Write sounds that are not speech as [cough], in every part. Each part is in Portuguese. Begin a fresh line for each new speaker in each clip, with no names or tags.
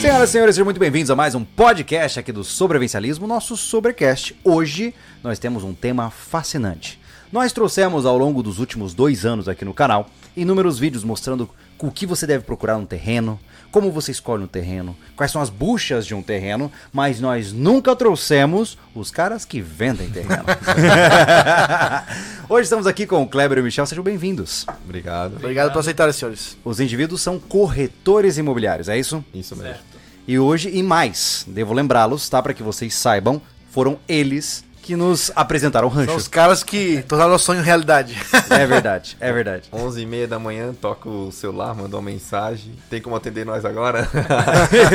Senhoras e senhores, sejam muito bem-vindos a mais um podcast aqui do Sobrevivencialismo, nosso Sobrecast. Hoje nós temos um tema fascinante. Nós trouxemos ao longo dos últimos dois anos aqui no canal inúmeros vídeos mostrando o que você deve procurar no terreno, como você escolhe um terreno, quais são as buchas de um terreno, mas nós nunca trouxemos os caras que vendem terreno. Hoje estamos aqui com o Kleber e o Michel, sejam bem-vindos.
Obrigado.
Obrigado por aceitarem, senhores.
Os indivíduos são corretores imobiliários, é isso?
Isso mesmo.
E hoje, e mais, devo lembrá-los, tá? Para que vocês saibam, foram eles que nos apresentaram o
São os
rancho.
caras que tornaram nosso sonho realidade.
É verdade, é verdade.
11 e meia da manhã, toca o celular, manda uma mensagem. Tem como atender nós agora? e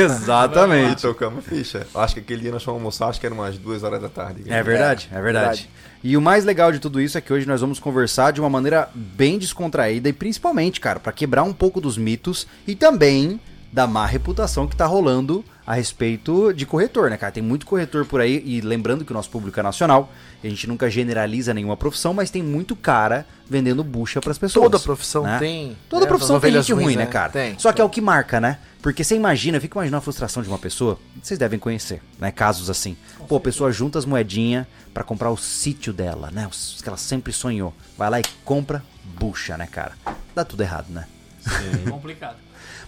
[laughs] Exatamente.
tocamos ficha. Acho que aquele dia nós fomos almoçar, acho que era umas duas horas da tarde.
É verdade, é verdade. E o mais legal de tudo isso é que hoje nós vamos conversar de uma maneira bem descontraída e principalmente, cara, para quebrar um pouco dos mitos e também da má reputação que tá rolando a respeito de corretor, né, cara? Tem muito corretor por aí e lembrando que o nosso público é nacional, a gente nunca generaliza nenhuma profissão, mas tem muito cara vendendo bucha pras pessoas.
Toda profissão
né?
tem.
Toda
né,
profissão tem
novelas
gente ruim,
ruins,
né, cara?
Tem.
Só que é o que marca, né? Porque você imagina, fica imaginando a frustração de uma pessoa, vocês devem conhecer, né? Casos assim. Pô, a pessoa junta as moedinhas pra comprar o sítio dela, né? Os que ela sempre sonhou. Vai lá e compra, bucha, né, cara? Dá tudo errado, né?
É complicado.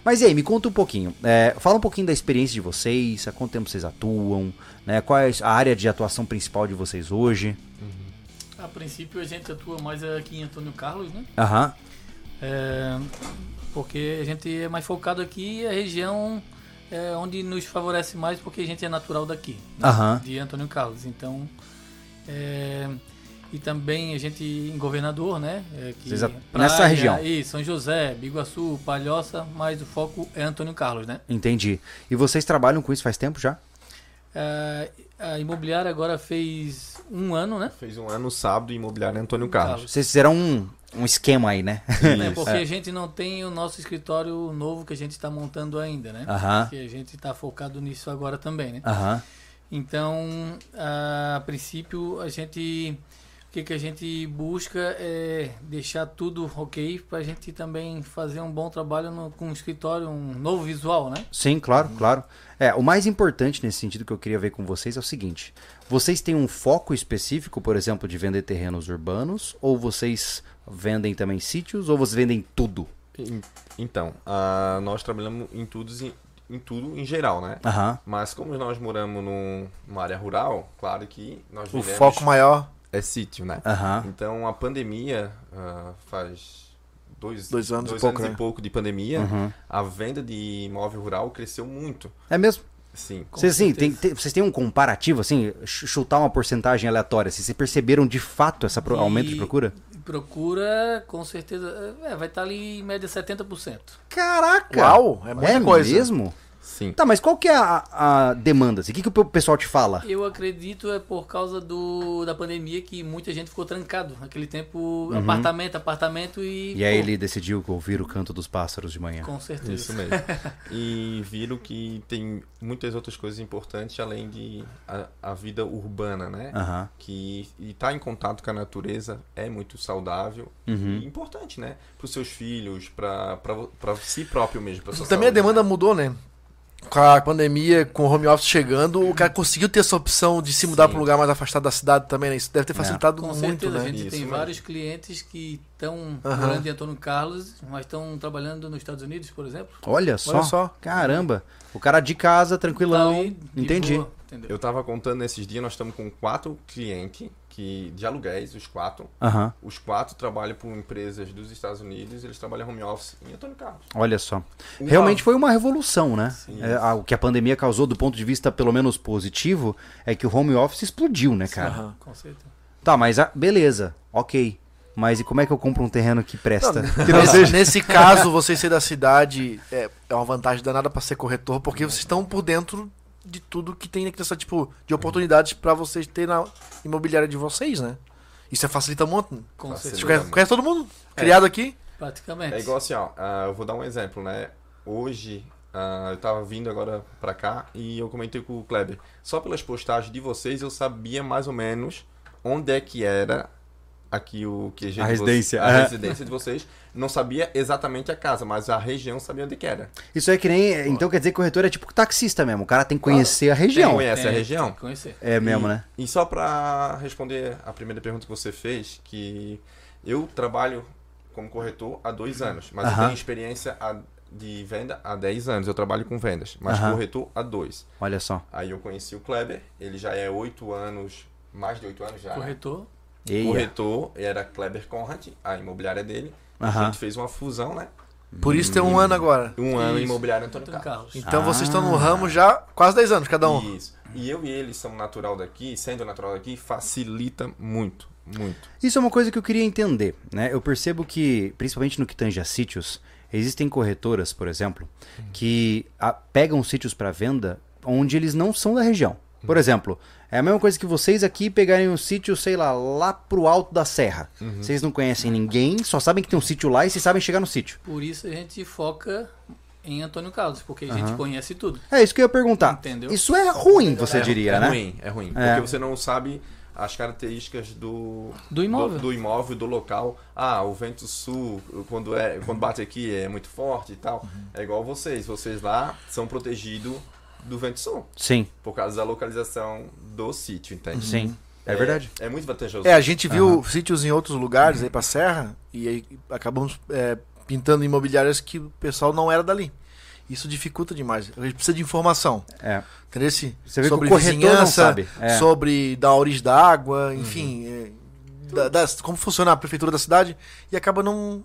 Mas e aí, me conta um pouquinho. É, fala um pouquinho da experiência de vocês, há quanto tempo vocês atuam, né? Qual é a área de atuação principal de vocês hoje?
A princípio a gente atua mais aqui em Antônio Carlos, né?
Aham.
É, porque a gente é mais focado aqui e a região é onde nos favorece mais porque a gente é natural daqui, né?
Aham.
de Antônio Carlos. Então, é, e também a gente em Governador, né? É, que
Vocês a- nessa região.
Isso, São José, Biguaçu, Palhoça, mas o foco é Antônio Carlos, né?
Entendi. E vocês trabalham com isso faz tempo já?
É, a imobiliária agora fez um ano, né?
Fez um ano sábado em imobiliário Antônio Carlos.
Vocês fizeram um, um esquema aí, né?
É, porque
É.
a gente não tem o nosso escritório novo que a gente está montando ainda, né?
Aham.
Porque a gente está focado nisso agora também,
[laughs]
né?
Aham.
Então, a princípio, a gente. O que, que a gente busca é deixar tudo ok para a gente também fazer um bom trabalho no- com o escritório, um novo visual, né?
Sim, claro, claro. É, o mais importante nesse sentido que eu queria ver com vocês é o seguinte: vocês têm um foco específico, por exemplo, de vender terrenos urbanos, ou vocês vendem também sítios, ou vocês vendem tudo?
En- Então, ah, nós trabalhamos em tudo, em, em tudo em geral, né?
Aham.
Mas como nós moramos num- numa área rural, claro que nós
O
vivemos-
foco maior,
é sítio, né?
Ah.
Aham.
Então a pandemia ah, faz dois,
Dois anos e pouco, né?
de pandemia,
Uhum.
a venda de imóvel rural cresceu muito.
É mesmo?
Sim.
Com
Vocês, assim,
certeza.
tem- tem- vocês têm um comparativo, assim, ch- chutar uma porcentagem aleatória? Assim, vocês perceberam de fato esse
E-
aumento de procura?
Procura, com certeza, é, vai estar ali em média 70%.
Caraca!
uau, é muita
É
coisa.
mesmo?
Sim.
Tá, mas qual que é a, a demanda? assim? O que, que o pessoal te fala?
Eu acredito é por causa do, da pandemia que muita gente ficou trancado. Aquele tempo, apartamento, apartamento e.
E aí
pô,
ele decidiu ouvir o canto dos pássaros de manhã.
Com certeza.
Isso mesmo.
[laughs]
E viram que tem muitas outras coisas importantes além de a, a vida urbana, né?
Aham.
Que estar em contato com a natureza é muito saudável
Uhum.
e importante, né? Para os seus filhos, para si próprio mesmo. pra sua
Também a
saúde,
demanda
né?
mudou, né? Com a pandemia, com o home office chegando, o cara conseguiu ter essa opção de se mudar
Sim.
para um lugar mais afastado da cidade também, né? Isso deve ter facilitado
Com
muito,
certeza,
né?
a
[laughs]
gente
Isso
tem
mesmo.
vários clientes que estão
Aham.
morando em Antônio Carlos, mas estão trabalhando nos Estados Unidos, por exemplo.
Olha só.
Olha só.
Caramba. O cara de casa, tranquilão.
Tá ali, de
Entendi.
boa, entendeu?
Eu tava contando nesses dias, nós estamos com quatro clientes que, de aluguéis, os quatro.
Aham.
Os quatro trabalham por empresas dos Estados Unidos, eles trabalham home office em Antônio Carlos.
Olha só.
Uau.
Realmente foi uma revolução, né?
Sim.
É, a- o que a pandemia causou do ponto de vista, pelo menos positivo, é que o home office explodiu, né, cara?
Aham.
Com certeza.
Tá, mas a- beleza. Ok. Mas e como é que eu compro um terreno que presta?
Que não seja- Nesse caso, você ser da cidade é, é uma vantagem danada pra ser corretor, porque vocês estão por dentro de tudo que tem aqui nessa tipo de oportunidades pra vocês terem na imobiliária de vocês, né? Isso é facilita muito.
Com
Tá
Você
certo.
certeza.
conhece, conhece todo mundo? Criado aqui?
Praticamente.
É igual assim, ó, ah, eu vou dar um exemplo, né? Hoje, ah, eu tava vindo agora pra cá e eu comentei com o Kleber. Só pelas postagens de vocês eu sabia mais ou menos onde é que era aqui o QG
A
de vo-
residência,
a
é.
residência de vocês, não sabia exatamente a casa, mas a região sabia onde que era.
Isso é que nem. Então quer dizer que corretor é tipo taxista mesmo. O cara tem que conhecer a
Quem
região.
conhece a
Tem- é.
região?
tem que conhecer.
É mesmo,
E-
né?
E só para responder a primeira pergunta que você fez, que eu trabalho como corretor há dois anos, mas eu
Aham.
tenho experiência há- de venda há 10 anos. Eu trabalho com vendas, mas
Aham.
corretor há dois.
Olha só.
Aí eu conheci o Kleber, ele já é oito anos, mais de oito anos já. né?
Corretor.
Eia.
Corretor era Kleber Conrad, a imobiliária dele. A
Aham.
gente fez uma fusão, né?
Por isso tem um ano agora.
Um ano
Isso.
imobiliária Antônio
Antônio
Carlos.
Carlos.
Então
Ah.
vocês estão no ramo já quase 10 anos cada
Então.
um.
Isso. E eu e ele somos natural daqui, sendo natural daqui, facilita muito, muito.
Isso é uma coisa que eu queria entender, né? Eu percebo que, principalmente no que tange a sítios, existem corretoras, por exemplo, que a- pegam sítios para venda onde eles não são da região. Por exemplo, é a mesma coisa que vocês aqui pegarem um sítio, sei lá, lá pro alto da serra. Vocês não conhecem ninguém, só sabem que tem um sítio lá e vocês sabem chegar no sítio.
Por isso a gente foca em Antônio Carlos, porque a gente conhece tudo.
É isso que eu ia perguntar.
Entendeu?
Isso é ruim, você
é,
diria,
é
né?
ruim, é ruim.
É.
Porque você não sabe as características do
Do imóvel.
do, do imóvel, do local. Ah, o vento sul, quando é, quando bate aqui é muito forte e tal.
Uhum.
É igual vocês, vocês lá são protegidos do vento sul
Sim,
por causa da localização do sítio, entende?
sim. É verdade.
É muito vantajoso.
É, a gente viu sítios em outros lugares aí pra serra e aí acabamos é, pintando imobiliárias que o pessoal não era dali. Isso dificulta demais. A gente precisa de informação.
É.
Entendeu? Se-
Você vê que o corretor não sabe. É. Uhum.
sobre da origem da água, enfim, é, da- das- como funciona a prefeitura da cidade e acaba não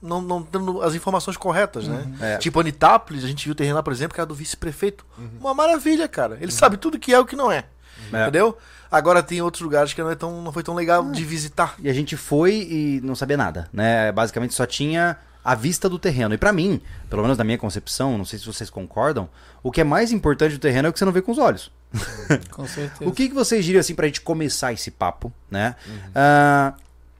não, não tendo as informações corretas, né?
É. Uhum.
Tipo Anitápolis, a gente viu o terreno lá, por exemplo, que era do vice-prefeito. Uma maravilha, cara. Ele sabe tudo que é e o que não é.
É.
Entendeu? Agora tem outros lugares que não, é tão, não foi tão legal
Ah.
de visitar.
E a gente foi e não sabia nada, né? Basicamente só tinha a vista do terreno. E pra mim, pelo menos na minha concepção, não sei se vocês concordam, o que é mais importante do terreno é o que você não vê com os olhos.
Com certeza.
O que, que vocês diriam assim pra gente começar esse papo, né? Ah,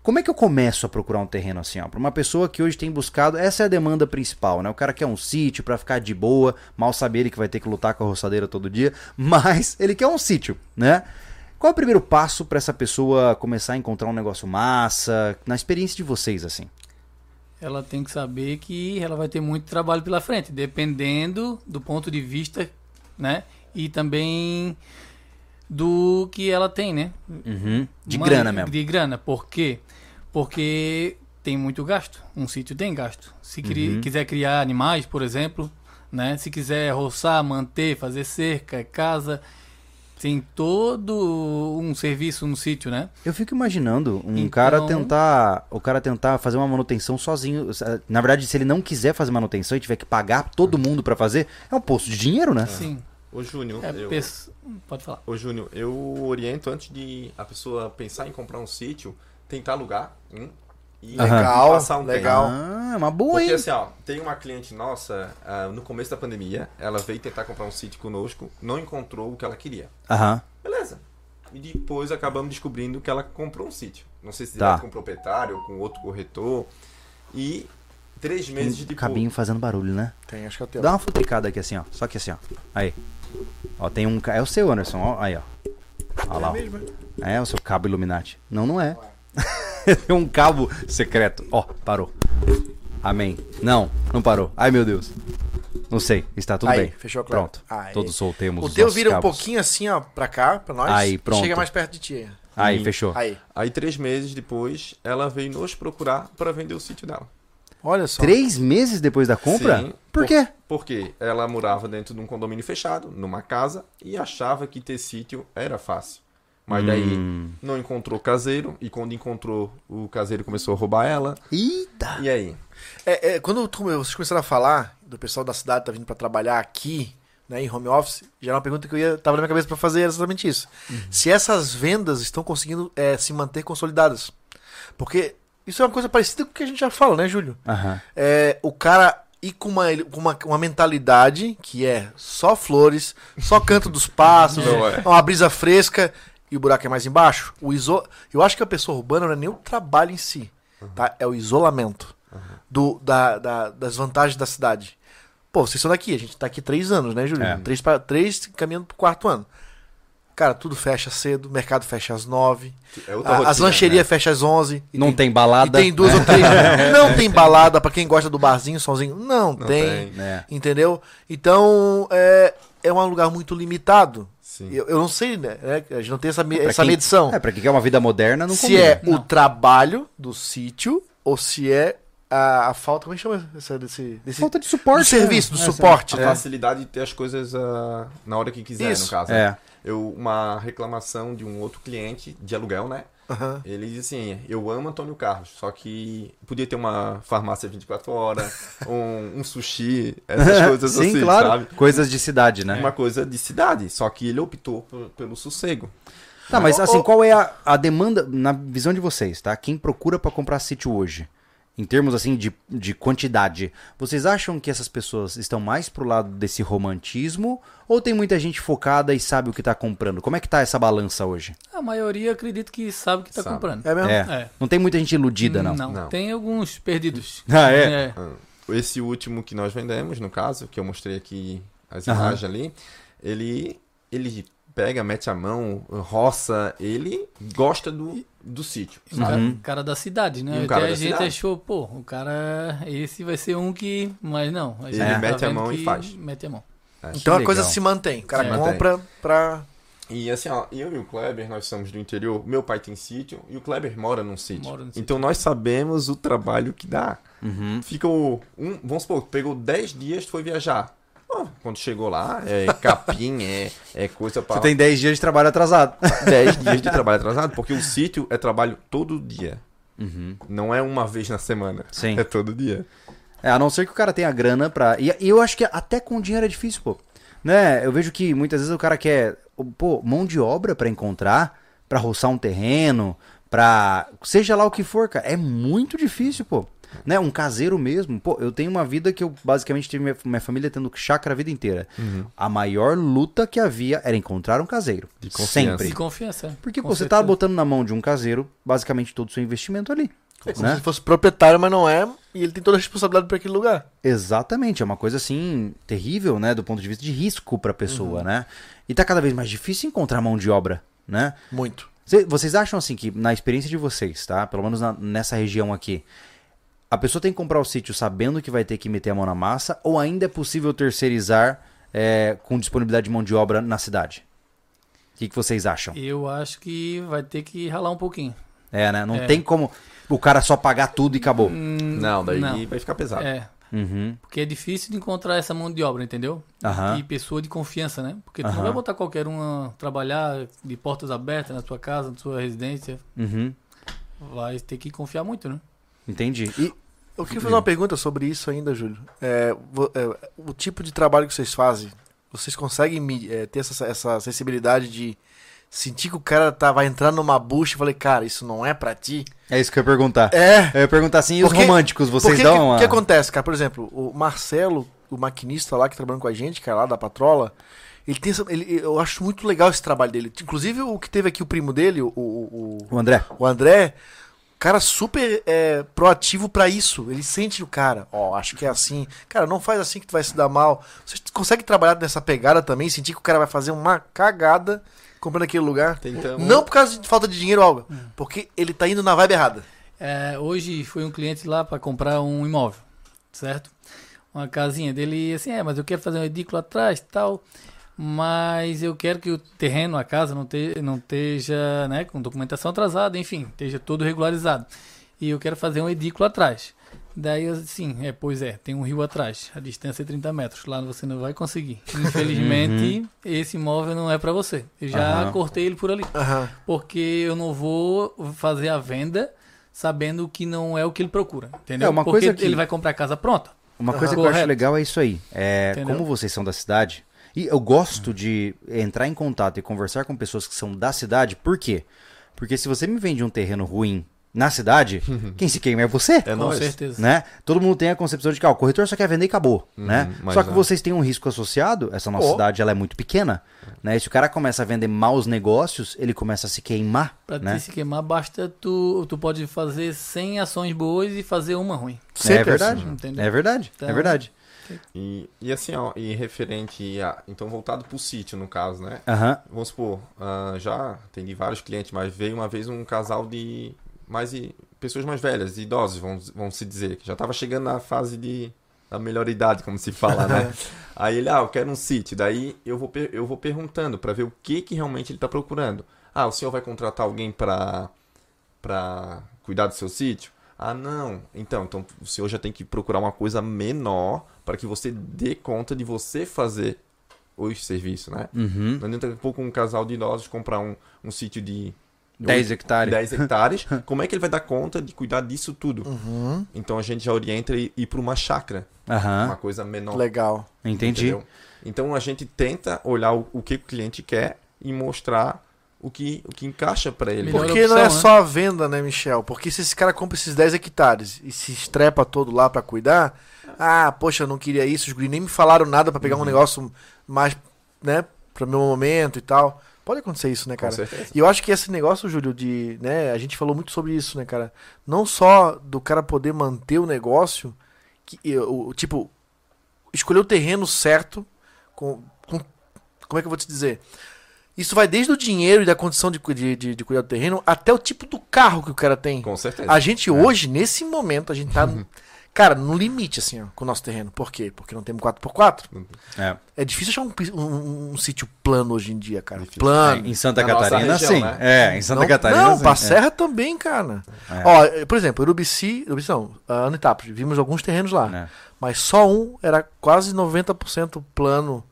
como é que eu começo a procurar um terreno assim, ó? Pra uma pessoa que hoje tem buscado, essa é a demanda principal, né? O cara quer um sítio pra ficar de boa, mal saber ele que vai ter que lutar com a roçadeira todo dia, [laughs] mas ele quer um sítio, né? Qual é o primeiro passo pra essa pessoa começar a encontrar um negócio massa, na experiência de vocês, assim?
Ela tem que saber que ela vai ter muito trabalho pela frente, dependendo do ponto de vista, né? E também do que ela tem, né?
Uhum. De
Mano,
grana mesmo.
De grana. Por quê? Porque tem muito gasto. Um sítio tem gasto. Se cri-
Uhum.
quiser criar animais, por exemplo, né? Se quiser roçar, manter, fazer cerca, casa, tem todo um serviço no sítio, né?
Eu fico imaginando um
Então-
cara tentar, o cara tentar fazer uma manutenção sozinho. eh, Na verdade, se ele não quiser fazer manutenção e tiver que pagar todo mundo pra fazer, é um posto de dinheiro, né?
Sim.
Ô Júnior,
É,
Tá. eu...
pes- Pode falar.
Ô Júnior, eu oriento antes de a pessoa pensar em comprar um sítio, tentar alugar um e
Aham.
Legal,
passar um
legal.
Ah, é uma boa,
Porque
hein?
assim, ó, tem uma cliente nossa, ah, no começo da pandemia, ela veio tentar comprar um sítio conosco, não encontrou o que ela queria.
Aham.
Beleza. E depois acabamos descobrindo que ela comprou um sítio. Não sei se
Tá.
direto com o proprietário ou com outro corretor. E três meses
Tem
depois.
Cabinho fazendo barulho, né?
Tem, acho que até.
Dá uma futricada aqui assim, ó. Só que assim, ó. Aí. Ó, tem um. ca- É o seu, Anderson. Ó, aí, ó. Ó lá. ó. É o seu cabo Illuminati. Não, não é. [laughs] tem um cabo secreto. Ó, parou. Amém. Não, não parou. Ai, meu Deus. Não sei. Está tudo
Aí,
bem.
fechou a clave.
Pronto.
Aí.
Todos soltemos
O
os
teu
nossos
vira um
cabos.
pouquinho assim, ó, pra cá, pra nós.
Aí,
e
pronto.
Chega mais perto de ti.
Aí, fechou.
Aí.
Aí três meses depois, ela veio nos procurar para vender o sítio dela.
Olha só.
Três meses depois da compra?
Sim.
Por quê?
Porque ela morava dentro de um condomínio fechado, numa casa, e achava que ter sítio era fácil. Mas daí
Hum.
não encontrou caseiro, e quando encontrou, o caseiro começou a roubar ela.
Eita!
E aí?
É, é, quando tu- vocês começaram a falar do pessoal da cidade tá vindo pra trabalhar aqui, né, em home office, já era uma pergunta que eu ia, tava na minha cabeça pra fazer era exatamente isso. Se essas vendas estão conseguindo é, se manter consolidadas. Porque isso é uma coisa parecida com o que a gente já fala, né, Júlio?
Aham.
É, o cara ir com uma, com uma, com uma mentalidade que é só flores, só canto dos passos,
Não é.
uma brisa fresca e o buraco é mais embaixo. O iso... Eu acho que a pessoa urbana não é nem o trabalho em si,
Uhum.
tá? É o isolamento do, da, da- das vantagens da cidade. Pô, vocês são daqui, a gente tá aqui três anos, né, Júlio?
É.
Três, pra, três caminhando pro quarto ano. Cara, tudo fecha cedo, o mercado fecha às 9.
É outra
A-
rotina,
as lancherias
né?
fecham às 11. e
Não tem balada. né?
E tem duas
[laughs]
ou três. Não tem balada pra quem gosta do barzinho sozinho. Não,
Não
tem,
tem.
É.
Entendeu? Então, é, é um lugar muito limitado.
Sim.
Eu, eu não sei, né? É, A gente não tem essa, me-
Pra
essa
quem-
medição.
É, pra quem quer uma vida moderna, não
se
combina.
é o
Não.
trabalho do sítio ou se é a, a falta. Como é que chama essa, desse, desse
Falta de suporte.
do serviço, do
É,
suporte,
A
né?
facilidade de ter as coisas ah, na hora que quiser,
Isso.
no caso. né?
né? É.
Eu, uma reclamação de um outro cliente de aluguel, né?
Aham.
Ele diz assim, eu amo Antônio Carlos, só que podia ter uma farmácia 24 horas, um, um sushi,
[laughs]
essas coisas
É, Sim,
assim,
claro.
sabe?
Coisas de cidade, né?
Uma coisa de cidade, só que ele optou por- pelo sossego.
Tá, mas
Ô,
assim,
ô.
qual é a, a demanda, na visão de vocês, tá? Quem procura pra comprar sítio hoje? Em termos, assim, de, de quantidade. Vocês acham que essas pessoas estão mais pro lado desse romantismo? Ou tem muita gente focada e sabe o que tá comprando? Como é que tá essa balança hoje?
A maioria acredito que sabe o que está
Sabe.
comprando.
É mesmo?
É.
É.
Não tem muita gente iludida, não.
Não.
Tem
[laughs]
alguns perdidos.
Ah, é?
Esse último que nós vendemos, no caso, que eu mostrei aqui as
Aham.
imagens ali, ele, ele pega, mete a mão, roça, ele gosta do, do sítio.
Um ca-
Uhum.
cara, da cidade,
E um
né?
cara
Até a
da
gente
cidade.
achou, pô, o cara, esse vai ser um que. Mas não. A gente
Ele
tá
mete a
vendo
mão e
que
faz.
Mete a mão.
Então a
Que
coisa
legal.
se mantém. O cara
Se
mantém.
compra pra.
E assim, ó, eu e o Kleber, nós somos do interior, meu pai tem sítio e o Kleber mora num sítio.
Mora num sítio.
então nós sabemos o trabalho que dá. Fica o. Um, vamos supor, pegou 10 dias, foi viajar. Ó, quando chegou lá, é capim, [laughs] é, é coisa pra.
Você tem 10 dias de trabalho atrasado.
10 dias de trabalho atrasado, porque o sítio é trabalho todo dia. Não é uma vez na semana.
Sim.
É todo dia.
É, a não ser que o cara tenha grana pra. E e eu acho que até com dinheiro é difícil, pô. Né? Eu vejo que muitas vezes o cara quer, pô, mão de obra pra encontrar, pra roçar um terreno, pra. seja lá o que for, cara. É muito difícil, pô. Né? Um caseiro mesmo. Pô, eu tenho uma vida que eu basicamente tive minha, minha família tendo chácara a vida inteira. A maior luta que havia era encontrar um caseiro.
De confiança.
De
Sempre.
confiança. né?
Porque
com
pô, você tá
certeza.
botando na mão de um caseiro basicamente todo o seu investimento ali.
É como
né?
se fosse proprietário, mas não é. E ele tem toda a responsabilidade por aquele lugar.
Exatamente, é uma coisa assim terrível, né, do ponto de vista de risco pra pessoa, né? E tá cada vez mais difícil encontrar mão de obra, né?
Muito.
Cê- vocês acham assim que na experiência de vocês, tá? Pelo menos na- nessa região aqui, a pessoa tem que comprar o sítio sabendo que vai ter que meter a mão na massa ou ainda é possível terceirizar é, com disponibilidade de mão de obra na cidade? O que, que vocês acham?
Eu acho que vai ter que ralar um pouquinho.
É, né? Não tem como o cara só pagar tudo e acabou.
Uhum.
Não, daí
Hum, não.
vai ficar pesado.
É.
Uhum.
Porque é difícil de encontrar essa mão de obra, entendeu?
Aham.
E pessoa de confiança, né? Porque tu
Aham.
não vai botar qualquer um a trabalhar de portas abertas na tua casa, na tua residência.
Uhum.
Vai ter que confiar muito, né?
Entendi. E-
Eu queria fazer uma pergunta sobre isso ainda, Júlio. É, vo- é, o tipo de trabalho que vocês fazem, vocês conseguem me- é, ter essa, essa sensibilidade de sentir que o cara tá, vai entrar numa bucha e falei, cara, isso não é pra ti?
é isso que eu ia perguntar.
É.
Eu ia perguntar assim, e os
Porque-
românticos, vocês
Porque
dão
que-
uma...
O que acontece, cara? Por exemplo, o Marcelo, o maquinista lá que trabalha com a gente, cara, lá da patrola, ele tem essa- ele- eu acho muito legal esse trabalho dele. Inclusive, o que teve aqui o primo dele, o- o- o
O André.
O André, cara super é, proativo pra isso. Ele sente o cara. Ó, acho que é assim. Cara, não faz assim que tu vai se dar mal. Você consegue trabalhar nessa pegada também? Sentir que o cara vai fazer uma cagada comprando aquele lugar?
Tentamos.
Não por causa de falta de dinheiro ou algo. Porque ele tá indo na vibe errada.
É, hoje foi um cliente lá para comprar um imóvel, certo? Uma casinha dele, assim, é, mas eu quero fazer um edículo atrás e tal, mas eu quero que o terreno, a casa, não, te, não esteja né, com documentação atrasada, enfim, esteja todo regularizado. E eu quero fazer um edículo atrás. Daí eu disse, sim, é, pois é, tem um rio atrás, a distância é 30 metros, lá você não vai conseguir. Infelizmente, esse imóvel não é para você. Eu já
Aham.
cortei ele por ali
Aham.
porque eu não vou fazer a venda sabendo que não é o que ele procura, entendeu?
É, uma
porque
coisa que-
ele vai comprar a casa pronta.
Uma coisa que eu acho
Correto.
legal é isso aí. É,
Entendeu?
como vocês são da cidade, e eu gosto de entrar em contato e conversar com pessoas que são da cidade, por quê? Porque se você me vende um terreno ruim na cidade, quem se queima é você.
É
com
nóis.
certeza.
Né? Todo mundo tem a concepção de que ah, o corretor só quer vender e acabou. né?
mas
Só que
é.
vocês têm um risco associado, essa nossa
Oh.
cidade ela é muito pequena. Né? E se o cara começa a vender maus negócios, ele começa a se queimar.
Pra
né?
te se queimar, basta tu, tu pode fazer 100 ações boas e fazer uma ruim.
É
Sempre
[laughs] verdade.
assim, entendeu?
É verdade. É
Então-
verdade.
E, e assim, ó, e referente a. Então, voltado pro sítio, no caso, né?
Aham.
Vamos supor, ah, já atendi vários clientes, mas veio uma vez um casal de mais de pessoas mais velhas, de idosos, vamos, vamos se dizer, que já estava chegando na fase de da melhor idade, como se fala, né? Aí ele, ah, eu quero um sítio. Daí eu vou, per- eu vou perguntando para ver o que, que realmente ele está procurando. Ah, o senhor vai contratar alguém para para cuidar do seu sítio? Ah, não. Então, então o senhor já tem que procurar uma coisa menor para que você dê conta de você fazer os serviços, né?
Uhum.
Não adianta daqui a pouco um casal de idosos comprar um, um sítio de
10 hectares. [laughs]
10 hectares. Como é que ele vai dar conta de cuidar disso tudo? Então a gente já orienta e ir para uma chácara, uma
Aham.
coisa menor.
Legal.
Entendi.
entendeu? Então a gente tenta olhar o, o que o cliente quer e mostrar o que, o que encaixa para ele.
Melhor
Porque
opção,
não é
né?
só a venda, né, Michel? Porque se esse cara compra esses 10 hectares e se estrepa todo lá pra cuidar, ah, poxa, eu não queria isso, os guris nem me falaram nada pra
Uhum.
pegar um negócio mais, né, pro meu momento e tal. Pode acontecer isso, né,
Com
cara?
certeza.
E eu acho que esse negócio, Júlio, de, né, a gente falou muito sobre isso, né, cara? Não só do cara poder manter o negócio, que eu, o- tipo, escolher o terreno certo, com, com- como é que eu vou te dizer? Isso vai desde o dinheiro e da condição de, cu- de, de- de cuidar do terreno até o tipo do carro que o cara tem.
Com certeza. É. Uhum.
A gente hoje, nesse momento, a gente tá, cara, no limite, assim, ó, com o nosso terreno. Por quê? Porque não temos 4x4.
Uhum.
É.
É difícil achar um, pi- um- um sítio plano hoje em dia, cara.
Difícil. É
Plano.
Em Santa
Na nossa
Catarina,
região,
sim.
né?
É, em Santa
não,
Catarina.
Não,
sim.
pra Serra também, cara.
É.
Ó, eh, por exemplo, Urubici, Urubici não, ah, Anitapos, vimos alguns terrenos lá.
É.
Mas só um era quase 90% plano.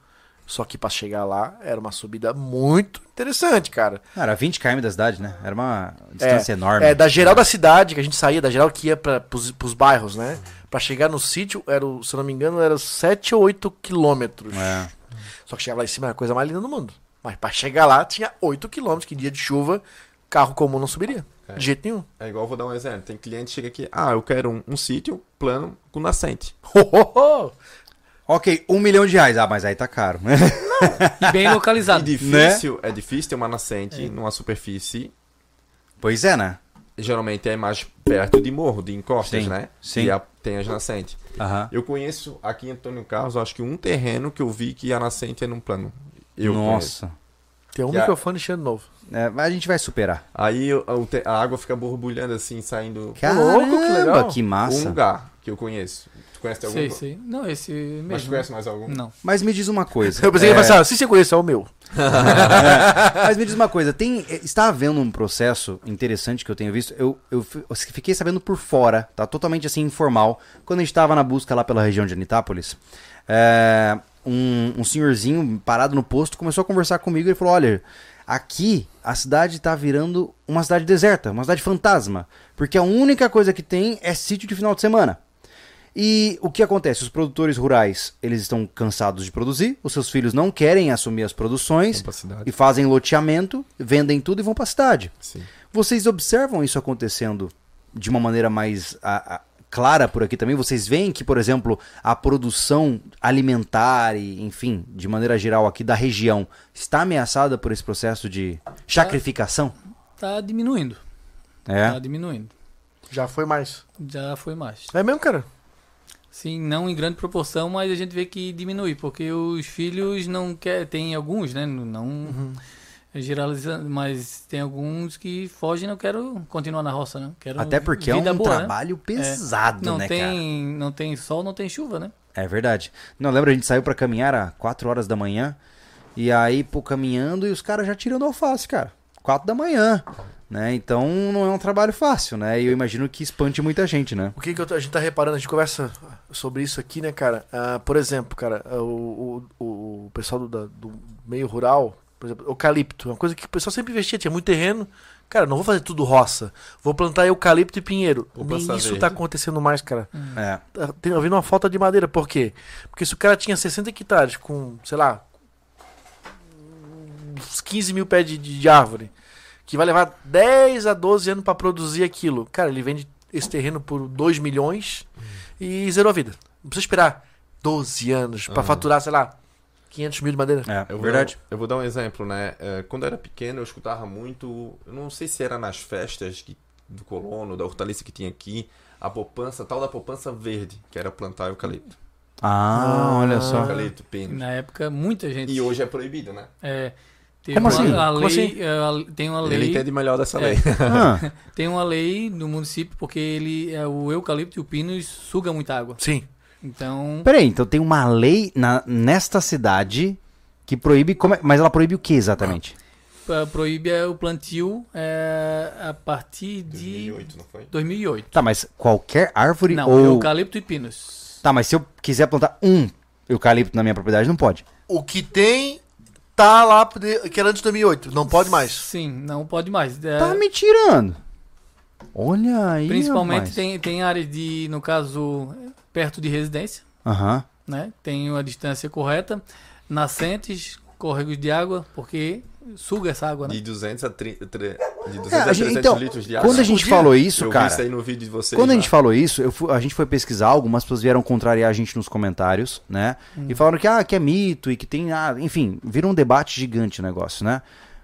Só que pra chegar lá era uma subida muito interessante, cara.
Cara, 20 km da cidade, né? Era uma distância enorme.
É, da geral da cidade, que a gente saía, da geral que ia pra, pros, pros bairros, né? Pra chegar no sítio, era, o- se eu não me engano, era 7 ou 8 quilômetros.
É.
Só que chegar lá em cima era a coisa mais linda do mundo. Mas pra chegar lá tinha 8 quilômetros, que dia de chuva, carro comum não subiria. De jeito nenhum.
É igual, vou dar um exemplo. Tem cliente que chega aqui, ah, eu quero um, um sítio plano com nascente.
Ho, ho, ho.
Ok, um milhão de reais. Ah, mas aí tá caro. [laughs]
E bem
E
Ah, né?
localizado.
difícil, é difícil ter uma
É.
nascente numa superfície.
pois é, né?
Geralmente é mais perto de morro, de encostas,
Sim,
né?
sim.
E a- tem as nascentes.
Aham.
Eu conheço aqui em Antônio Carlos, acho que um terreno que eu vi que a nascente é num plano. Eu conheço.
Nossa.
Tem um
E a-
microfone cheio de novo.
É, mas a gente vai superar.
Aí eu- a, o te- a água fica borbulhando assim, saindo.
Caramba,
louco, que legal.
que massa.
Um lugar que eu conheço. Tu conhece algum?
Sei, sei. Não, esse mesmo.
Mas tu conhece mais
um
algum?
Não.
Mas me diz uma coisa.
[laughs] Eu pensei
é,
que ia pensar, se você conhece, é o meu.
Mas me diz uma coisa, tem, está havendo um processo interessante que eu tenho visto. Eu, eu fi- eu fiquei sabendo por fora, tá? Totalmente assim, informal. Quando a gente estava na busca lá pela região de Anitápolis, é, um, um senhorzinho parado no posto começou a conversar comigo e ele falou: olha. Aqui a cidade tá virando uma cidade deserta, uma cidade fantasma, porque a única coisa que tem é sítio de final de semana. E o que acontece? Os produtores rurais, eles estão cansados de produzir, os seus filhos não querem assumir as produções
Vão pra cidade.
e fazem loteamento, vendem tudo e vão pra cidade.
Sim.
Vocês observam isso acontecendo de uma maneira mais a- a- clara por aqui também? Vocês veem que, por exemplo, a produção alimentar e, enfim, de maneira geral aqui da região está ameaçada por esse processo de chacrificação?
Tá diminuindo. Tá
É.
diminuindo.
Já foi mais.
Já foi mais.
É mesmo, cara?
Sim, não em grande proporção, mas a gente vê que diminui, porque os filhos não quer tem alguns, né? Não
Uhum.
geralizando, mas tem alguns que fogem, não quero continuar na roça, né? Quero
Até porque é
vida
um
boa, né?
trabalho pesado,
não
né,
tem,
cara?
não tem sol, não tem chuva, né?
É verdade. Não, lembra, a gente saiu pra caminhar às 4 horas da manhã. E aí, pô, caminhando e os caras já tirando alface, cara. 4 da manhã. Né? Então não é um trabalho fácil, né? E eu imagino que espante muita gente, né?
O que, que eu tô- a gente tá reparando, a gente conversa sobre isso aqui, né, cara? Ah, por exemplo, cara, ah, o, o, o pessoal do, da- do meio rural, por exemplo, eucalipto, é uma coisa que o pessoal sempre investia, tinha muito terreno. Cara, não vou fazer tudo roça. Vou plantar eucalipto e pinheiro.
Vou
Nem
plantar
isso
verde.
tá acontecendo mais, cara.
É.
Tá tendo- havendo uma falta de madeira. Por quê? Porque se o cara tinha 60 hectares com, sei lá, uns 15 mil pés de, de árvore, que vai levar 10 a 12 anos pra produzir aquilo. Cara, ele vende esse terreno por 2 milhões e zerou a vida. Não precisa esperar 12 anos pra faturar, sei lá, 500 mil de madeira.
É,
Eu vou
verdade.
dar- eu vou dar um exemplo, né? Eh, Quando eu era pequeno, eu escutava muito. Eu não sei se era nas festas que- do colono, da hortaliça que tinha aqui, a poupança, tal da poupança verde, que era plantar eucalipto.
Ah, olha só.
Eucalipto, pênis.
Na época, muita gente.
E hoje é proibido, né?
É, teve
Como
uma-
assim?
a
Como
lei,
assim?
eh, a- tem uma
Ele
lei. é
entende melhor dessa
[laughs]
lei. [laughs]
Ah,
Tem uma lei no município porque ele, eh, o eucalipto e o pinus suga muita água.
Sim.
Então,
peraí, então tem uma lei na- nesta cidade que proíbe. como é- mas ela proíbe o que exatamente?
eh, proíbe eh, o plantio eh, a partir de
2008, não
Né?
foi?
2008.
Tá, mas qualquer árvore
Não,
ou.
eucalipto e pinus.
Tá, mas se eu quiser plantar um eucalipto na minha propriedade, não pode.
O que tem tá lá, de- que era antes de 2008. Não pode mais.
Sim, não pode mais. Eh,
Tá me tirando. Olha aí.
principalmente
rapaz.
tem, tem áreas de, no caso, perto de residência,
Aham.
né? Tem uma distância correta, nascentes, córregos de água, porque suga essa água, né?
De 200 a, 30, tre- de 200
É,
a
a gente-
300
então,
litros de água.
quando a gente
Podia?
falou isso,
eu
cara.
vi isso aí no vídeo de vocês.
Quando a
lá.
gente falou isso, eu fu- a gente foi pesquisar, algumas pessoas vieram contrariar a gente nos comentários, né?
Hum.
E falaram que, ah, que é mito e que tem. Ah, enfim, virou um debate gigante o negócio, né?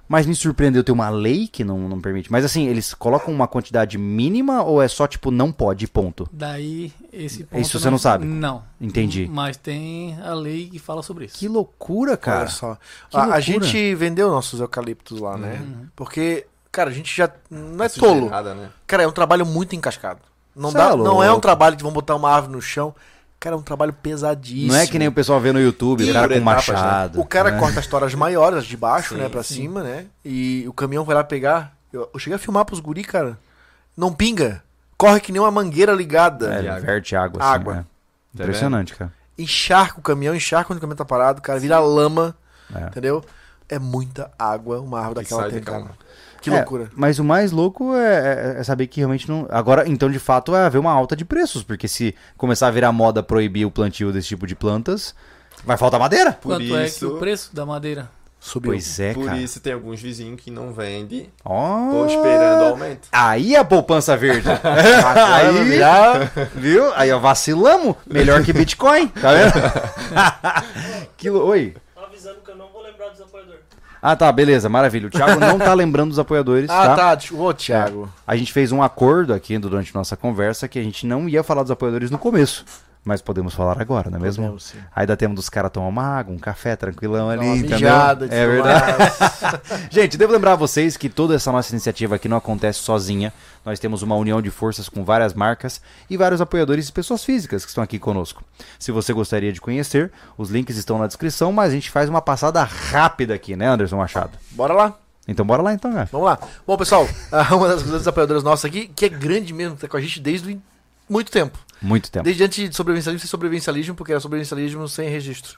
Mas me surpreendeu ter uma lei que não, não permite. Mas assim, eles colocam uma quantidade mínima ou é só tipo não pode, ponto?
Daí esse ponto
Isso você não sabe?
Não.
Entendi.
Mas tem a lei que fala sobre isso.
Que loucura, cara.
Olha só.
que
A, a
loucura. Uhum.
gente vendeu nossos eucaliptos lá, né? Porque, cara, a gente já. Não é
Isso de
tolo.
errada, né?
Cara, é um trabalho muito encascado. Não,
Cê é
dá, não é um
louco.
trabalho de vão botar uma árvore no chão. Cara, é um trabalho pesadíssimo.
Não é que nem o pessoal vê no YouTube,
E
o cara
por
com
etapas, né?
machado.
O cara
né?
corta as toras maiores, as de baixo,
Sim,
né, pra
sim.
cima, né? E o caminhão vai lá pegar. Eu, eu cheguei a filmar pros guri, cara. Não pinga. Corre que nem uma mangueira ligada.
É, ele
água.
verte água. Assim,
Água. Tá
né? Impressionante, cara.
Encharca o caminhão, encharca quando o caminhão tá parado, cara. Vira lama,
É.
entendeu? É muita água uma árvore
Que
daquela
sai
tem,
daquela-
cara. Que
É,
loucura.
Mas o mais louco é, é- é saber que realmente não. Agora, então, de fato, vai haver uma alta de preços, porque se começar a virar moda proibir o plantio desse tipo de plantas, vai faltar madeira.
Por
Quanto é que
isso-
o preço da madeira?
Subiu.
Pois é,
Por
cara. Ah.
isso tem alguns vizinhos que não vendem.
Ó.
Tô esperando o aumento.
Aí a poupança
[laughs]
verde.
Agora vai
Aí,
virar-
viu? Aí, ó, vacilamos. Melhor que Bitcoin, tá vendo?
[laughs]
que, lou- Oi.
Tô Tá avisando que eu não vou lembrar dos apoiadores.
Ah, tá, beleza, maravilha. O Thiago não tá lembrando dos apoiadores,
Ah, tá. deixa- Ô, Thiago.
A gente fez um acordo aqui durante nossa conversa que a gente não ia falar dos apoiadores no começo. Mas podemos falar agora, não é mesmo?
Podemos, sim.
Aí dá tempo dos caras tomar uma água, um café tranquilão ali,
Dá uma
entendeu?
mijada,
é
tudo
verdade. [laughs]
mais.
Gente, devo lembrar a vocês que toda essa nossa iniciativa aqui não acontece sozinha. Nós temos uma união de forças com várias marcas e vários apoiadores e pessoas físicas que estão aqui conosco. Se você gostaria de conhecer, os links estão na descrição, mas a gente faz uma passada rápida aqui, né, Anderson Machado?
Bora lá.
Então bora lá então, cara.
Vamos lá. Bom, pessoal, [laughs] ah, uma das grandes apoiadoras nossas aqui, que é grande mesmo, tá com a gente desde o in- muito tempo.
Muito tempo.
Desde antes de sobrevivencialismo sem sobrevivencialismo, porque era sobrevivencialismo
[laughs]
sem registro.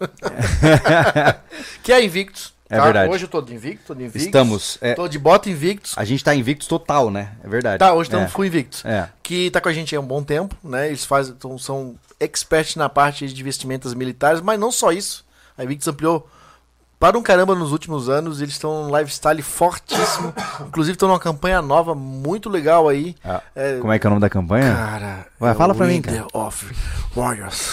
que é a Invictus.
É verdade.
Hoje eu tô de Invictus, tô de Invictus.
Estamos. é,
Tô de bota Invictus.
a gente tá invictos total, né? É verdade.
Tá, hoje
é.
estamos full Invictus.
É.
Que tá com a gente há um bom tempo, né? Eles fazem, então, são experts na parte de vestimentas militares, mas não só isso. A Invictus ampliou para um caramba nos últimos anos. Eles estão num lifestyle fortíssimo. Inclusive estão numa campanha nova muito legal aí.
Ah,
É,
Como é que é o nome da campanha?
Cara,
Vai,
é
fala pra mim,
Winter of
[laughs]
Warriors.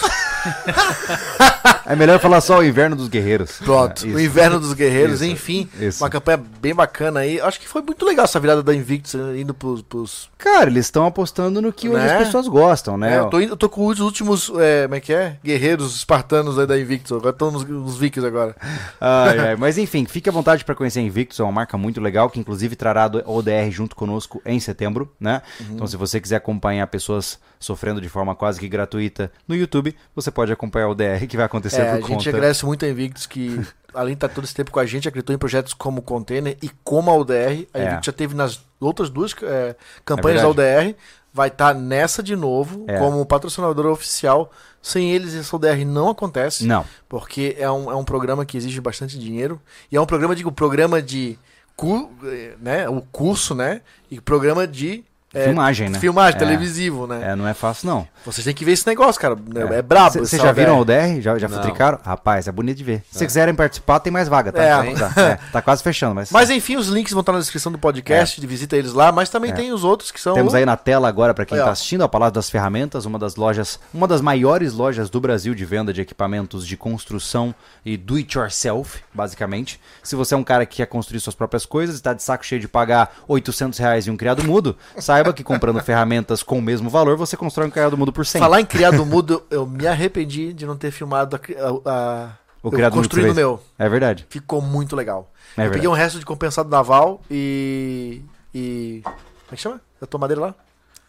É melhor falar só o inverno dos guerreiros.
Pronto,
É, isso.
o Inverno dos Guerreiros,
Isso.
enfim.
Isso.
Uma campanha bem bacana aí. Acho que foi muito legal essa virada da Invictus né, indo pros. pros-
Cara, eles estão apostando no que hoje
Né?
as pessoas gostam, né?
É, eu, tô, indo- eu tô com os últimos. é, como é que é? Guerreiros espartanos aí da Invictus. Agora estão nos, nos Vikings agora.
Ai, ai, Mas enfim, fique à vontade para conhecer a Invictus, é uma marca muito legal, que inclusive trará do- ODR junto conosco em setembro, né?
Uhum.
Então, se você quiser acompanhar pessoas sofrendo de forma quase que gratuita no YouTube, você pode acompanhar o ODR que vai acontecer
É, a
por
gente
conta.
agradece muito a
[laughs]
Invictus que, além de estar todo esse tempo com a gente, acreditou em projetos como o Container e como a UDR. A
É.
Invictus já teve nas outras duas é, campanhas
É
da UDR. Vai estar nessa de novo,
É.
como patrocinador oficial. Sem eles, essa UDR não acontece.
Não.
Porque é um, é um programa que exige bastante dinheiro. E é um programa, digo, programa de. Cu, eh, né, o curso, né? E programa de. eh,
Filmagem, né?
Filmagem,
É.
televisivo, né?
É, não é fácil, não.
Vocês têm que ver esse negócio, cara. É, é brabo.
Vocês
essa
já um
ideia.
viram o DR? Já, já
Não.
futricaram? Rapaz, é bonito de ver. Se vocês quiserem participar, tem mais vaga, tá?
É.
Então Tá, é, tá quase fechando, mas.
Mas enfim, os links vão estar na descrição do podcast, visita eles lá, mas também
É.
tem os outros que são.
Temos aí na tela agora, para quem
então- Aí,
está
ó.
assistindo, a Palácio das Ferramentas, uma das lojas, uma das maiores lojas do Brasil de venda de equipamentos de construção e do it yourself, basicamente. tá
[laughs]
Se você é um cara que quer construir suas próprias coisas e está de saco cheio de pagar 800 reais em um criado mudo, saiba saiba que comprando ferramentas com o mesmo valor, você constrói um criado mudo por 100.
Falar
[laughs]
em criado mudo, eu me arrependi de não ter filmado a, cri- a, a-
O
eu
criado mudo
construindo
três.
o meu.
É verdade.
Ficou muito legal.
É
eu
verdade.
peguei um resto de compensado naval e. e. Como é que chama? A tua madeira lá?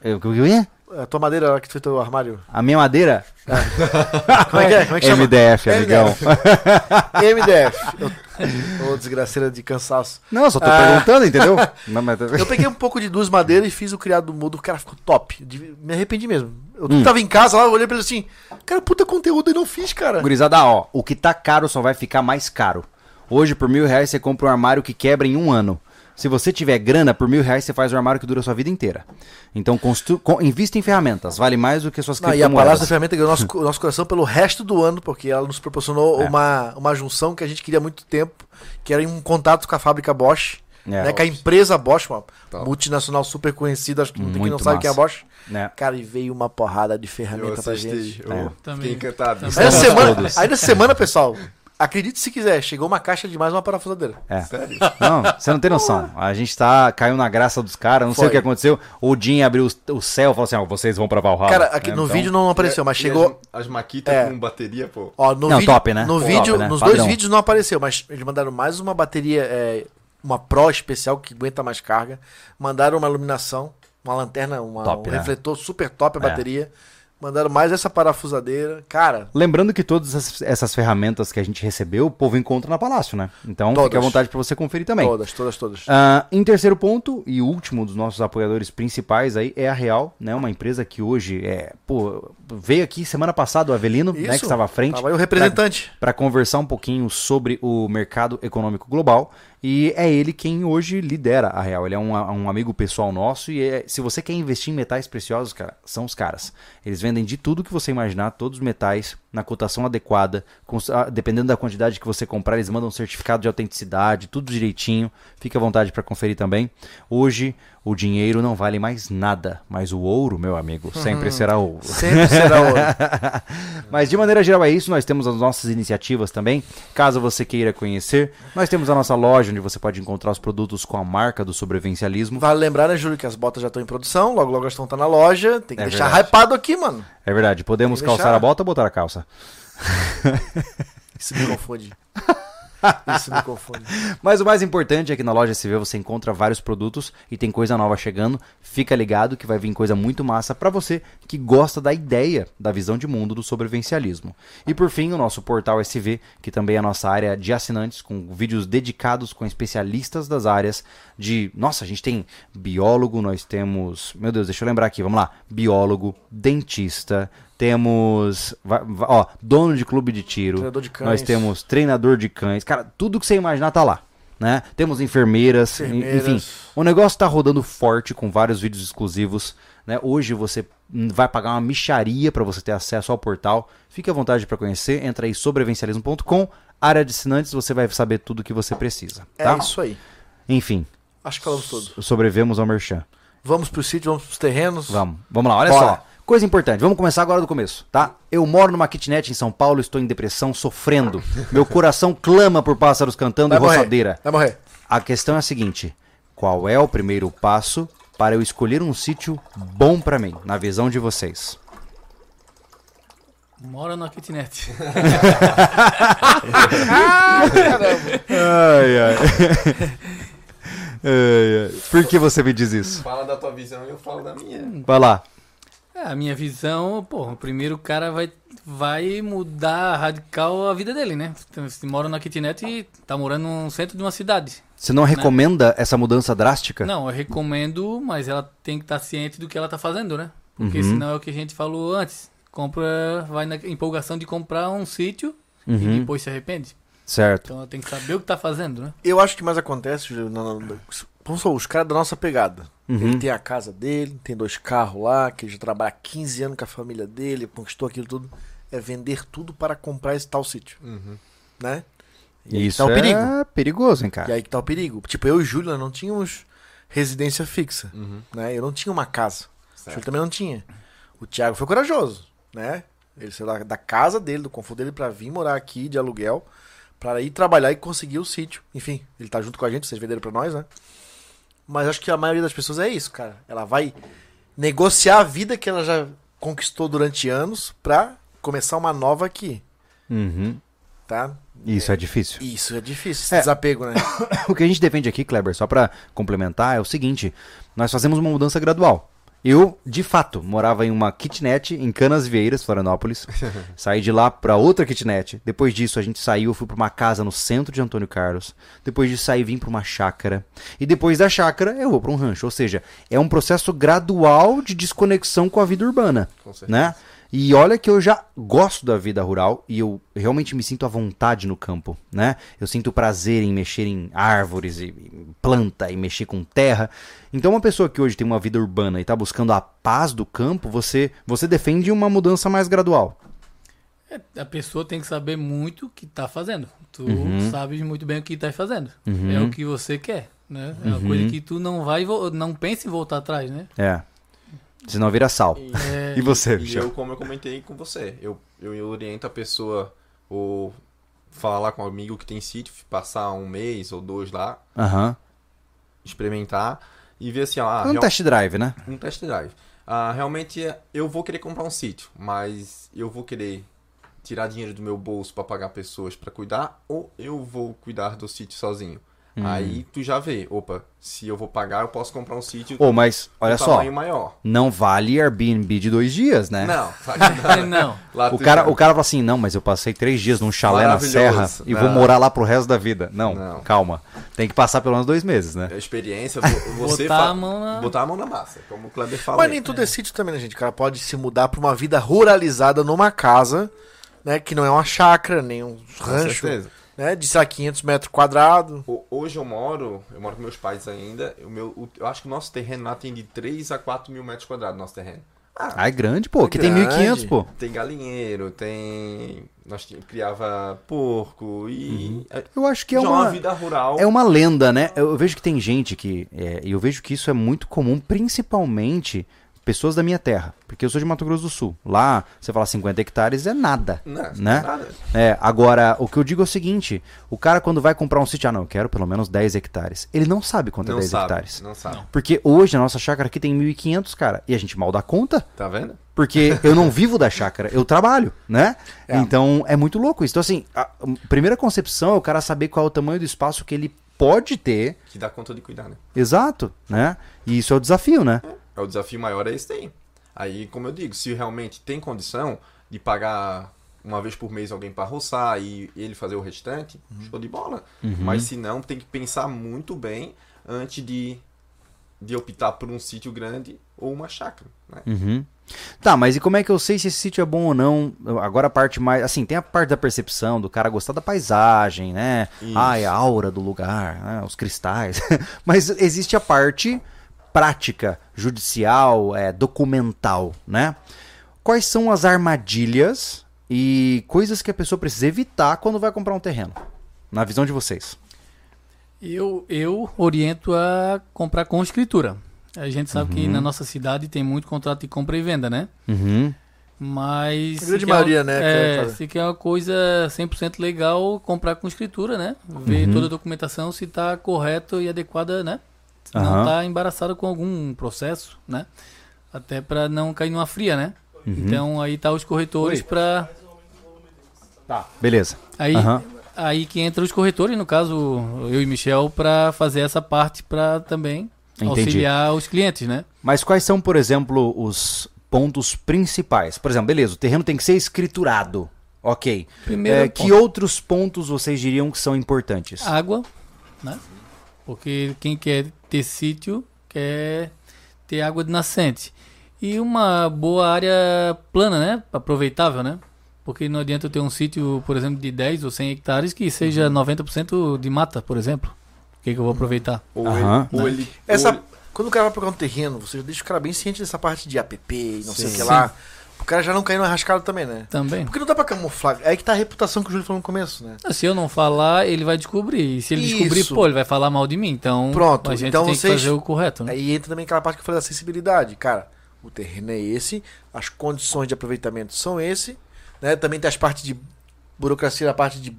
Eu- eu- eu-
A É, tua madeira lá que tu fez teu armário?
A minha madeira? [laughs]
Como é que é? Como é que chama?
MDF, amigão.
MDF. Ô, desgraceira de cansaço.
Não, [laughs] eu só tô
Ah.
perguntando, entendeu? Não, mas-
Eu peguei um pouco de duas madeiras e fiz o criado mudo, cara, ficou top. De- Me arrependi mesmo. Eu
Hum.
tava em casa lá, eu olhei pra ele assim, cara, puta conteúdo e não fiz, cara.
Gurizada, ó, o que tá caro só vai ficar mais caro. Hoje, por mil reais, você compra um armário que quebra em um ano. Se você tiver grana, por mil reais você faz um armário que dura a sua vida inteira. Então, constru... com- invista em ferramentas. Vale mais do que suas
Não, e a Palácio da
criptomoedas.
Ferramenta ganhou nosso, co- nosso coração pelo resto do ano, porque ela nos proporcionou
É.
uma, uma junção que a gente queria há muito tempo, que era um contato com a fábrica Bosch,
É.
né, com a empresa Bosch, uma
Top.
multinacional super conhecida, acho que não tem quem não
Muito
sabe quem é a
massa.
Bosch.
Né?
Cara, e veio uma porrada de
Eu
ferramenta pra gente.
assisti, eu
É.
fiquei
Também.
encantado.
Também.
Aí na
Estamos
semana,
todos.
aí na semana, pessoal, acredite se quiser, chegou uma caixa de mais uma parafusadeira.
É. Não, você não tem noção. A gente tá caiu na graça dos caras, não sei
Foi.
o que aconteceu. O Jim abriu os- o céu e falou assim: ó, vocês vão pra Valhalla.
Cara, aqui
né?
no
Então-
vídeo não apareceu, mas
E
chegou.
As, as maquitas
É.
com bateria, pô.
Ó, no
Não,
vídeo,
top, né?
No
Top,
vídeo,
né?
nos
Padrão.
dois vídeos não apareceu, mas eles mandaram mais uma bateria, é, uma Pro especial que aguenta mais carga. Mandaram uma iluminação, uma lanterna, uma-
Top,
um
né?
refletor super top a
É.
bateria. Mandaram mais essa parafusadeira. Cara,
Lembrando que todas essas, essas ferramentas que a gente recebeu, o povo encontra na Palácio, né? Então, fique à
Todas.
vontade pra você conferir também.
todas, todas, todas.
Ah, em terceiro ponto, e último dos nossos apoiadores principais aí, é a Real, né? Uma empresa que hoje é. Pô, veio aqui semana passada o Avelino, né? Que estava à frente.
Tava aí o representante.
para conversar um pouquinho sobre o mercado econômico global e é ele quem hoje lidera a Real. Ele é um, um amigo pessoal nosso e é- se você quer investir em metais preciosos, cara, são os caras. Eles vendem de tudo que você imaginar, todos os metais na cotação adequada, com- ah, dependendo da quantidade que você comprar, eles mandam um certificado de autenticidade, tudo direitinho. Fique à vontade para conferir também. Hoje o dinheiro não vale mais nada, mas o ouro, meu amigo, sempre será ouro.
Sempre será
[laughs]
ouro.
Mas de maneira geral é isso, nós temos as nossas iniciativas também. Caso você queira conhecer, nós temos a nossa loja onde você pode encontrar os produtos com a marca do sobrevivencialismo.
Vale lembrar, né, Júlio, que as botas já estão em produção, logo logo elas estão tá na loja. Tem que
É
deixar
verdade.
hypado aqui, mano.
É verdade, podemos
Tem que
calçar
deixar.
a bota ou botar a calça.
Isso me confunde. [laughs] Isso me confunde.
Mas o mais importante é que na loja SV você encontra vários produtos e tem coisa nova chegando. Fica ligado que vai vir coisa muito massa pra você que gosta da ideia da visão de mundo do sobrevivencialismo. E por fim, o nosso portal SV, que também é a nossa área de assinantes, com vídeos dedicados com especialistas das áreas de. Nossa, a gente tem biólogo, nós temos. Meu Deus, deixa eu lembrar aqui, vamos lá. Biólogo, dentista, temos. va- va- Ó, dono de clube de tiro.
Treinador de cães.
Nós temos temos treinador de cães, cara, tudo que você imaginar tá lá, né? Temos enfermeiras, en-
Enfermeiras.
enfim. O negócio tá rodando forte com vários vídeos exclusivos, né? Hoje você hum, vai pagar uma micharia para você ter acesso ao portal. Fique à vontade para conhecer, entra aí sobrevencialismo.com, área de assinantes, você vai saber tudo que você precisa,
É
tá?
isso aí.
Enfim,
Acho que falamos tudo.
sobrevivemos ao merchan.
Vamos pro sítio, vamos pros terrenos.
Vamos, vamos lá, olha
Bora.
só. Coisa importante, vamos começar agora do começo, tá? Eu moro numa kitnet em São Paulo, estou em depressão, sofrendo. Meu coração clama por pássaros cantando
Vai
e
morrer.
roçadeira.
Vai morrer.
A questão é a seguinte: qual é o primeiro passo para eu escolher um sítio bom pra mim, na visão de vocês?
Mora na kitnet.
Ai, ai. ai, ai. Por que você me diz isso?
Fala da tua visão e eu falo da minha.
Vai lá.
É, a minha visão, pô, primeiro o cara vai, vai mudar radical a vida dele, né? Então, Se mora na kitnet e tá morando no centro de uma cidade.
Você não recomenda essa mudança drástica?
Não, eu recomendo, mas ela tem que estar ciente do que ela tá fazendo, né? Porque senão é o que a gente falou antes. Compra, vai na empolgação de comprar um sítio
Uhum.
e depois se arrepende.
Certo.
Então ela tem que saber o que tá fazendo, né?
Eu acho que mais acontece, Júlio, na- na- na- vamos falar, os caras da nossa pegada.
Uhum.
Ele tem a casa dele, tem dois carros lá, que ele já trabalha há 15 anos com a família dele, conquistou aquilo tudo. É vender tudo para comprar esse tal sítio, né? E aí que
Uhum. Isso
tá o
é
perigo.
perigoso, hein,
E
cara?
aí que tá o perigo. Tipo, eu e o Júlio nós não tínhamos residência fixa,
Uhum.
né? Eu não tinha uma casa. O Júlio também não tinha. O Thiago foi corajoso, né? Ele saiu da, da casa dele, do conforto dele, pra vir morar aqui de aluguel, pra ir trabalhar e conseguir o sítio. Enfim, ele tá junto com a gente, vocês venderam pra nós, né? Mas acho que a maioria das pessoas é isso, cara. Ela vai negociar a vida que ela já conquistou durante anos pra começar uma nova aqui,
Uhum.
tá?
Isso é difícil.
Isso é difícil, esse
É.
desapego, né?
[coughs] O que a gente defende aqui, Kleber, só pra complementar, é o seguinte: nós fazemos uma mudança gradual. Eu, de fato, morava em uma kitnet em Canas Vieiras, Florianópolis.
[laughs]
Saí de lá pra outra kitnet. Depois disso, a gente saiu, fui pra uma casa no centro de Antônio Carlos. Depois disso, saí, vim pra uma chácara. E depois da chácara, eu vou pra um rancho. Ou seja, é um processo gradual de desconexão com a vida urbana,
Com certeza.
né? E olha que eu já gosto da vida rural e eu realmente me sinto à vontade no campo, né? Eu sinto prazer em mexer em árvores e e planta e mexer com terra. Então uma pessoa que hoje tem uma vida urbana e está buscando a paz do campo, você você defende uma mudança mais gradual.
É, A pessoa tem que saber muito o que tá fazendo. Tu
Uhum.
sabes muito bem o que tá fazendo.
Uhum.
É o que você quer, né? É uma coisa que tu não vai, vo- não pensa em voltar
[laughs]
atrás, né?
É. Senão vira sal.
E-
É,
E você,
E
Michel?
eu, como eu comentei com você, eu, eu oriento a pessoa ou falar com um amigo que tem sítio, passar um mês ou dois lá,
Aham.
experimentar e ver assim, ah,
É um
real-
test drive, né?
um test drive. Ah, realmente é- eu vou querer comprar um sítio, mas eu vou querer tirar dinheiro do meu bolso para pagar pessoas para cuidar ou eu vou cuidar do sítio sozinho.
Hum.
Aí tu já vê, opa, se eu vou pagar, eu posso comprar um sítio
Ou mas olha
de
só,
um tamanho maior.
não vale Airbnb de dois dias, né? [laughs]
Não, claro que não.
não.
Lá
O
tu
cara,
já-
o cara fala assim, não, mas eu passei três dias num chalé na
Maravilhoso.
serra e vou
Não.
morar lá pro resto da vida. Não,
Não.
calma. Tem que passar pelo menos dois meses, né?
É experiência, vo-
[laughs]
você
Botar
fa-
a mão na-
botar a mão na massa, como o Kleber falou.
Mas nem tudo é sítio também, né, gente? O cara pode se mudar pra uma vida ruralizada numa casa, né? Que não é uma chácara, nem um rancho, né? De, sei lá, 500 metros quadrados.
Ho- Hoje eu moro, eu moro com meus pais ainda. O meu, o- eu acho que o nosso terreno lá tem de 3 a 4 mil metros quadrados, nosso terreno. Ah,
Ah, é grande, pô. Aqui
grande.
tem 1.500, pô.
tem galinheiro, tem. Nós ti- criava porco e. é-
Eu acho que é
já
uma,
vida rural.
é uma lenda, né? Eu vejo que tem gente que... é, E eu vejo que isso é muito comum, principalmente pessoas da minha terra. Porque eu sou de Mato Grosso do Sul. Lá, você fala 50 hectares, é nada.
Não,
né?
nada.
É, agora, o que eu digo é o seguinte. O cara, quando vai comprar um sítio, ah, não, eu quero pelo menos 10 hectares. Ele não sabe quanto é
Não
10
sabe,
hectares.
não sabe.
Porque hoje a nossa chácara aqui tem 1.500, cara. E a gente mal dá conta.
Tá vendo?
Porque eu não vivo da chácara, eu trabalho, né? Então é muito louco isso. Então, assim, a primeira concepção é o cara saber qual é o tamanho do espaço que ele pode ter.
Que dá conta de cuidar, né?
Exato, né? E isso é o desafio, né?
É o desafio maior é esse daí. Aí, como eu digo, se realmente tem condição de pagar uma vez por mês alguém para roçar e ele fazer o restante,
Uhum.
show de bola. Mas se não, tem que pensar muito bem antes de, de optar por um sítio grande ou uma chácara. Né?
Uhum. Tá, mas e como é que eu sei se esse sítio é bom ou não? Agora a parte mais. Assim, tem a parte da percepção, do cara gostar da paisagem, né?
Isso.
Ai, a aura do lugar, né? os cristais. [laughs] mas existe a parte prática, judicial, é, documental, né? Quais são as armadilhas e coisas que a pessoa precisa evitar quando vai comprar um terreno? Na visão de vocês.
Eu, eu oriento a comprar com escritura. A gente sabe que na nossa cidade tem muito contrato de compra e venda, né?
Uhum.
Mas.
A
se
grande
quer uma-
maioria, né, que
É,
é fazer.
se quer uma coisa 100% legal, comprar com escritura, né?
Uhum.
Ver toda a documentação se está correta e adequada, né? Se não
Aham.
está embaraçado com algum processo, né? Até para não cair numa fria, né?
Uhum.
Então aí tá os corretores para
Tá, Beleza.
Aí,
Aham.
aí que entra os corretores, no caso, eu e Michel, para fazer essa parte para também
Entendi.
auxiliar os clientes, né?
Mas quais são, por exemplo, os pontos principais? Por exemplo, beleza, o terreno tem que ser escriturado. Ok.
Primeiro
É,
ponto.
que outros pontos vocês diriam que são importantes?
Água, né? Porque quem quer ter sítio quer ter água de nascente. E uma boa área plana, né? Aproveitável, né? Porque não adianta eu ter um sítio, por exemplo, de 10 ou 100 hectares que
Uhum.
seja 90% de mata, por exemplo. O que, que eu vou aproveitar?
Ou,
Aham.
ele, ou ele-
né? Essa,
ou ele-
Quando o cara vai pegar um terreno, você já deixa o cara bem ciente dessa parte de app e não sei o
Sim.
que lá. O cara já não cair no arrascado também, né?
Também.
Porque não dá pra camuflar. É aí que tá a reputação que o Júlio falou no começo, né?
Se eu não falar, ele vai descobrir. E se ele descobrir,
Isso.
pô, ele vai falar mal de mim. Então,
Pronto,
a gente
então
tem
vocês- É
que fazer o correto, né?
Aí entra também aquela parte que eu falei da acessibilidade. Cara, o terreno é esse, as condições de aproveitamento são esse, né? Também tem as partes de burocracia, a parte de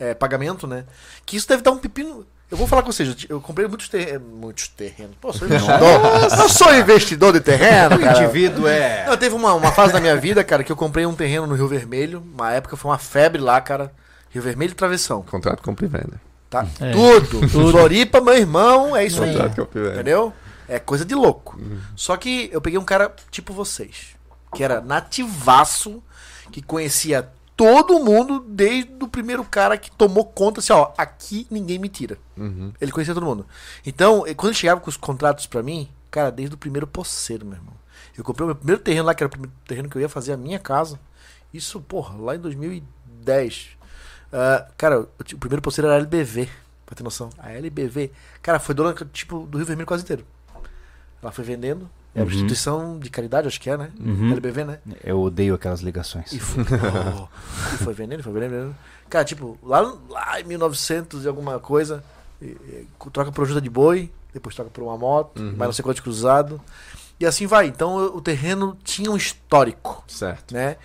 é, pagamento, né? Que isso deve dar um pepino. Eu vou falar com vocês, eu te- eu comprei muitos terrenos. Muitos terrenos. Pô, sou investidor. eu sou investidor de terreno,
O
cara.
indivíduo é.
Não, teve uma, uma fase da minha vida, cara, que eu comprei um terreno no Rio Vermelho. Uma época foi uma febre lá, cara. Rio Vermelho e Travessão.
Contrato compra e venda.
Tá?
É.
Tudo.
Tudo.
Floripa, meu irmão, é isso aí.
Contrato compra e venda.
Entendeu? É coisa de louco. Só que eu peguei um cara tipo vocês, que era nativaço, que conhecia todo mundo, desde o primeiro cara que tomou conta, assim, ó, aqui ninguém me tira.
Uhum.
Ele conhecia todo mundo. Então, eh, quando ele chegava com os contratos pra mim, cara, desde o primeiro poceiro, meu irmão. Eu comprei o meu primeiro terreno lá, que era o primeiro terreno que eu ia fazer a minha casa. Isso, porra, lá em 2010. Ah, cara, eu ti- o primeiro poceiro era a LBV, pra ter noção. A LBV, cara, foi dona, tipo, do Rio Vermelho quase inteiro. Ela foi vendendo. É uma
Uhum.
instituição de caridade, acho que é, né?
Uhum.
LBV, né?
Eu odeio aquelas ligações.
E foi, oh, e foi vendendo, foi vendendo, vendendo. Cara, tipo, lá, lá em 1900 e alguma coisa, e- e troca por ajuda de boi, depois troca por uma moto,
Uhum.
mais não sei quanto cruzado. E assim vai. Então eu- o terreno tinha um histórico,
Certo.
né?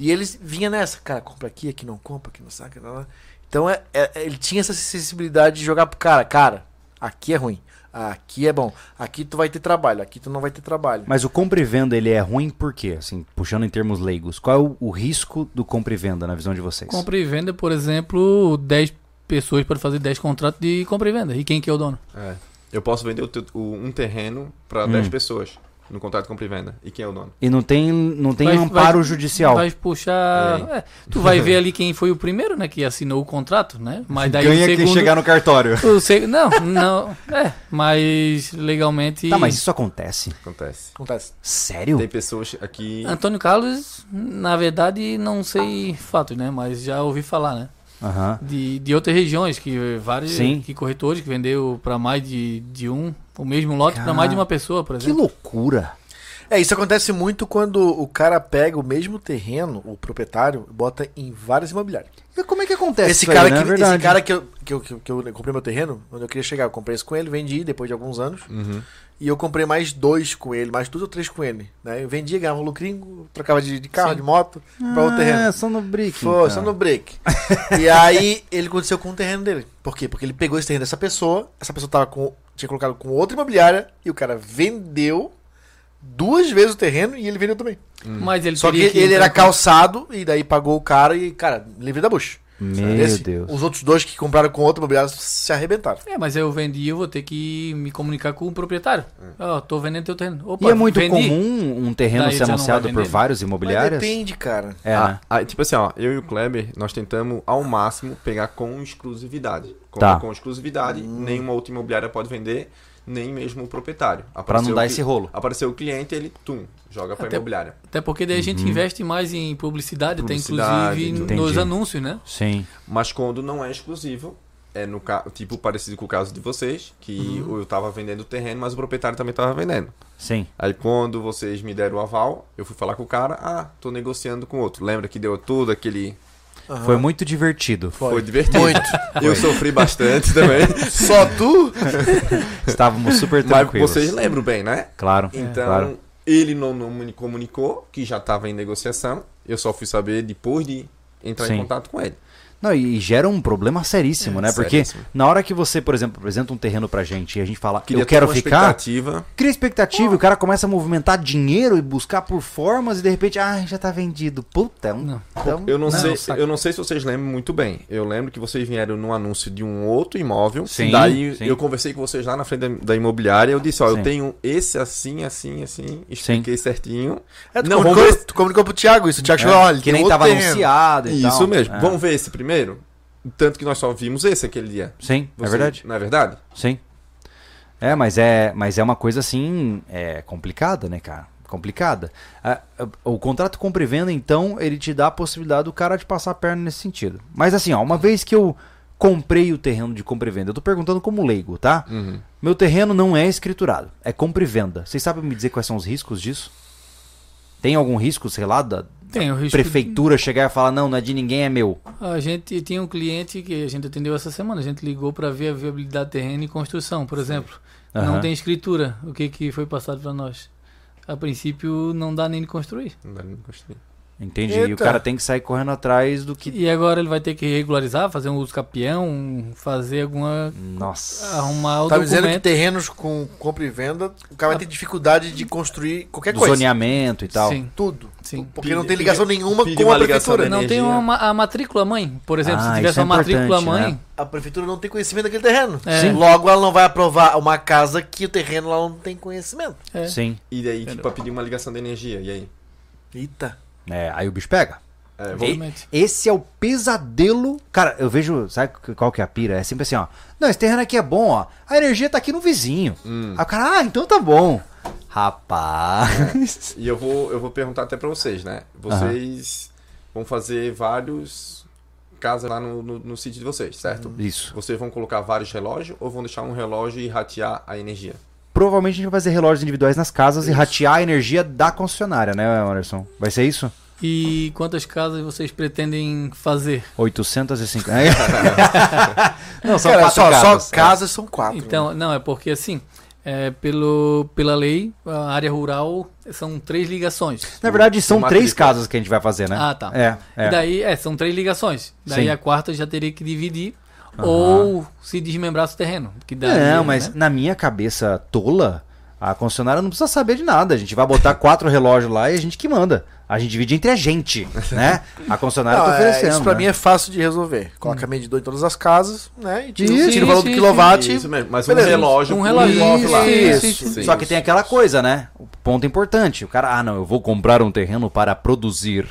E eles vinha nessa, cara, compra aqui, aqui não compra, aqui não saca. Não, não. Então é, é- ele tinha essa sensibilidade de jogar pro cara, cara, aqui é ruim, aqui é bom, aqui tu vai ter trabalho, aqui tu não vai ter trabalho.
Mas o compra e venda ele é ruim por quê? Assim, puxando em termos leigos, qual é o, o risco do compra e venda na visão de vocês?
Compra e venda, por exemplo, 10 pessoas podem fazer 10 contratos de compra e venda. E quem que é o dono?
É. Eu posso vender o teu- o- um terreno
Hum.
pra 10 pessoas no contrato de compra e venda. E quem é o dono?
E não tem, não tem
Vai-
amparo
vai-
judicial.
Vai puxar. é, tu vai ver ali quem foi o primeiro, né? Que assinou o contrato,
Assim,
né? Mas daí o segundo.
no cartório.
o se- Não, não. É, mas legalmente.
Tá, mas isso acontece?
Acontece.
Acontece. Hum.
Sério?
Tem pessoas aqui.
Ah,
Antônio Carlos, na verdade, não sei fatos, né? Mas já ouvi falar, né?
Aham.
De, de outras regiões, que vários
Sim.
que corretores que vendeu para mais de, de um, o mesmo lote para mais de uma pessoa, por
Que
exemplo.
loucura.
É, isso acontece muito quando o cara pega o mesmo terreno, o proprietário, bota em várias imobiliárias.
E Como é que acontece
Esse
isso aí,
cara,
né?
que,
É verdade.
esse cara que eu, que, eu, que eu- que eu comprei meu terreno, onde eu queria chegar, eu comprei esse com ele, vendi depois de alguns anos.
Uhum.
E eu comprei mais dois com ele, mais dois ou três com ele. Né? Eu vendia, ganhava um lucrinho, trocava de, de carro,
Sim.
de moto, pra outro terreno.
Ah, só no brick.
Foi,
então.
só
[laughs]
no break. e aí ele aconteceu com o terreno dele. Por quê? Porque ele pegou esse terreno dessa pessoa, essa pessoa tava com, tinha colocado com outra imobiliária, e o cara vendeu duas vezes o terreno e ele vendeu também.
Mas ele
Só que,
teria
ele
entrar
era
em-
calçado e daí pagou o cara e, cara, livre da bucha.
Meu
Esse-
Deus.
Os outros dois que compraram com outro imobiliário se arrebentaram.
É, mas eu vendi, eu vou ter que me comunicar com o proprietário. Ó, tô vendendo teu terreno. Opa,
É. E é muito
vendi.
comum um terreno
Daí
ser
já não
anunciado
vai
por
vender.
vários
Mas
imobiliários?
depende, cara.
É,
Ah,
né?
aí, tipo assim, ó, eu e o Kleber, nós tentamos ao máximo pegar com exclusividade. Com,
Tá.
com exclusividade, nenhuma outra imobiliária pode vender, nem mesmo o proprietário.
Pra
Apareceu
não dar
o
esse rolo.
Apareceu o cliente, ele, tum, joga pra
Até-
imobiliária.
Até porque daí a gente investe mais em publicidade, até
Publicidade,
inclusive
tudo.
nos
Uhum. Entendi.
anúncios, né?
Sim.
Mas quando não é exclusivo, é no ca... tipo parecido com o caso de vocês, que eu tava vendendo o terreno, mas o proprietário também tava vendendo.
Sim.
Aí quando vocês me deram o aval, eu fui falar com o cara, ah, tô negociando com outro. Lembra que deu todo aquele...
Foi muito divertido.
Foi, divertido. [laughs] Eu sofri
[laughs]
bastante também,
Só tu?
Estávamos super
[laughs] mas
tranquilos.
vocês lembram bem, né?
Claro.
Então,
claro.
ele não, não me comunicou que já estava em negociação. Eu só fui saber depois de entrar
Sim.
em contato com ele.
Não, e e gera um problema seríssimo, né? Porque
É, seríssimo.
na hora que você, por exemplo, apresenta um terreno pra gente e a gente fala,
Queria
eu quero
ter uma
ficar,
expectativa.
cria expectativa, e o cara começa a movimentar dinheiro e buscar por formas e de repente, ah, já tá vendido. Puta, é um...
Não.
Então,
Eu não,
Não,
sei,
saca.
eu não sei se vocês lembram muito bem. Eu lembro que vocês vieram num anúncio de um outro imóvel.
Sim,
daí
sim.
eu conversei com vocês lá na frente da, da imobiliária. Eu disse, ó,
Sim.
eu tenho esse assim, assim, assim. Expliquei certinho.
É, tu,
Não, vamos
comunicou,
ver-
tu comunicou pro Thiago isso. O Thiago
é,
chegou, olha,
que
tem
nem
outro
tava
terreno.
anunciado e
Isso
tal.
mesmo.
É.
Vamos ver esse primeiro? Tanto que nós só vimos esse aquele dia.
Sim, é
Você-
verdade.
Não é verdade?
Sim. É, mas é, mas é uma coisa assim, é complicada, né, cara? Complicada. Ah, ah, O contrato compra e venda, então, ele te dá a possibilidade do cara de passar a perna nesse sentido. Mas assim, ó, uma vez que eu comprei o terreno de compra e venda, eu tô perguntando como leigo, tá? Meu terreno não é escriturado, é compra e venda. Vocês sabem me dizer quais são os riscos disso? Tem algum risco, sei lá, da
Tem o risco
prefeitura chegar e falar, não, não é de ninguém, é meu.
A gente tinha um cliente que a gente atendeu essa semana. A gente ligou para ver a viabilidade terreno e construção, por exemplo.
Aham.
Não tem escritura. O que, que foi passado para nós? A princípio, não dá nem de construir.
Não, não gostei.
Entendi. E o
Eita.
cara tem que sair correndo atrás do que.
E agora ele vai ter que regularizar, fazer um uso capião, um, fazer alguma.
Nossa.
arrumar o
Tá me dizendo que
documento.
terrenos com compra e venda, o cara vai ter dificuldade de construir qualquer
Do
coisa.
zoneamento e tal.
Sim,
Tudo.
sim.
Porque não tem ligação nenhuma
pide
com
uma
a
ligação,
prefeitura.
né?
Não tem
energia.
uma, a matrícula mãe, por exemplo,
Ah,
se tivesse
isso é
uma matrícula
importante,
mãe,
né?
A prefeitura não tem conhecimento daquele terreno.
É. Sim.
Logo, ela não vai aprovar uma casa que o terreno lá não tem conhecimento.
é.
Sim.
E daí, tipo, pra pedir uma ligação de energia, e aí?
Eita.
É, aí o bicho pega.
É, vou-
Exatamente.
Esse é o pesadelo. Cara, eu vejo, sabe qual que é a pira? É sempre assim, ó. Não, esse terreno aqui é bom, ó. A energia tá aqui no vizinho. Aí o cara, ah, então tá bom. Rapaz. [laughs]
E eu vou, eu vou perguntar até pra vocês, né? Vocês vão fazer vários casas lá no, no, no sítio de vocês, certo?
Isso.
Vocês vão colocar vários relógios ou vão deixar um relógio e ratear a energia?
Provavelmente a gente vai fazer relógios individuais nas casas e ratear a energia da concessionária, né, Anderson? Vai ser isso?
E quantas casas vocês pretendem fazer?
[laughs] 850. Não, são
Cara,
quatro
só,
casas.
só casas são quatro.
né?
Então, não, é porque assim, é, pelo, pela lei, a área rural são três ligações.
Na verdade, são
Uma
três
matrícula.
casas que a gente vai fazer, né?
Ah, tá.
É, é.
E daí, é, são três ligações. Daí
Sim.
a quarta já teria que dividir ou se desmembrar o terreno. Que daí,
Não, mas
né?
na minha cabeça tola, a concessionária não precisa saber de nada. A gente vai botar [laughs] quatro relógios lá e a gente que manda. A gente divide entre a gente, né? A concessionária
Não,
tá
é,
oferecendo.
isso pra
né?
mim é fácil de resolver. Coloca medidor em todas as casas, né? E tira,
Isso,
tira o valor
isso,
do
isso,
quilowatt.
Isso mesmo, mas
Ah, tipo, Beleza.
um relógio.
Um
por
relógio,
imóvel lá.
isso,
Isso,
isso.
Só que tem aquela coisa, né? O ponto importante. O cara, ah, não, eu vou comprar um terreno para produzir.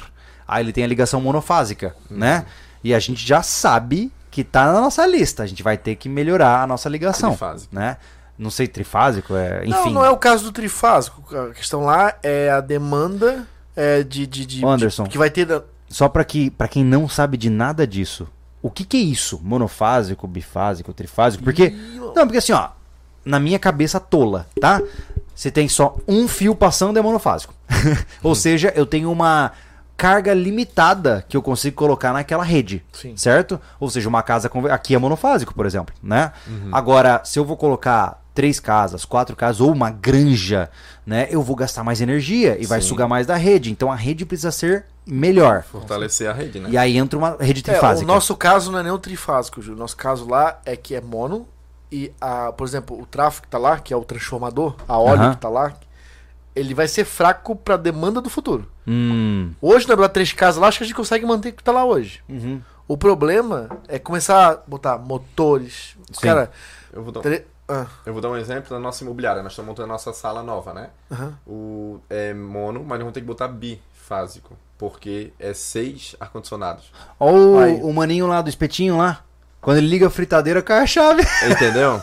Aí ele tem a ligação monofásica,
Uhum.
né? E a gente já sabe que tá na nossa lista. A gente vai ter que melhorar a nossa ligação.
Trifásico.
Né? Não sei, trifásico, é. Enfim.
Não, não é o caso do trifásico. A questão lá é a demanda é, de, de, de-
Ô, Anderson.
de- que vai ter. da- é,
Só pra que para quem não sabe de nada disso. O que que é isso? Monofásico, bifásico, trifásico? Porque não, porque assim, ó, na minha cabeça tola, tá? Você tem só um fio passando é monofásico. [laughs] Ou seja, eu tenho uma carga limitada que eu consigo colocar naquela rede,
Sim.
certo? Ou seja, uma casa conve- aqui é monofásico, por exemplo, né? Agora, se eu vou colocar três casas, quatro casas ou uma granja, né? Eu vou gastar mais energia e vai
Sim.
sugar mais da rede. Então a rede precisa ser melhor.
Fortalecer a rede, né?
E aí entra uma rede
É,
trifásica.
o nosso caso não é nem o trifásico, Júlio. O nosso caso lá é que é mono. E, a, por exemplo, o tráfego que tá lá, que é o transformador, a óleo
Aham.
que tá lá, ele vai ser fraco pra demanda do futuro.
Hum.
Hoje, na verdade, três casas lá, acho que a gente consegue manter o que tá lá hoje.
Uhum.
O problema é começar a botar motores.
Sim.
Cara,
Eu vou dar...
tre- ah,
Eu vou dar um exemplo da nossa imobiliária. Nós estamos montando a nossa sala nova, né?
Aham.
O, é mono, mas nós vamos ter que botar bifásico. Porque é seis ar-condicionados.
Olha o,
Aí.
o maninho lá do espetinho lá. Quando ele liga a fritadeira, cai a chave. [laughs]
Entendeu?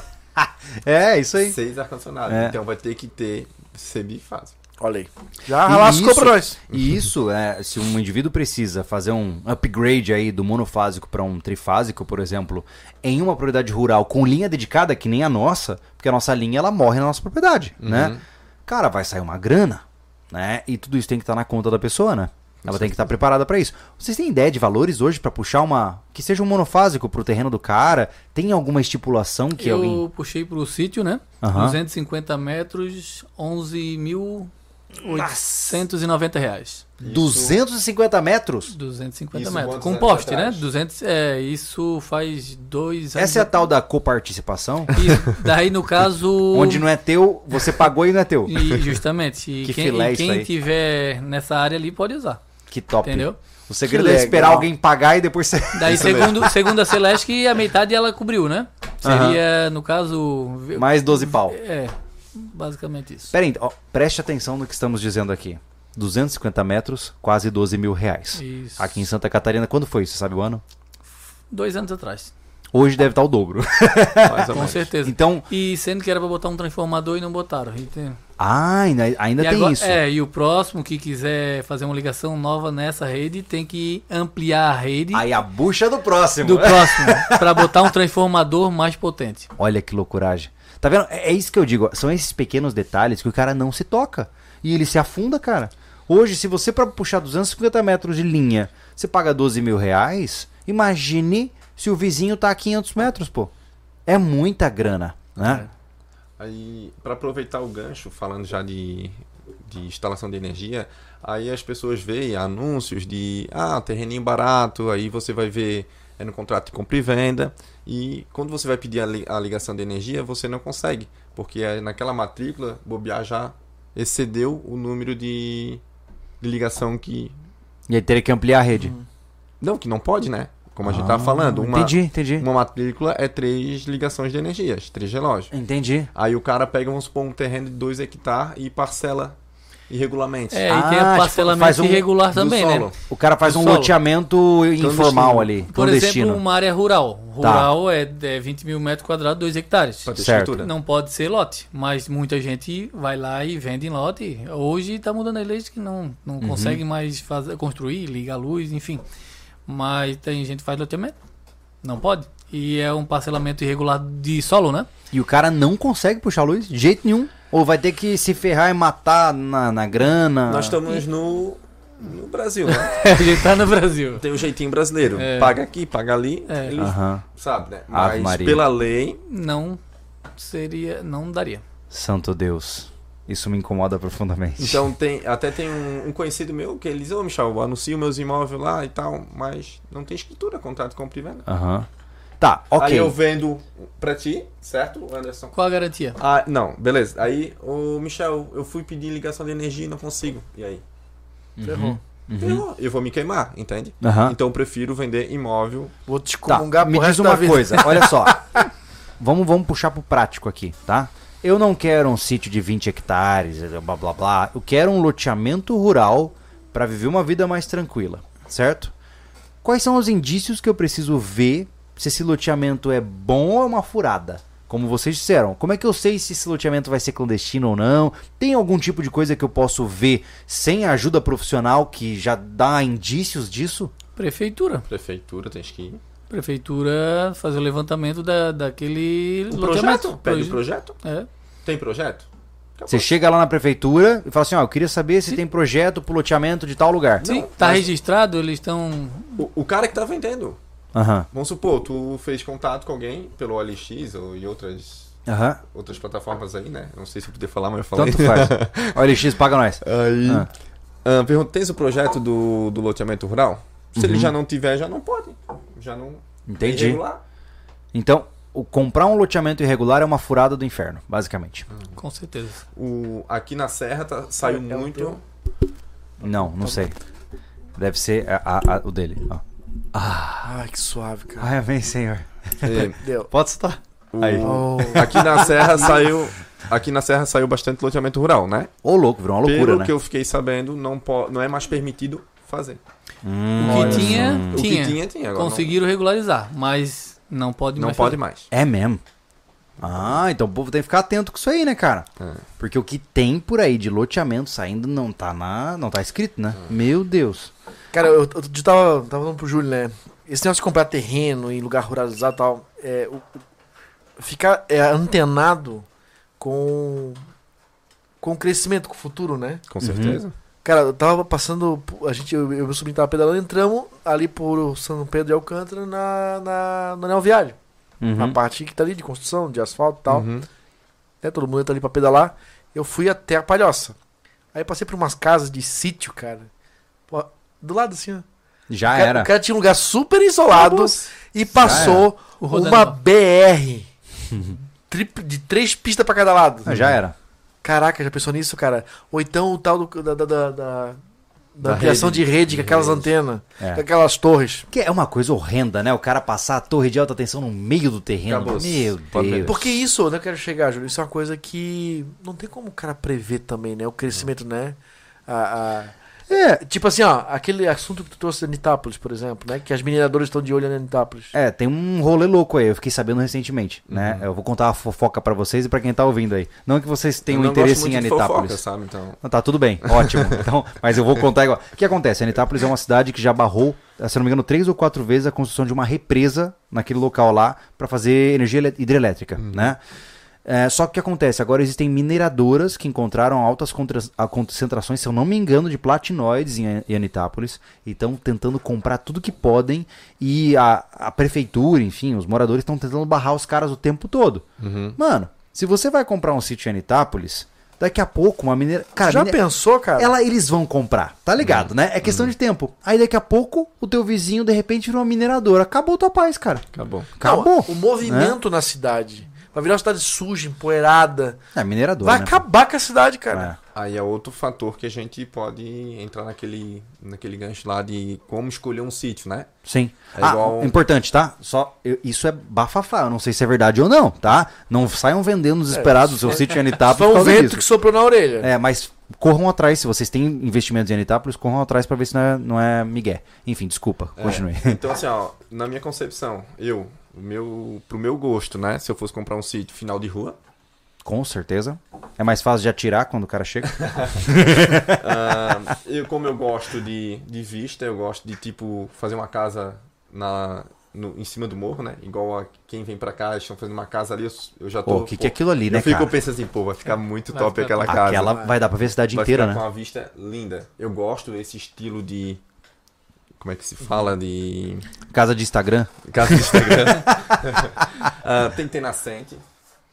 É, isso aí.
Seis ar-condicionados.
É.
Então vai ter que ter ser
[laughs]
bifásico.
olha aí. Já
E
lascou
isso-
Ah, pra nós.
[laughs] E isso, é, se um indivíduo precisa fazer um upgrade aí do monofásico para um trifásico, por exemplo, em uma propriedade rural com linha dedicada, que nem a nossa, porque a nossa linha ela morre na nossa propriedade,
Uhum.
né? Cara, vai sair uma grana, né? E tudo isso tem que estar na conta da pessoa, né? Ela tem que estar preparada para isso. Vocês têm ideia de valores hoje para puxar uma. que seja um monofásico pro terreno do cara? Tem alguma estipulação que
eu
alguém.
puxei pro sítio, né?
Aham.
250 metros, 11.890 reais.
250 metros?
250
Isso,
metros.
quantos
Com
anos
poste,
atrás?
né? 200, é, isso faz dois anos.
Essa é a tal da coparticipação?
E daí, no caso.
[laughs] Onde não é teu, você pagou e não é teu.
[laughs] E justamente. E
[laughs] Que
quem,
filé
e
isso
quem
aí.
tiver nessa área ali pode usar.
Que top.
Entendeu?
O segredo
Que
é esperar
legal.
alguém pagar e depois você. [laughs]
Daí,
Isso mesmo.
segundo, segundo a Celeste, que a metade ela cobriu, né?
Aham.
Seria, no caso. ve-
Mais 12 pau.
É, basicamente isso.
Pera aí, ó, preste atenção no que estamos dizendo aqui. 250 metros, quase 12 mil reais.
Isso.
Aqui em Santa Catarina, quando foi? Você sabe o ano?
Dois anos atrás.
Hoje deve estar o dobro.
Mais ou
Com
menos.
certeza.
[laughs] Então,
E sendo que era pra botar um transformador e não botaram. E tem-
ah, ainda, ainda
e
tem
agora-
isso.
É, e o próximo que quiser fazer uma ligação nova nessa rede tem que ampliar a rede
Aí a bucha do próximo.
do próximo pra botar um transformador mais potente.
Olha que loucuragem. Tá vendo? É é isso que eu digo. ó, São esses pequenos detalhes que o cara não se toca. E ele se afunda, cara. Hoje, se você para puxar 250 metros de linha, você paga 12 mil reais, imagine se o vizinho tá a 500 metros, pô. É muita grana, né?
Aí, pra aproveitar o gancho, falando já de de instalação de energia, aí as pessoas veem anúncios de ah, terreninho barato, aí você vai ver é no contrato de compra e venda, e quando você vai pedir a, li- a ligação de energia, você não consegue, porque aí naquela matrícula, bobear já excedeu o número de, de ligação que.
E aí teria que ampliar a rede.
Não, que não pode, né? Como a gente estava falando, uma,
Ah, Entendi, entendi.
uma matrícula é três ligações de energias, três relógios.
Entendi.
Aí o cara pega, vamos supor, um terreno de 2 hectares e parcela irregularmente.
É,
Ah,
e tem
tipo,
a
faz
parcelamento
um-
irregular
do
também,
solo.
né?
O cara faz
Do
um
solo.
loteamento informal ali,
Por
clandestino. Tá.
exemplo, uma área rural. Rural é, é 20 mil metros quadrados, 2 hectares.
Pra ter
Certo.
estrutura.
Não pode ser lote, mas muita gente vai lá e vende em lote. Hoje está mudando a lei que não, não
Uhum.
consegue mais fazer, construir, ligar a luz, enfim. Mas tem gente que faz loteamento. Não pode. E é um parcelamento irregular de
[laughs]
solo, né?
E o cara não consegue puxar a luz de jeito nenhum. Ou vai ter que se ferrar e matar na, na grana.
Ah.
Nós estamos no, no Brasil,
[laughs]
né?
É.
A gente tá no Brasil.
Tem o jeitinho brasileiro.
É.
um Paga aqui, paga ali,
É.
ele
Aham.
sabe, né?
Ave
Mas
Maria.
pela lei,
Não seria. Não daria.
Santo Deus. Isso me incomoda profundamente. [laughs]
então tem, até tem um, um conhecido meu que ele diz, ô Michel, eu anuncio meus imóveis lá e tal, mas não tem escritura, contrato de compra e venda.
Aham. Tá, ok.
Aí eu vendo pra ti, certo, Anderson?
Qual a garantia?
Ah, não, beleza. Aí, ô Michel, eu fui pedir ligação de energia e não consigo. E aí?
Uhum.
Ferrou.
Ferrou, Eu vou me queimar, entende?
Aham.
Então eu prefiro vender imóvel
Vou te
Tá,
comungar
me diz uma coisa, olha só. [laughs] vamos, vamos puxar pro prático aqui, tá? Eu não quero um sítio de 20 hectares, eh, blá blá blá. Eu quero um loteamento rural para viver uma vida mais tranquila, certo? Quais são os indícios que eu preciso ver se esse loteamento é bom ou é uma furada? Como vocês disseram, como é que eu sei se esse loteamento vai ser clandestino ou não? Tem algum tipo de coisa que eu posso ver sem ajuda profissional que já dá indícios disso?
Prefeitura.
prefeitura, tens que ir.
Prefeitura fazer o levantamento da, daquele
O
loteamento.
Um projeto, pede o
Proje-
projeto.
É.
Tem projeto?
Você chega lá na prefeitura e fala assim, ó, eu queria saber se tem projeto pro loteamento de tal lugar.
Sim, tá
mas-
registrado, eles estão.
O, o cara que tá vendendo.
Aham,
Vamos supor, tu fez contato com alguém pelo OLX ou e outras,
aham,
outras plataformas aí, né? Não sei se eu podia falar, mas eu falei.
tanto
[laughs]
faz. Olha, X paga
É
nós.
Aí.
Ah. Uhum.
ah, pergunta, tens o projeto do, do loteamento rural? Se ele já não tiver, já não pode. Já não.
Entendi.
Irregular.
Então, o comprar um loteamento irregular é uma furada do inferno, basicamente.
Com certeza.
O, aqui na Serra tá- saiu
É o
muito.
teu?
Não, não sei. Deve ser a- a- a- o dele. ó.
Ai, que suave, cara.
Ai, amém, Ah, senhor.
É,
[laughs]
Deu.
Pode estar.
o-
Aí.
Oh,
aqui
[laughs]
na Serra saiu. Aqui na Serra saiu bastante loteamento rural, né?
Ô, louco, virou uma loucura,
Pelo
né?
que eu fiquei sabendo, não, po- não é mais permitido fazer.
Hum,
o que tinha,
O
tinha.
que tinha, tinha. Agora
Conseguiram regularizar, mas não pode
Não, não
mais.
pode
fazer.
mais.
É mesmo. Ah, então o povo tem que ficar atento com isso aí, né, cara?
É.
Porque o que tem por aí de loteamento saindo não tá na, não tá escrito,
Hum.
né? Meu Deus.
Cara, eu, outro dia eu tava, tava falando pro Júlio, né? Esse negócio de comprar terreno em lugar ruralizado e tal, é, o- o- ficar é, antenado com, com o crescimento, com o futuro, né?
Com
Uhum.
certeza.
Cara, eu tava passando, a gente, eu, eu e meu sobrinho tava pedalando, entramos ali por São Pedro de Alcântara na, na, no anel viário.
Uhum.
Na parte que tá ali de construção, de asfalto e tal.
Uhum.
né? Todo mundo tá ali pra pedalar. Eu fui até a palhoça. Aí passei por umas casas de sítio, cara. Pô, do lado assim, ó. O
Já
cara-
Ah, era. Ah,
O cara tinha um lugar super isolado e passou
O
uma
Rodanel.
BR.
[laughs]
trip- de três pistas pra cada lado.
Ah, Já era.
Caraca, já pensou nisso, cara? Ou então o tal do- da, da, da, da, da
Da
ampliação
rede.
de rede, com aquelas antenas,
É.
com aquelas torres.
Que é uma coisa horrenda, né? O cara passar a torre de alta tensão no meio do terreno.
Acabou.
Meu
Pode
Deus.
Porque isso, onde eu quero chegar, Júlio, isso é uma coisa que não tem como o cara prever também, né? O crescimento, né? A- a-
É,
Tipo assim, ó, aquele assunto que tu trouxe de Anitápolis, por exemplo, né? Que as mineradoras estão de olho na Anitápolis.
é, tem um rolê louco aí, eu fiquei sabendo recentemente,
Uhum.
né? Eu vou contar a fofoca pra vocês e pra quem tá ouvindo aí. Não que vocês tenham
Eu não
um interesse
gosto muito
em
de fofoca,
Anitápolis.
sabe? Então,
Não, tá tudo bem, ótimo. Então, mas eu vou contar igual. O que acontece? Anitápolis é uma cidade que já barrou, eh, se eu não me engano, três ou quatro vezes a construção de uma represa naquele local lá pra fazer energia ele- hidrelétrica, né? É, só que o que acontece? Agora existem mineradoras que encontraram altas contra- a concentrações, se eu não me engano, de platinoides em An- em Anitápolis e estão tentando comprar tudo que podem e a, a prefeitura, enfim, os moradores estão tentando barrar os caras o tempo todo. Mano, se você vai comprar um sítio em Anitápolis, Daqui a pouco, uma mineira. Cara,
Já
mine-
pensou, cara? Hum,
ela, eles vão comprar, tá ligado, né? É questão de tempo. Aí daqui a pouco, o teu vizinho, de repente, virou uma mineradora. Acabou tua paz, cara.
Acabou.
Não,
Acabou. né?
o movimento na cidade. Vai virar uma cidade suja, empoeirada.
É, mineradora.
Vai
né?
acabar com a cidade, cara.
É.
Aí é outro fator que a gente pode entrar naquele, naquele gancho lá de como escolher um sítio, né?
Sim.
É
ah,
um-
igual-
importante, tá? Só eu- isso é bafafá. Eu não sei se é verdade ou não, tá? Não saiam vendendo desesperados o seu sítio em Anitapa Tá
Foi
por
um
causa
É, vento
disso.
que soprou na orelha.
É, mas corram atrás. Se vocês têm investimentos em Anitápolis, corram atrás pra ver se não é, não é migué. Enfim, desculpa.
É.
Continue. [laughs]
Então, assim, ó, na minha concepção, eu, o meu, pro meu gosto, né? Se eu fosse comprar um sítio final de rua,
Com certeza. É mais fácil de atirar quando o cara chega.
ah, eu, como eu gosto de, de vista, eu gosto de, tipo, fazer uma casa na, no- em cima do morro, né? Igual a quem vem pra cá, eles estão fazendo uma casa ali, eu, s- eu já tô...
Pô, o que, que é
pô,
aquilo ali, né,
Eu fico
cara?
pensando assim, pô, vai ficar muito
Vai
top
ficar
aquela casa. né?
Aquela vai dar pra ver a cidade
Vai
inteira,
ficar
né?
com uma vista linda. Eu gosto desse estilo de... Como é que se fala? De...
Casa de Instagram.
Casa de
[laughs]
Instagram. [laughs] Ah, tem que ter nascente.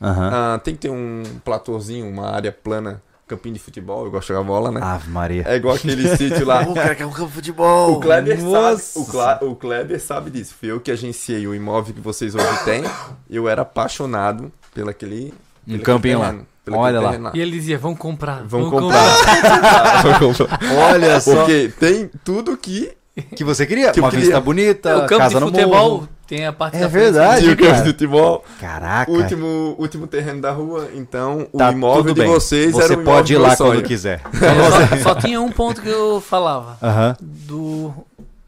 Aham.
Ah, tem que ter um platôzinho, uma área plana, campinho de futebol, eu gosto de jogar bola, né?
Ave Maria.
É igual
[laughs]
aquele sítio lá.
O cara quer um campo de futebol.
O Kleber,
Nossa.
sabe, o, Cla- o Kleber sabe disso. Fui eu que agenciei o imóvel que vocês hoje têm. Eu era apaixonado pelo aquele.
Um
pelo
campinho lá.
terreno, pelo
Olha lá.
aquele terreno
E ele dizia, vão comprar.
Vamos [laughs] comprar. Vamos comprar.
Olha
Porque tem tudo É, que.
Que você queria?
Que eu
uma
queria.
vista
É,
bonita,
o campo
casa
de
no
futebol
morro.
tem a parte
É
da frente.
verdade.
Tinha o campo
cara.
de futebol.
Caraca.
Último, último terreno da rua. Então,
Tá
o imóvel
tudo
de
bem.
vocês
Você
era o imóvel
pode ir
do
lá
meu sonho.
quando quiser.
É, só, só tinha um ponto que eu falava.
Aham.
Do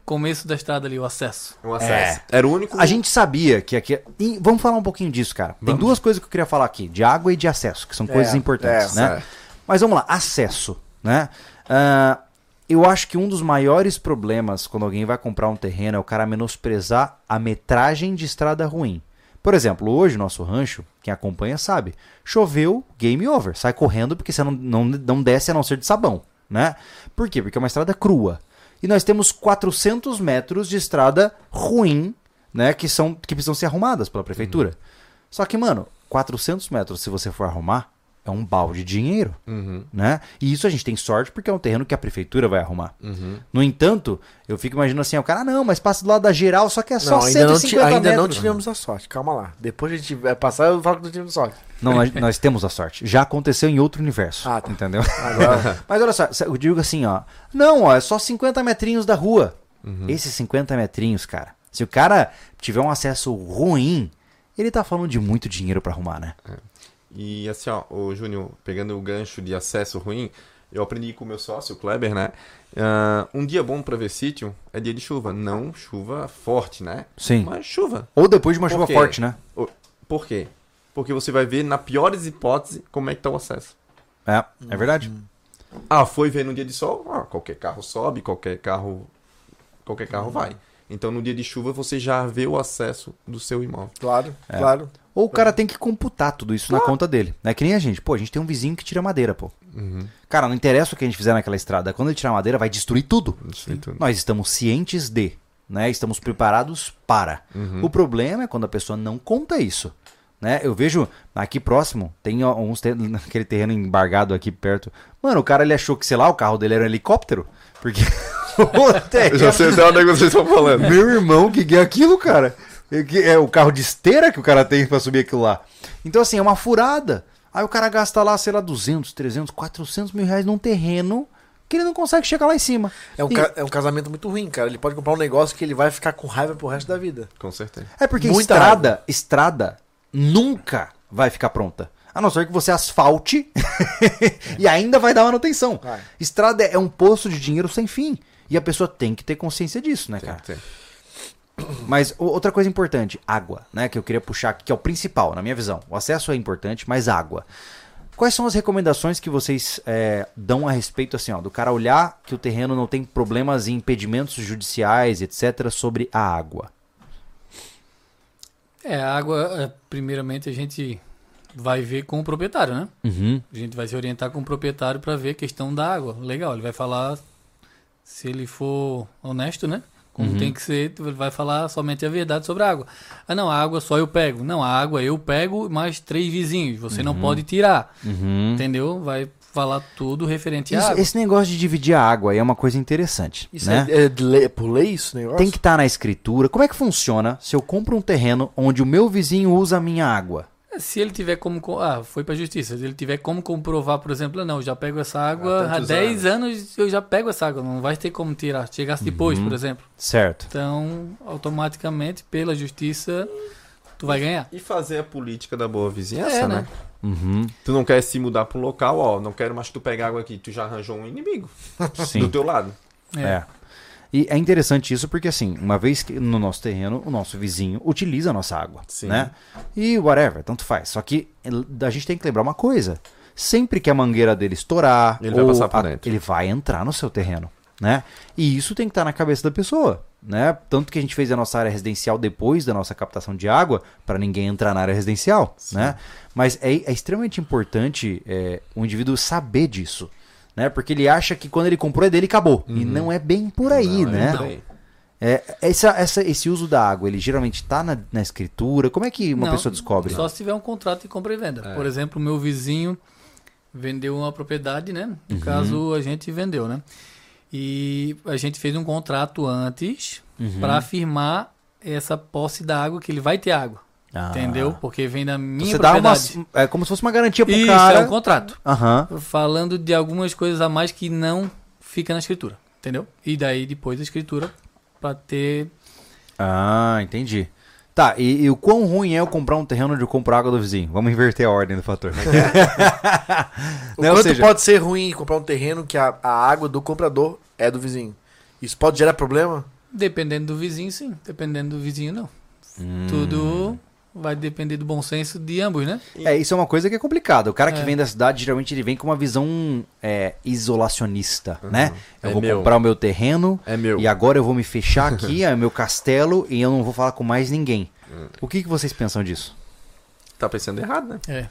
começo da estrada ali, o acesso.
Um acesso. Era o único.
É. A gente sabia que aqui. e vamos falar um pouquinho disso, cara. Tem duas coisas que eu queria falar aqui: de água e de acesso, que são coisas importantes,
é,
né? Mas vamos lá, acesso, né? Ah, eu acho que um dos maiores problemas quando alguém vai comprar um terreno é o cara menosprezar a metragem de estrada ruim. Por exemplo, hoje nosso rancho, quem acompanha sabe, choveu, game over. Sai correndo porque você não, não, não desce a não ser de sabão, né? Por quê? Porque é uma estrada crua. E nós temos 400 metros de estrada ruim, né? Que, são, que precisam ser arrumadas pela prefeitura. Só que, mano, 400 metros, se você for arrumar, é um balde de dinheiro,
Uhum.
né? E isso a gente tem sorte porque é um terreno que a prefeitura vai arrumar.
Uhum.
No entanto, eu fico imaginando assim, o cara, ah, não, mas passa do lado da geral, só que é só
Não, ainda,
150
não, ti- ainda não
metros.
tivemos a sorte. Calma lá. Depois a gente vai passar, eu falo que não tivemos sorte.
Não, nós, nós temos a sorte. Já aconteceu em outro universo.
um Ah, tá.
Entendeu? [laughs]
Agora-
Mas olha só, eu digo assim, ó. Não, ó, é só 50 metrinhos da rua.
Uhum.
Esses 50 metrinhos, cara. Se o cara tiver um acesso ruim, ele tá falando de muito dinheiro pra arrumar, né?
E assim, ó, o Júnior, pegando o gancho de acesso ruim, eu aprendi com o meu sócio, o Kleber, né? Ah, um dia bom pra ver sítio é dia de chuva. Não chuva forte, né?
Sim.
Mas chuva.
Ou depois de uma chuva
quê?
forte, né?
O- Por quê? Porque você vai ver, na pior das hipóteses, como é que tá o acesso.
É,
Uhum.
é verdade.
Ah, foi ver no dia de sol? Ah, qualquer carro sobe, qualquer carro. Qualquer carro vai. Então no dia de chuva você já vê o acesso do seu imóvel.
Claro,
É.
claro.
Ou o cara tem que computar tudo isso na conta dele. É que nem a gente. Pô, a gente tem um vizinho que tira madeira, pô. Cara, não interessa o que a gente fizer naquela estrada. Quando ele tirar madeira, vai destruir tudo. Nós estamos cientes de, né? Estamos preparados para. O problema é quando a pessoa não conta isso. Né? Eu vejo aqui próximo, tem alguns [laughs] ter aquele terreno embargado aqui perto. Mano, o cara ele achou que, sei lá, o carro dele era um helicóptero. Porque. [laughs] o terreno-
sei até onde é vocês estão falando.
meu irmão, que que é aquilo, cara? É que- É o carro de esteira que o cara tem pra subir aquilo lá. Então, assim, é uma furada. Aí o cara gasta lá, sei lá, 200, 300, 400 mil reais num terreno que ele não consegue chegar lá em cima.
É um,
E-
ca- é um casamento muito ruim, cara. Ele pode comprar um negócio que ele vai ficar com raiva pro resto da vida.
Com certeza.
É porque
Muita
estrada, estrada nunca vai ficar pronta. A não ser que você asfalte [laughs] e ainda vai dar manutenção.
Vai.
Estrada é um poço de dinheiro sem fim. E a pessoa tem que ter consciência disso, né, cara?
Tem, tem.
Mas o- outra coisa importante, água, né? Que eu queria puxar aqui, que é o principal, na minha visão. O acesso é importante, mas água. Quais são as recomendações que vocês é, dão a respeito, assim, ó, do cara olhar que o terreno não tem problemas e impedimentos judiciais, etc., sobre a água?
É, a água, é, primeiramente, a gente vai ver com o proprietário, né?
Uhum.
A gente vai se orientar com o proprietário para ver a questão da água. Legal, ele vai falar, se ele for honesto, né? como tem que ser, tu vai falar somente a verdade sobre a água. Ah, não, a água só eu pego. Não, a água eu pego, mais três vizinhos. Você não pode tirar. Entendeu? Vai falar tudo referente à
Isso-
água.
esse negócio de dividir a água aí é uma coisa interessante.
Isso
né?
é, é de lei- por lei isso, né, negócio?
Tem que estar na escritura. Como é que funciona se eu compro um terreno onde o meu vizinho usa a minha água?
Se ele tiver como. co- Ah, foi pra justiça. Se ele tiver como comprovar, por exemplo, ah, não, eu já pego essa água há,
tantos
10 anos. eu já pego essa água, não vai ter como tirar. Chegasse depois, por exemplo.
Certo.
Então, automaticamente, pela justiça, tu vai ganhar.
E fazer a política da boa vizinhança,
É, né?
né? Tu não quer se mudar pra um local, ó, não quero mais que tu pegue água aqui. Tu já arranjou um inimigo do
Sim.
teu lado.
É. E é interessante isso porque, assim, uma vez que no nosso terreno, o nosso vizinho utiliza a nossa água,
Sim.
né? E whatever, tanto faz. Só que ele- a gente tem que lembrar uma coisa. Sempre que a mangueira dele estourar...
Ele vai
ou
passar por
a- É
dentro.
Ele vai entrar no seu terreno, né? E isso tem que estar na cabeça da pessoa, né? Tanto que a gente fez a nossa área residencial depois da nossa captação de água, para ninguém entrar na área residencial, né? Mas é, é extremamente importante é, o indivíduo saber disso, né? Porque ele acha que quando ele comprou é dele e acabou. E não é bem por aí,
Não,
né?
não tem.
É, essa, essa- esse uso da água, ele geralmente tá na, na escritura? Como é que uma
Não,
pessoa descobre?
Só se tiver um contrato de compra e venda.
É.
Por exemplo, meu vizinho vendeu uma propriedade, né? No
Uhum.
caso, a gente vendeu, né? E a gente fez um contrato antes
Uhum.
para afirmar essa posse da água, que ele vai ter água.
Ah. então
Entendeu? Porque vem da minha
Você dá uma,
propriedade.
é como se fosse uma garantia pro
Isso, é um
cara.
contrato.
Aham.
Falando de algumas coisas a mais que não fica na escritura, entendeu? E daí depois da escritura, para ter
Ah, entendi. Tá, e, e o quão ruim é eu comprar um terreno onde eu compro água do vizinho? Vamos inverter a ordem do fator. [laughs]
O
Né, ou
quanto
seja-
pode ser ruim comprar um terreno que a, a água do comprador é do vizinho? Isso pode gerar problema?
Dependendo do vizinho, sim. Dependendo do vizinho, não.
Hum.
Tudo vai depender do bom senso de ambos, né?
é, isso é uma coisa que é complicada. O cara que
É.
vem da cidade, geralmente ele vem com uma visão é, isolacionista, né? Eu
É
vou
meu.
comprar o meu terreno
É meu.
e agora eu vou me fechar aqui, é meu castelo, e eu não vou falar com mais ninguém. O que, que vocês pensam disso?
Tá pensando errado, né?
É.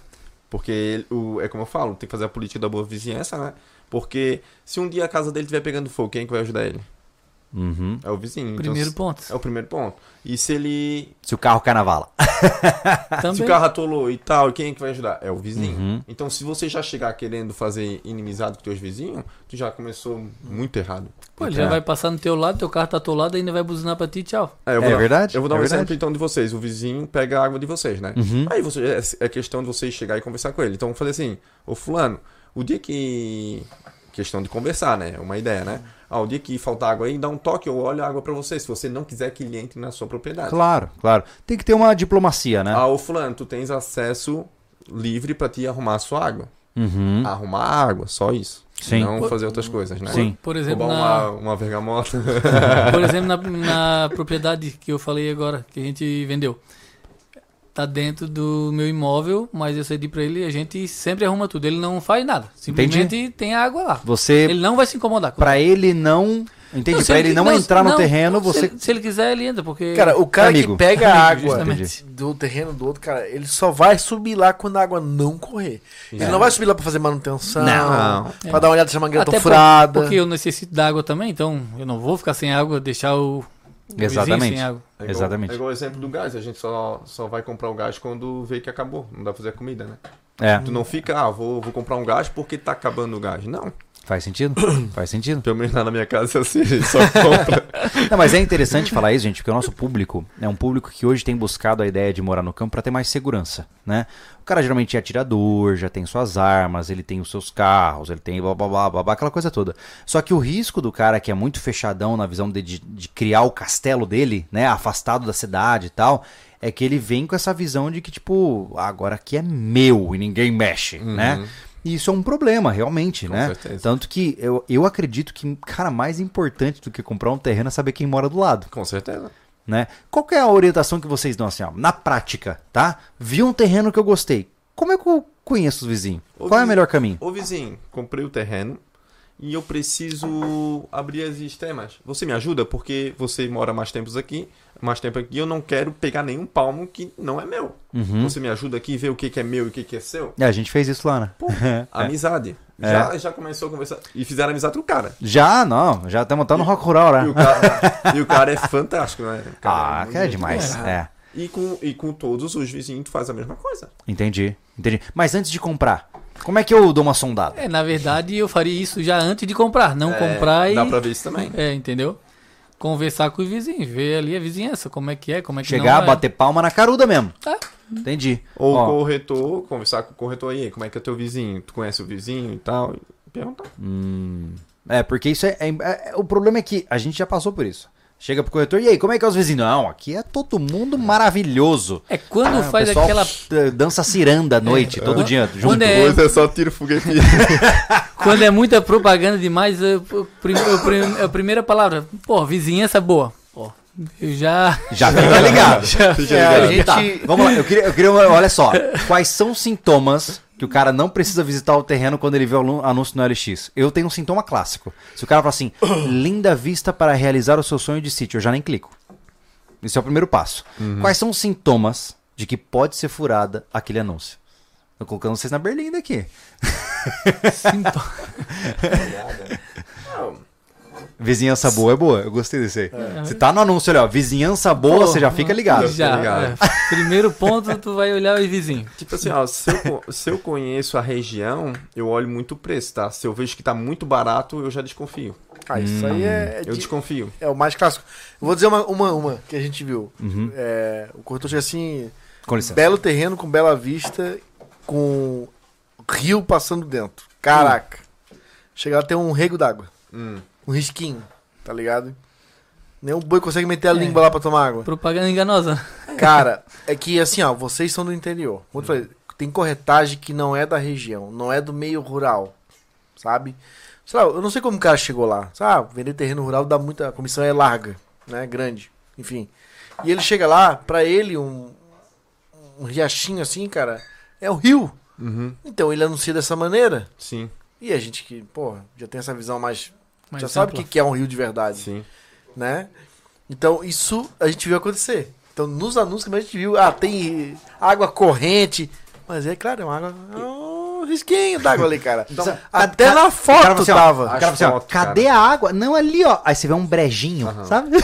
Porque ele- o, é como eu falo, tem que fazer a política da boa vizinhança, né? Porque se um dia a casa dele estiver pegando fogo, quem é que vai ajudar ele?
Uhum.
É o vizinho. Então,
Primeiro
se-
ponto.
É o primeiro ponto. E se ele.
Se o carro cai na vala.
Se
Ah,
Também.
o carro atolou e tal, quem é que vai ajudar? É o vizinho.
Uhum.
Então, se você já chegar querendo fazer inimizado com teus vizinhos, tu já começou muito errado.
Pô,
É. Então,
ele já vai passar no teu lado, teu carro tá atolado, ainda vai buzinar pra ti, tchau.
eu
É
dar-
verdade,
Eu vou dar
é
um
verdade. Uhum.
exemplo então de vocês. O vizinho pega a água de vocês, né? Aí você, é é questão de vocês chegar e conversar com ele. Então vamos fazer assim, ô fulano, o dia que. Questão de conversar, né? Uma ideia, né? Ah, o dia que faltar água aí, dá um toque, eu olho a água pra você, se você não quiser que ele entre na sua propriedade.
Claro, claro. Tem que ter uma diplomacia, né?
Ah, ô fulano, tu tens acesso livre pra te arrumar a sua água.
Uhum.
Arrumar a água, só isso.
Sim.
Não fazer outras coisas, né?
Sim.
Por exemplo,
Roubar
na,
uma, uma [laughs] É vergamota.
É.
por exemplo na, na propriedade que eu falei agora, que a gente vendeu. Tá dentro do meu imóvel, mas eu cedi pra ele, a gente sempre arruma tudo. Ele não faz nada. Simplesmente tem a água lá.
Você,
Ele não vai se incomodar com
pra ele não... Entendi,
se
pra ele não, entrar no terreno,
não, se
você...
ele- se ele quiser, ele entra, porque.
Cara, o cara
Amigo.
que pega a água
Amigo,
justamente.
do terreno do outro, cara, ele só vai subir lá quando a água não correr. Ele não vai subir lá pra fazer manutenção,
É. Não.
pra dar uma olhada se a mangueira tá
por-
furada.
Porque eu necessito da água também, então eu não vou ficar sem água, deixar o, o vizinho
Exatamente.
sem água.
É igual-
Exatamente.
É igual o exemplo do gás, a gente só, só vai comprar o gás quando vê que acabou. Não dá pra fazer comida, né?
É,
Tu não fica, ah, vou, vou comprar um gás porque tá acabando o gás. Não.
faz sentido, faz sentido.
Pelo menos lá na minha casa [laughs] é assim, a gente só compra.
[laughs] Não, mas é interessante falar isso, gente, porque o nosso público é um público que hoje tem buscado a ideia de morar no campo para ter mais segurança, né? O cara geralmente é atirador, já tem suas armas, ele tem os seus carros, ele tem blá blá blá blá, blá aquela coisa toda. Só que o risco do cara que é muito fechadão na visão de, de- de criar o castelo dele, né, afastado da cidade e tal, é que ele vem com essa visão de que, tipo, "Ah, agora aqui é meu e ninguém mexe, né? E isso é um problema, realmente,
Uhum. Com
né?
certeza.
Tanto que eu, eu acredito que, cara, mais importante do que comprar um terreno é saber quem mora do lado,
Com certeza.
né? Qual que é a orientação que vocês dão assim, ó, na prática, tá? Vi um terreno que eu gostei. Como é que eu conheço os vizinhos? Qual é
Ô,
o
vizinho.
melhor caminho?
Ô vizinho, comprei o terreno e eu preciso abrir as extremas. Você me ajuda? Porque você mora mais tempos aqui, mais tempo aqui, eu não quero pegar nenhum palmo que não é
Uhum.
meu. Você me ajuda aqui, ver o que, que é meu e o que, que é seu?
[laughs] É, a gente fez isso lá, né?
Amizade. Já, já começou a conversar. E fizeram amizade com
[laughs]
o cara.
Já, não, já estamos tá no rock rural,
E o
né?
cara, e o cara é fantástico, né? O cara
Ah,
muito
que é
gente
demais.
boa.
É,
E com, e com todos os vizinhos tu faz a mesma coisa.
entendi, entendi. Mas antes de comprar, como é que eu dou uma sondada?
É, na verdade, eu faria isso já antes de comprar. Não comprar e.
É, Dá pra ver isso também.
É, entendeu? Conversar com os vizinhos, ver ali a vizinhança, como é que é, como é que
Chegar,
não é.
bater palma na caruda mesmo.
Tá.
Entendi.
Ou o
Ó,
corretor, conversar com o corretor aí, como é que é teu vizinho? Tu conhece o vizinho e tal? E perguntar.
É, porque isso é, é- é- O problema é que a gente já passou por isso. Chega pro corretor, e aí, como é que é os vizinhos? Não, aqui é todo mundo maravilhoso.
É quando
Ah, O
faz
pessoal
aquela.
eh, dança ciranda à noite, todo dia, junto.
Quando é,
Hoje é só tiro foguete.
[laughs] quando é muita propaganda demais, eu- eu- prim- eu prim- a primeira palavra, pô, vizinhança boa. Pô, eu já. [laughs]
Já fica ligado.
Fica
É,
ligado.
a gente- tá, Vamos lá, eu queria, eu queria uma- olha só, quais são os sintomas que o cara não precisa visitar o terreno quando ele vê o anun- anúncio no LX? Eu tenho um sintoma clássico. Se o cara fala assim, linda vista para realizar o seu sonho de sítio, eu já nem clico. Esse é o primeiro passo. Quais são os sintomas de que pode ser furada aquele anúncio? Tô colocando vocês na berlinda aqui. Vizinhança boa é boa, eu gostei desse aí. Se tá no anúncio, olha, ó, vizinhança boa,
Pô,
você já fica ligado.
já.
ligado.
é. primeiro ponto, tu vai olhar os vizinhos.
Tipo assim, ó, se eu, co- [laughs] se eu conheço a região, eu olho muito o preço, tá? Se eu vejo que tá muito barato, eu já desconfio.
Ah, isso aí é, é
Hum, Eu
de-
desconfio.
é o mais clássico. Eu vou dizer uma, uma, uma que a gente viu.
Uhum.
É, o corretor chega assim,
Com licença.
belo terreno com bela vista, com rio passando dentro. Caraca. Chega lá, tem um rego d'água.
Hum.
Um risquinho, tá ligado? Nem o boi consegue
É.
meter a língua lá pra tomar água.
Propaganda enganosa.
Cara, é que assim, ó, vocês são do interior. Como eu te falei, tem corretagem que não é da região, não é do meio rural, sabe? Sei lá, eu não sei como o cara chegou lá. Sabe, vender terreno rural dá muita. A comissão é larga, né? Grande, enfim. E ele chega lá, pra ele, um, um riachinho assim, cara, é o rio.
Uhum.
Então ele anuncia dessa maneira.
Sim,
E a gente que, porra, já tem essa visão mais.
Mas
já sabe o
ampla.
que, que é um rio de verdade
sim.
né? Então, isso a gente viu acontecer. Então, nos anúncios que a gente viu, ah, tem água corrente. Mas é claro, é uma água. É um risquinho d'água ali, cara.
Então,
Até
a-
na
O cara
foto
fala assim, ó, o
tava.
cara fala assim, ó,
foto, cara.
cadê a água? Não, ali, ó. Aí você vê um brejinho, sabe?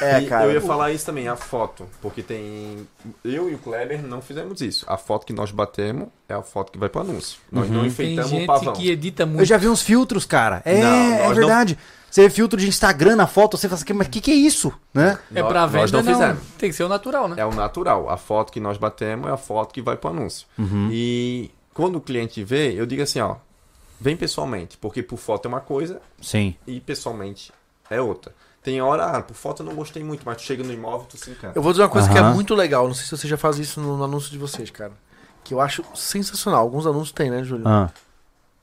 É,
E
cara.
Eu ia falar isso também, a foto. Porque tem. Eu e o Kleber não fizemos isso. A foto que nós batemos é a foto que vai pro anúncio. Nós não
Uhum. Tem
enfeitamos o
gente
pavão.
que edita
[laughs]
muito.
Eu já vi uns filtros, cara. É,
Não, nós
é
não-
verdade. Você vê filtro de Instagram na foto, você fala assim, mas o que, que é isso? Né?
É
Nó-
pra
nós não
venda, não.
fizemos.
Tem que ser o natural, né?
É o natural. A foto que nós batemos é a foto que vai pro anúncio.
Uhum.
E quando o cliente vê, eu digo assim, ó. Vem pessoalmente, porque por foto é uma coisa
Sim.
e pessoalmente é outra. Tem hora, ah, por foto eu não gostei muito, mas tu chega no imóvel tu se encanta.
Eu vou dizer uma coisa que é
Aham.
muito legal. Não sei se você já faz isso no, no anúncio de vocês, cara. Que eu acho sensacional. Alguns anúncios tem, né, Júlio?
Ah.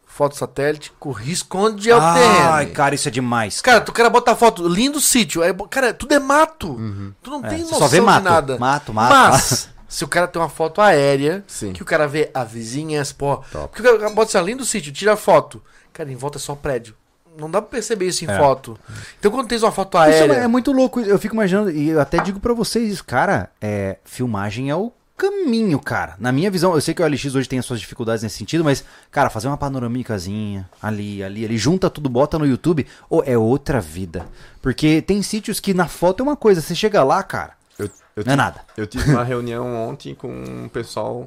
Foto satélite, com risco onde é o terreno.
Ai, cara, isso é demais.
Cara, tu cara bota foto, lindo sítio. Aí, bo- cara, tudo é mato. Tu não
É,
tem
você
noção
só vê mato,
de nada.
mato, mato,
Mas, se o cara tem uma foto aérea,
Sim.
que o cara vê a vizinhança, pô. Porque o cara bota assim, ó, lindo sítio, tira a foto. Cara, em volta é só prédio. Não dá pra perceber isso em
É.
foto. Então quando tens uma foto
Isso é,
aérea.
é muito louco. Eu fico imaginando, e eu até digo pra vocês isso, cara, é, filmagem é o caminho, cara. Na minha visão, eu sei que o LX hoje tem as suas dificuldades nesse sentido, mas, cara, fazer uma panoramicazinha ali, ali, ali, junta tudo, bota no YouTube, ô, é outra vida. Porque tem sítios que na foto é uma coisa, você chega lá, cara,
Eu, eu
não é nada.
Eu tive uma [laughs] reunião ontem com um pessoal.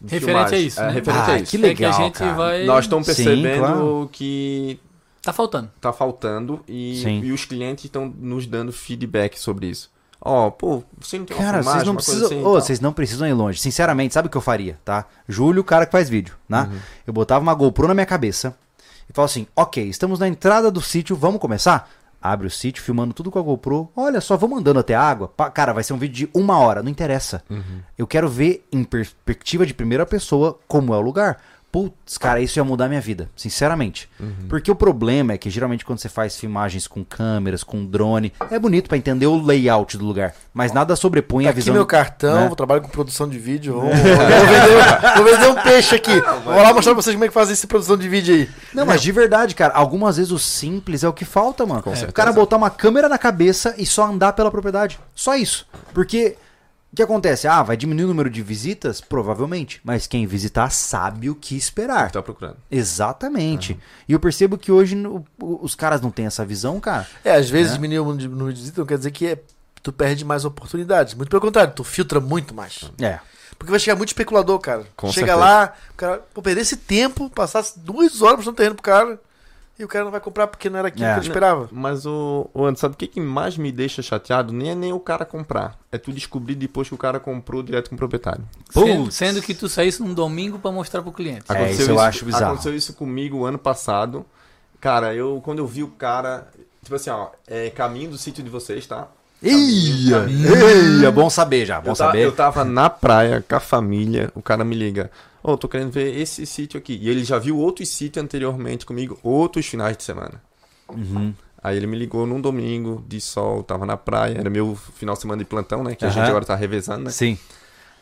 de
Referente
filmagem.
a isso,
É,
né?
referente
Ah,
a isso.
que
É que a
legal,
gente
cara.
vai.
Nós estamos
Sim,
percebendo
claro.
que
Tá faltando.
tá faltando e,
Sim.
e os clientes estão nos dando feedback sobre isso. Ó, pô, você não tem uma
Cara,
filmagem,
vocês não
uma coisa
precisam.
assim,
Ô,
e tal?
vocês não precisam ir longe. Sinceramente, sabe o que eu faria, tá? Júlio, o cara que faz vídeo, né?
Uhum.
Eu botava uma GoPro na minha cabeça e falava assim: ok, estamos na entrada do sítio, vamos começar? Abre o sítio, filmando tudo com a GoPro. Olha só, vamos andando até a água. Pa- Cara, vai ser um vídeo de uma hora, não interessa.
Uhum.
Eu quero ver em perspectiva de primeira pessoa como é o lugar. Putz, cara, isso ia mudar minha vida, sinceramente.
Uhum.
Porque o problema é que geralmente quando você faz filmagens com câmeras, com drone, é bonito pra entender o layout do lugar, mas nada sobrepõe a
Tá aqui
visão.
meu cartão,
né?
eu trabalho com produção de
[laughs]
vídeo. Vou, vou, vender, vou vender um peixe aqui. Vou lá mostrar pra vocês como é que faz essa produção de vídeo aí.
Não, mas de verdade, cara, algumas vezes o simples é o que falta, mano. o
certeza.
cara botar uma câmera na cabeça e só andar pela propriedade. Só isso. Porque O que acontece? Ah, vai diminuir o número de visitas? Provavelmente. Mas quem visitar sabe o que esperar.
Tá procurando.
Exatamente. E eu percebo que hoje no- o- os caras não têm essa visão, cara.
É, às vezes
Né?
diminuir o número de- número de visitas não quer dizer que é- tu perde mais oportunidades. Muito pelo contrário, tu filtra muito mais.
Tá
É.
Porque vai chegar muito especulador, cara.
Com
Chega
certeza.
lá, o cara, pô, perder esse tempo, passasse duas horas mostrando terreno pro cara, e o cara não vai comprar porque não era aquilo
É.
que ele esperava.
Mas, o, o Anderson, sabe o que, que mais me deixa chateado? Nem é nem o cara comprar. É tu descobrir depois que o cara comprou direto com o proprietário.
Sendo,
Putz.
sendo que tu saísse num domingo pra mostrar pro cliente.
É, isso eu acho bizarro.
Aconteceu isso comigo ano passado. Cara, eu quando eu vi o cara. Tipo assim, ó, é caminho do sítio de vocês, tá?
Ia! Ia! Bom saber já, bom
Eu, ta-
saber.
eu tava na praia com a família, o cara me liga. Ô, tô querendo ver esse sítio aqui. E ele já viu outro sítio anteriormente comigo, outros finais de semana.
Uhum.
Aí ele me ligou num domingo de sol, tava na praia, era meu final de semana de plantão, né? Que a gente
Aham.
agora tá revezando, né?
Sim.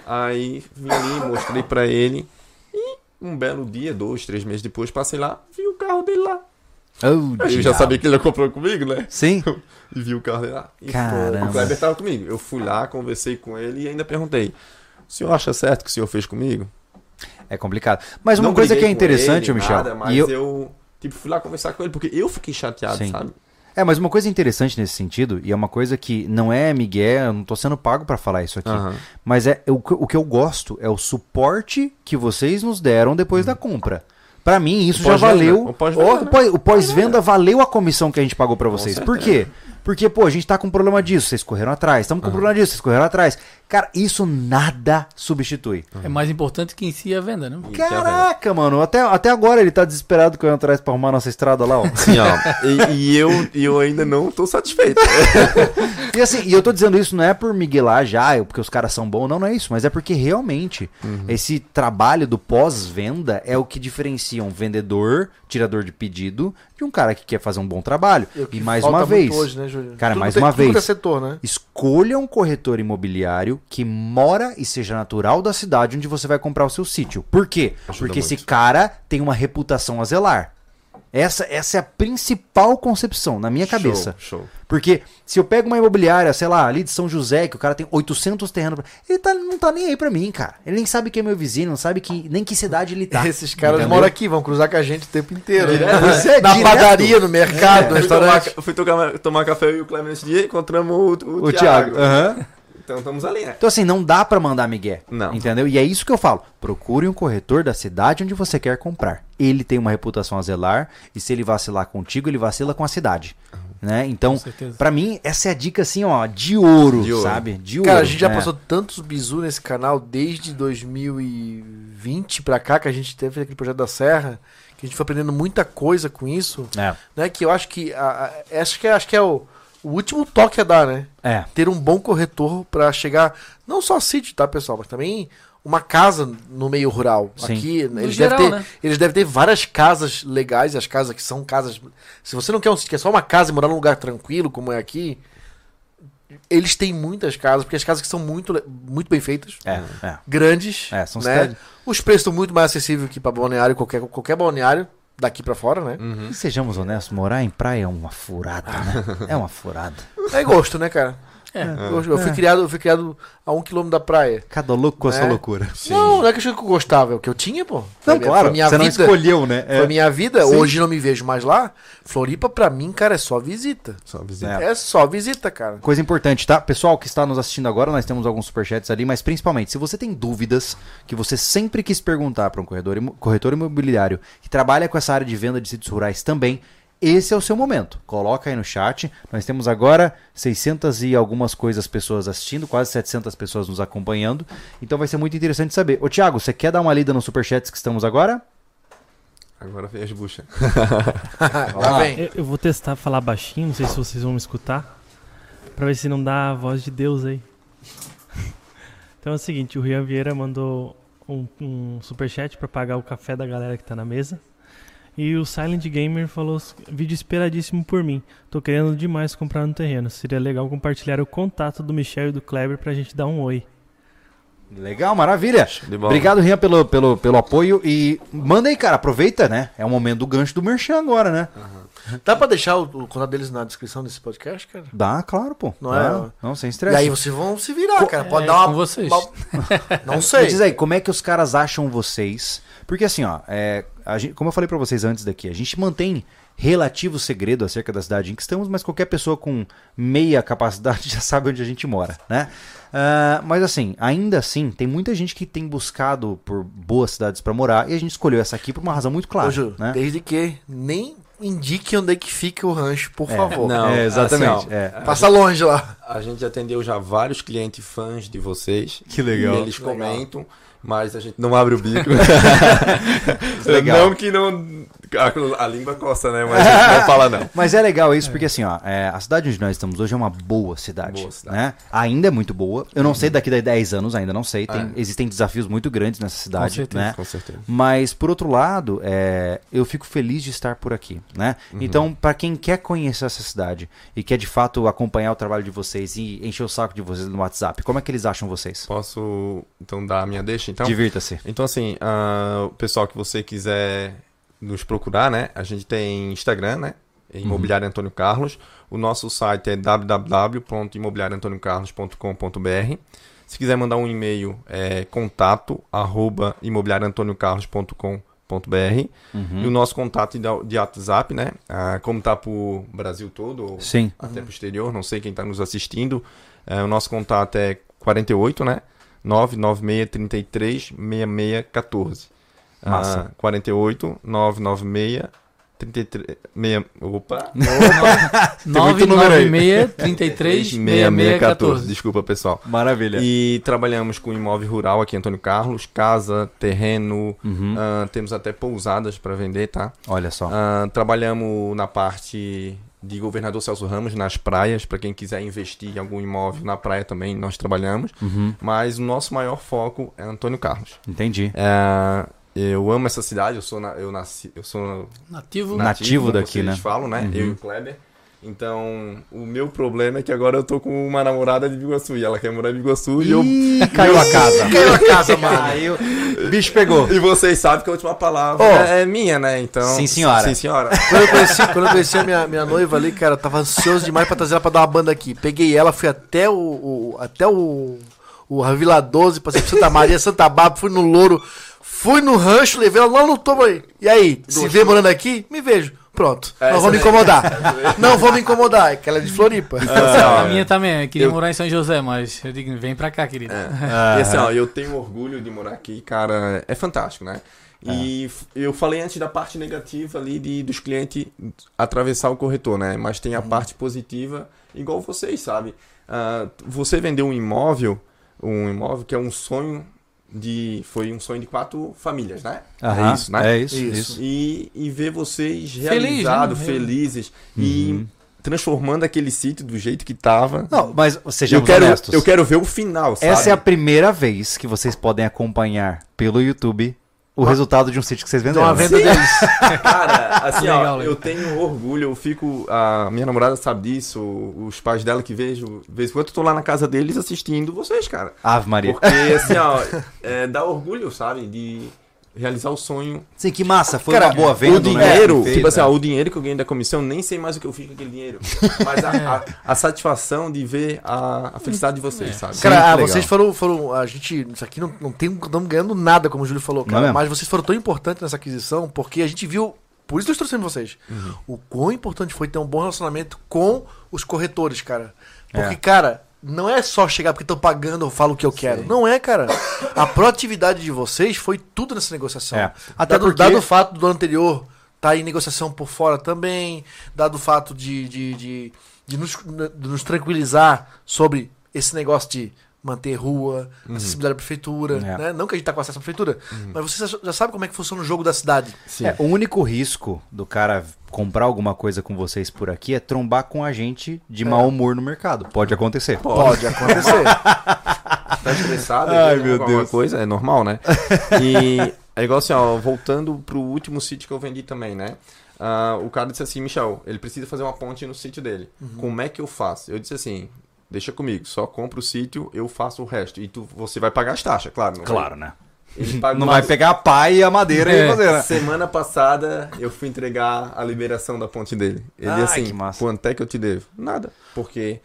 Aí vim ali, mostrei pra ele. E um belo dia, dois, três meses depois, passei lá, vi o carro dele lá.
Oh,
Eu já
diabo.
sabia que ele já comprou comigo, né?
Sim?
E vi o carro dele lá. E foi.
Caramba.
O Kleber tava comigo. Eu fui lá, conversei com ele e ainda perguntei: o senhor acha certo que o senhor fez comigo?
É complicado. Mas uma
Não
coisa que
briguei
é
com
interessante,
ele,
Michel.
Nada, mas
e eu-
eu... tipo, fui lá conversar com ele, porque eu fiquei chateado,
Sim.
sabe?
É, mas uma coisa interessante nesse sentido, e é uma coisa que não é Miguel, eu não tô sendo pago pra falar isso aqui.
Aham.
Mas é o, que- o que eu gosto é o suporte que vocês nos deram depois da compra. Pra mim, isso
O
já
pós-venda,
valeu.
o pós-venda,
Ó,
né?
o pós- O pós-venda valeu a comissão que a gente pagou pra vocês. Por quê? Porque, pô, a gente tá com problema disso, vocês correram atrás. Estamos com um problema disso, vocês correram atrás. Cara, isso nada substitui.
É mais importante que em si a venda, né?
E
Caraca, mano, até, até agora ele tá desesperado correndo atrás pra arrumar nossa estrada lá, ó.
Assim, ó, e, e eu, e eu ainda não
[laughs]
tô satisfeito.
E assim, e eu tô dizendo isso não é por miguelar já, eu- porque os caras são bons, não, não é isso, mas é porque realmente
Uhum.
esse trabalho do pós-venda é o que diferencia um vendedor, tirador de pedido, de um cara que quer fazer um bom trabalho.
É o que
E mais
falta
uma
muito
vez,
Hoje, né, Júlio?
Cara,
Tudo
mais
tem-
uma
tudo quanto é
vez.
setor, né?
escolha um corretor imobiliário que mora e seja natural da cidade onde você vai comprar o seu sítio. Por quê?
Ajuda
porque esse
muito.
cara tem uma reputação a zelar. Essa, essa é a principal concepção na minha cabeça.
Show, show.
Porque se eu pego uma imobiliária, sei lá, ali de São José, que o cara tem 800 terrenos, pra- ele tá, não tá nem aí pra mim, cara. Ele nem sabe quem é meu vizinho, não sabe que, nem que cidade ele tá.
[laughs] Esses caras
Entendeu?
moram aqui, vão cruzar com a gente o tempo inteiro. né?
É, pois é,
Na
direto. É.
padaria, no mercado, no
Fui tomar,
restaurante.
fui tocar- tomar café eu e o Kleber nesse dia e encontramos o, o,
O
Thiago.
Thiago. aham.
Então estamos ali, né?
Então assim, não dá pra mandar migué.
Não.
Entendeu? E é isso que eu falo. Procure um corretor da cidade onde você quer comprar. Ele tem uma reputação a zelar e se ele vacilar contigo, ele vacila com a cidade. Né? Então,
certeza.
pra mim, essa é a dica assim, ó, de ouro,
De ouro.
sabe? De ouro.
Cara, a gente já
né?
passou tantos bizu nesse canal desde 2020 pra cá, que a gente teve aquele projeto da Serra, que a gente foi aprendendo muita coisa com isso,
É.
né? Que eu acho que. a- a- acho que, acho que é o, o último toque a dar, né?
É.
ter um bom corretor pra chegar não só sítio, tá, pessoal, mas também uma casa no meio rural.
Sim.
Aqui eles,
geral,
devem ter,
né?
eles devem ter várias casas legais, as casas que são casas. Se você não quer um sítio, que é só uma casa e morar num lugar tranquilo, como é aqui, eles têm muitas casas, porque as casas que são muito, le- muito bem feitas,
É. É.
grandes,
É, são
né?
cidades.
Os preços são muito mais acessíveis que pra balneário, qualquer qualquer balneário daqui pra fora, né?
E sejamos honestos, morar em praia é uma furada, né?
[laughs]
É uma furada.
É gosto, né, cara?
É.
Gosto. Eu fui criado, eu fui criado a um quilômetro da praia.
Cada louco com a sua
É.
loucura.
Não, não é questão que eu gostava, é o que eu tinha, pô. Foi
Não,
minha-
claro,
foi minha
você não
vida.
escolheu, né?
Foi minha vida,
Sim.
hoje não me vejo mais lá. Floripa, pra mim, cara, é só visita.
Só visita.
É.
É, só visita, cara.
Coisa importante, tá? Pessoal que está nos assistindo agora, nós temos alguns superchats ali, mas principalmente, se você tem dúvidas que você sempre quis perguntar para um corredor, imo- corretor imobiliário que trabalha com essa área de venda de sítios rurais também, esse é o seu momento. Coloca aí no chat. Nós temos agora 600 e algumas coisas pessoas assistindo, quase 700 pessoas nos acompanhando. Então vai ser muito interessante saber. Ô Thiago, você quer dar uma lida nos superchats que estamos agora?
Agora vem as buchas.
Lá vem.
Eu, eu vou testar falar baixinho, não sei se vocês vão me escutar, pra ver se não dá a voz de Deus aí. [laughs] Então é o seguinte, o Rian Vieira mandou um, um superchat pra pagar o café da galera que tá na mesa. E o Silent Gamer falou, vídeo esperadíssimo por mim, tô querendo demais comprar no terreno, seria legal compartilhar o contato do Michel e do Kleber pra gente dar um oi.
Legal, maravilha.
De bola.
Obrigado, Rian, pelo, pelo, pelo apoio. E manda aí, cara, aproveita, né? É o momento do gancho do Merchan agora, né?
Dá pra deixar o, o contato deles na descrição desse podcast, cara?
Dá, claro, pô.
Não
Claro.
é?
Não, sem
E
estresse.
aí vocês vão se virar, cara. Pode
É,
dar
com
uma.
vocês. [laughs]
uma- Não
Me
sei.
diz aí, como é que os caras acham vocês? Porque assim, ó, é, a gente- como eu falei pra vocês antes daqui, a gente mantém relativo segredo acerca da cidade em que estamos, mas qualquer pessoa com meia capacidade [laughs] já sabe onde a gente mora, né? Ah, mas assim, ainda assim, tem muita gente que tem buscado por boas cidades pra morar e a gente escolheu essa aqui por uma razão muito clara,
Ô, Ju,
né?
desde que nem indique onde é que fica o rancho, por favor.
Não,
É, exatamente.
assim, ó,
é.
Passa longe lá.
A gente já atendeu já vários clientes fãs de vocês.
Que legal.
E eles comentam, mas a gente não abre o [laughs] bico.
Legal.
Não que não. A, a língua coça, né? Mas a gente não fala, não.
Mas é legal isso, porque assim, ó, é, a cidade onde nós estamos hoje é uma boa cidade.
Boa cidade.
Né? Ainda é muito boa. Eu não sei daqui a 10 anos, ainda não sei. Tem-
É.
Existem desafios muito grandes nessa cidade,
certeza.
né?
Com certeza.
Mas, por outro lado, é, eu fico feliz de estar por aqui, né? Então, pra quem quer conhecer essa cidade e quer, de fato, acompanhar o trabalho de vocês e encher o saco de vocês no WhatsApp, como é que eles acham vocês?
Posso, então, dar a minha deixa, então?
Divirta-se.
Então, assim, ah, o pessoal que você quiser nos procurar, né? A gente tem Instagram, né? Imobiliário Antônio Carlos. O nosso site é www.imobiliarioantôniocarlos.com.br. Se quiser mandar um e-mail, é contato arroba imobiliarioantôniocarlos.com.br.
Uhum.
E o nosso contato de- de WhatsApp, né? Ah, como tá pro Brasil todo, ou
Sim.
até pro exterior, não sei quem está nos assistindo. É, o nosso contato é 48, né? 996 33 6614.
Massa.
Ah, 48 996 33 meia- opa,
996 33 6614.
Desculpa, pessoal.
Maravilha.
E trabalhamos com imóvel rural aqui em Antônio Carlos, casa, terreno,
Uhum.
ah, temos até pousadas para vender, tá?
Olha só.
Ah, trabalhamos na parte de governador Celso Ramos, nas praias, para quem quiser investir em algum imóvel na praia também, nós trabalhamos. Mas o nosso maior foco é Antônio Carlos.
Uhum. Entendi.
É, eu amo essa cidade, eu sou, na- eu nasci, eu sou
Nativo.
Na- Nativo
como
daqui,
vocês
né?
falam, né? Eu e o Kleber. Então, o meu problema é que agora eu tô com uma namorada de Biguaçu e ela quer morar em Biguaçu e eu.
Ih, caiu a casa.
Caiu a [laughs] casa, mano.
[laughs] Caiu. Bicho pegou.
[laughs] E vocês sabem que a última palavra
Ó.
é, é minha, né? Então.
Sim, senhora.
Sim, senhora.
Quando eu conheci, quando eu conheci a minha, minha noiva ali, cara, eu tava ansioso demais pra trazer ela pra dar uma banda aqui. Peguei ela, fui até o. o- até o. O a Vila 12, passei por Santa Maria, Santa Bárbara, fui no Louro, fui no rancho, levei ela lá no topo aí. E aí, se vê morando aqui, me vejo. Pronto. não vou me incomodar. Não vou me incomodar. É que ela é de Floripa.
a minha também. Eu queria morar em São José, mas eu digo, vem pra cá, querido.
Ah.
E assim, ó, eu tenho orgulho de morar aqui, cara, é fantástico, né?
É.
E f- eu falei antes da parte negativa ali de, dos clientes atravessar o corretor, né? Mas tem a
Uhum.
parte positiva, igual vocês, sabe? Ah, você vendeu um imóvel, um imóvel que é um sonho de. Foi um sonho de quatro famílias, né?
Aham,
É isso, né?
É isso,
Isso.
isso.
E, e ver vocês
né?
realizados,
Eu-
felizes e transformando aquele sítio do jeito que tava.
Uhum. Não, mas
eu
sejamos
quero,
honestos.
eu quero ver o final, sabe?
Essa é a primeira vez que vocês podem acompanhar pelo YouTube o resultado de um sítio que vocês venderam.
Então a venda deles.
[laughs] Cara, assim, ó,
Legal, legal.
eu tenho orgulho, eu fico. A minha namorada sabe disso, os pais dela que vejo. De vez em quando eu tô lá na casa deles assistindo vocês, cara.
Ave Maria.
Porque, assim, ó, é, dá orgulho, sabe? De realizar o sonho.
Sim, que massa. Foi
Cara,
uma boa venda.
o
né?
dinheiro,
Que fez,
tipo assim,
né?
ó, o dinheiro que eu ganhei da comissão, nem sei mais o que eu fiz com aquele dinheiro. Mas a, a- a satisfação de ver a, a felicidade de vocês, sabe?
Muito
Cara, ah,
legal.
vocês foram, foram. A gente. Isso aqui não, não tem não estamos ganhando nada, como o Júlio falou,
Não é
cara.
mesmo?
mas vocês foram tão importantes nessa aquisição, porque a gente viu. Por isso que eu estou trouxemos vocês.
Uhum.
O quão importante foi ter um bom relacionamento com os corretores, cara. Porque,
É.
cara, não é só chegar porque estão pagando, eu falo o que eu quero. Não é, cara. A proatividade de vocês foi tudo nessa negociação.
É.
Até
Até
do,
porque-
dado o fato do ano anterior tá em negociação por fora também, dado o fato de, de, de, de nos, de nos tranquilizar sobre esse negócio de manter rua, acessibilidade à prefeitura,
É.
né? Não que a gente tá com acesso à prefeitura, mas você já- já sabe como é que funciona o jogo da cidade.
Sim.
É, o único risco do cara comprar alguma coisa com vocês por aqui é trombar com a gente de mau humor no mercado. Pode acontecer.
Pode acontecer.
tá estressado,
Ai,
Ai,
meu
meu alguma
Deus.
coisa, é
[laughs]
normal, né? E é igual assim, ó, voltando pro último sítio que eu vendi também, né? Ah, o cara disse assim, Michel, ele precisa fazer uma ponte no sítio dele.
Uhum.
Como é que eu faço? Eu disse assim, deixa comigo, só compra o sítio, eu faço o resto. E tu, você vai pagar as taxas, claro. não vai-
Claro, né?
Ele pagou
Não vai pegar a pá e a madeira e
É.
fazer, né?
Semana passada,
Eu fui entregar a liberação da ponte dele. Ele
Ai,
assim,
que massa.
quanto é que eu te devo? Nada. Porque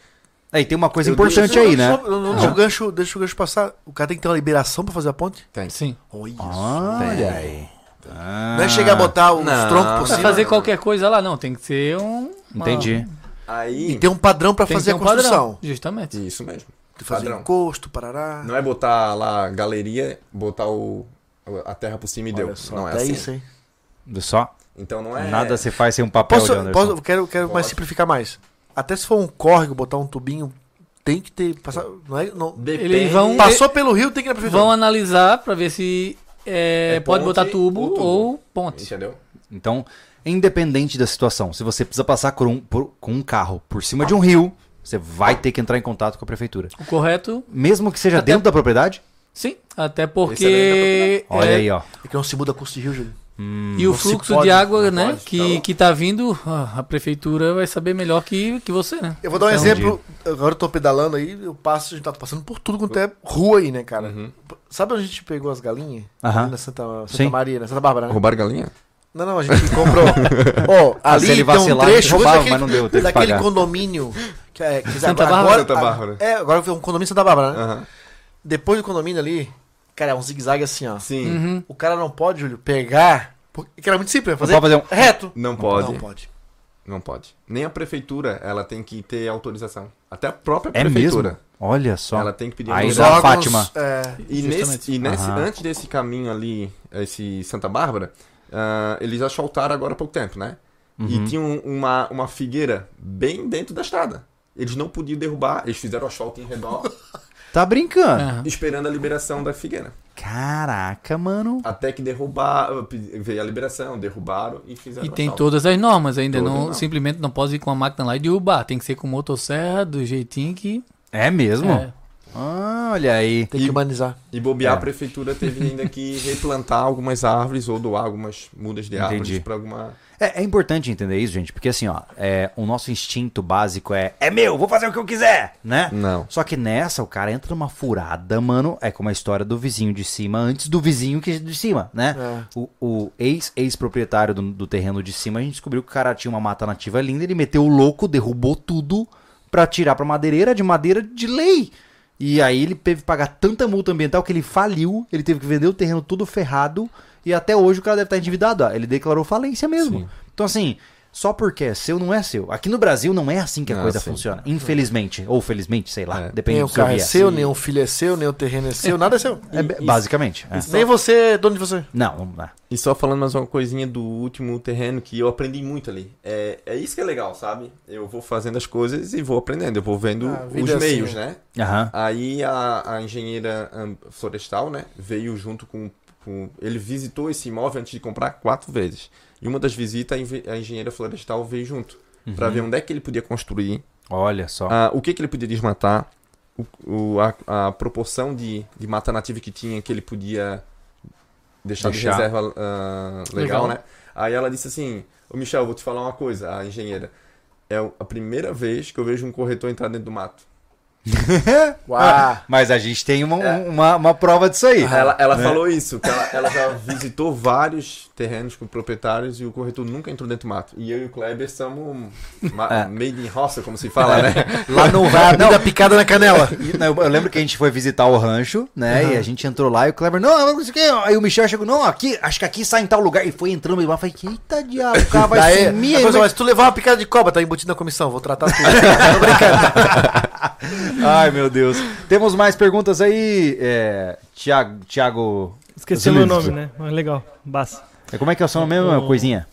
Aí É, tem uma coisa
Eu
importante aí, né?
Só- não, não, deixa, o gancho, deixa o gancho passar. O cara tem que ter uma liberação pra fazer a ponte?
Sim.
Olha isso.
Olha aí. Ah.
Não é chegar a botar os
Não.
troncos por
Pra
cima.
fazer qualquer coisa lá, não. Tem que ser um. uma-
Entendi.
aí.
E tem um padrão pra
tem que
fazer
ter
a
um padrão,
construção.
Justamente.
Isso mesmo.
De fazer
Padrão.
encosto, parará.
Não é botar lá galeria, botar o, a terra por cima e deu.
Olha só,
não é
até
assim.
isso, hein? assim.
Só
Então não é.
nada se faz sem um papel
Posso,
de Anderson.
posso, eu quero, eu quero mais
Pode.
simplificar mais. Até se for um córrego, botar um tubinho, tem que ter. Passar, não é, não,
Depende.
Eles vão-
passou pelo rio, tem que ir na prefeitura.
Vão analisar pra ver se é,
É
pode
ponte
botar tubo
ou
ou,
tubo. é.
ponte.
Entendeu?
Então, independente da situação, se você precisa passar por um- por- com um carro por cima de um rio, você vai ter que entrar em contato com a prefeitura.
O correto,
Mesmo que seja
Até-
dentro da propriedade?
sim. Até porque.
Olha
é,
aí, ó.
É que não se muda curso de rio, Júlio.
E o
Não se
fluxo
pode,
de água,
não
né?
pode, tá
que,
louco.
que tá vindo, ah, a prefeitura vai saber melhor que, que você, né?
Eu vou dar um
Então,
exemplo. Agora eu tô pedalando aí, eu passo, a gente tá passando por tudo quanto é rua aí, né, cara? Sabe onde a gente pegou as galinhas?
Aham.
Ali Na Santa, Santa
Sim.
Maria, na Santa Bárbara, né?
Roubar galinha?
Não, não, a gente comprou. Ó, ali
se ele
tem um
vacilar,
trecho
roubava,
daquele,
mas não deu, teve que
daquele
pagar.
condomínio. Que é, que
Santa
agora,
Bárbara?
Santa Bárbara.
É, agora foi um condomínio Santa Bárbara, né?
Aham.
Depois do condomínio ali, cara, é um zigue-zague assim, ó.
Sim.
Uhum.
O cara não pode, Júlio, pegar. Porque que era muito simples, né? fazer,
Não pode fazer
reto.
Não pode.
Não pode.
Não pode. Nem a prefeitura, ela tem que ter autorização. Até a própria
É
prefeitura.
mesmo? Olha só.
Ela tem que pedir
Aí
Os
dá
autorização.
a Fátima.
é,
E, nesse, e nesse-
Aham.
antes desse caminho ali, esse Santa Bárbara, ah, eles asfaltaram agora há pouco tempo, né?
Uhum.
E tinha um- uma, uma figueira bem dentro da estrada. Eles não podiam derrubar, eles fizeram o asfalto em
[laughs]
redor,
Tá brincando.
Ah,
Aham.
esperando a liberação da figueira.
Caraca, mano.
Até que derrubar, ah, pe- veio a liberação, derrubaram e fizeram
E
o
tem
asfalto.
todas as normas ainda.
Todas
não,
não.
Simplesmente não pode ir com a máquina lá e derrubar. Tem que ser com motosserra, do jeitinho que.
É mesmo? Ah,
É.
Olha aí.
tem que humanizar.
E bobear,
É.
a prefeitura teve ainda que replantar algumas árvores ou doar algumas mudas de árvores
Entendi.
para alguma...
É, é importante entender isso, gente, porque assim, ó, é, o nosso instinto básico é é meu, vou fazer o que eu quiser, né?
Não.
Só que nessa, o cara entra numa furada, mano. É como a história do vizinho de cima, antes do vizinho que de cima,
É.
né? O, o ex- ex-proprietário do, do terreno de cima, a gente descobriu que o cara tinha uma mata nativa linda, ele meteu o louco, derrubou tudo pra tirar pra madeireira de madeira de lei. E aí ele teve que pagar tanta multa ambiental que ele faliu, ele teve que vender o terreno todo ferrado, e até hoje o cara deve estar endividado. ó, Ele declarou falência mesmo. Então assim. Só porque é seu, não é seu. Aqui no Brasil não é assim que a
Não,
coisa
sim.
funciona. Infelizmente. Ou felizmente, sei lá.
É.
Depende
Nem
do
o
seu
carro é
viés.
seu, nem o filho é seu, nem o terreno é seu, nada é seu.
assim. É, ba- basicamente. é.
Nem você é dono de você.
Não, não é.
E só falando mais uma coisinha do último terreno que eu aprendi muito ali. É, é isso que é legal, sabe? Eu vou fazendo as coisas e vou aprendendo, eu vou vendo
Ah, a vida
os
é assim,
meios,
né?
né?
Aham.
Aí a, a engenheira hum, florestal, né, veio junto com, com- Ele visitou esse imóvel antes de comprar quatro vezes. E uma das visitas, a enve- a engenheira florestal veio junto.
Uhum.
Pra ver onde é que ele podia construir,
Olha só.
ah, o que, que ele podia desmatar, o, o- a, a proporção de, de mata nativa que tinha que ele podia deixar,
Deixar.
de reserva ah, legal,
Legal.
né? Aí ela disse assim: Ô Michel, vou te falar uma coisa, a engenheira. É a primeira vez que eu vejo um corretor entrar dentro do mato.
Uau!
Ah, Mas a gente tem uma, um,
É.
uma, uma prova disso aí.
Ela, ela
né?
falou isso, que ela, ela já visitou vários terrenos com proprietários e o corretor nunca entrou dentro do mato. E eu e o Kleber estamos ma-
É.
made in roça, como se fala, né?
[laughs] Lá no
Vai abrir
Não,
da picada na canela.
[laughs] e- não, eu, eu lembro que a gente foi visitar o rancho, né? E a gente entrou lá e o Kleber, não, eu não sei o quê. Aí o Michel chegou, não, aqui, acho que aqui sai em tal lugar. E foi entrando e lá, falei, eita diabo, o cara vai
Daí,
sumir.
a
aí,
coisa,
vai-
mas se tu levar uma picada de cobra, tá embutido na comissão, vou tratar tudo.
Ai, meu Deus. Temos mais perguntas aí, é, Tiago, Tiago...
Esqueci o meu nome, né? Mas legal, basta.
é, Como é que é o seu nome mesmo,
O-
Então-
coisinha?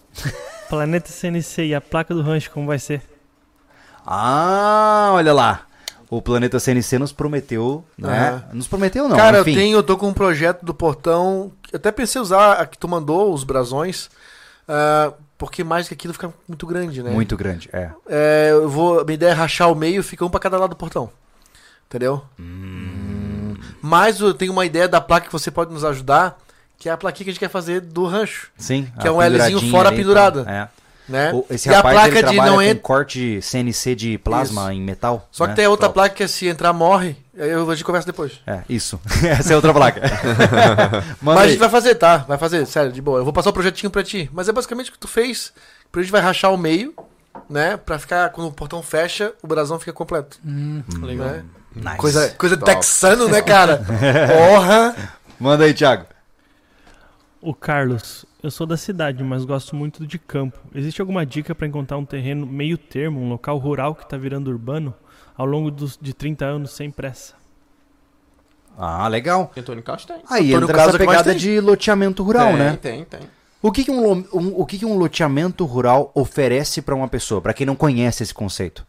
Planeta CNC e a placa do rancho, como vai ser?
Ah, olha lá. O Planeta CNC nos prometeu, né? Nos prometeu não,
É. Cara,
enfim.
eu tenho, eu tô com um projeto do portão. Eu até pensei em usar a que tu mandou, os brasões. ah, porque mais que aquilo fica muito grande, né?
Muito grande, é.
É, eu vou, minha ideia é rachar o meio e fica um pra cada lado do portão. Entendeu?
Hum.
Mas eu tenho uma ideia da placa que você pode nos ajudar, que é a plaquinha que a gente quer fazer do rancho.
Sim.
Que
a
é um Lzinho
penduradinha
fora
ali,
pendurada.
tá? É.
né?
O- Esse
E a
rapaz
placa
ele
de
trabalha
não
com
entra-
corte de CNC de plasma em metal.
Só que
né?
tem a outra placa que é, se entrar morre. Aí Eu, a gente conversa depois.
É, isso. [laughs] Essa é outra
[laughs]
placa. Manda
mas a
aí.
gente vai fazer, tá? Vai fazer, sério, de boa. Eu vou passar o projetinho pra ti. Mas é basicamente o que tu fez. A gente vai rachar o meio, né? Pra ficar, quando o portão fecha, o brasão fica completo.
Hum, legal.
Né?
Nice.
Coisa, coisa
Top.
texano,
[laughs]
né, cara? Porra!
Manda aí, Thiago.
O Carlos, eu sou da cidade, mas gosto muito de campo. Existe alguma dica pra encontrar um terreno meio termo, um local rural que tá virando urbano ao longo dos, de 30 anos sem pressa?
Ah, legal.
Antônio Castro tem.
Aí
Tô no
entra
caso
essa
que mais
pegada
tem.
de loteamento rural,
tem,
né?
Tem, tem.
O que, que um, lo- um- o que, que um loteamento rural oferece pra uma pessoa, Pra quem não conhece esse conceito?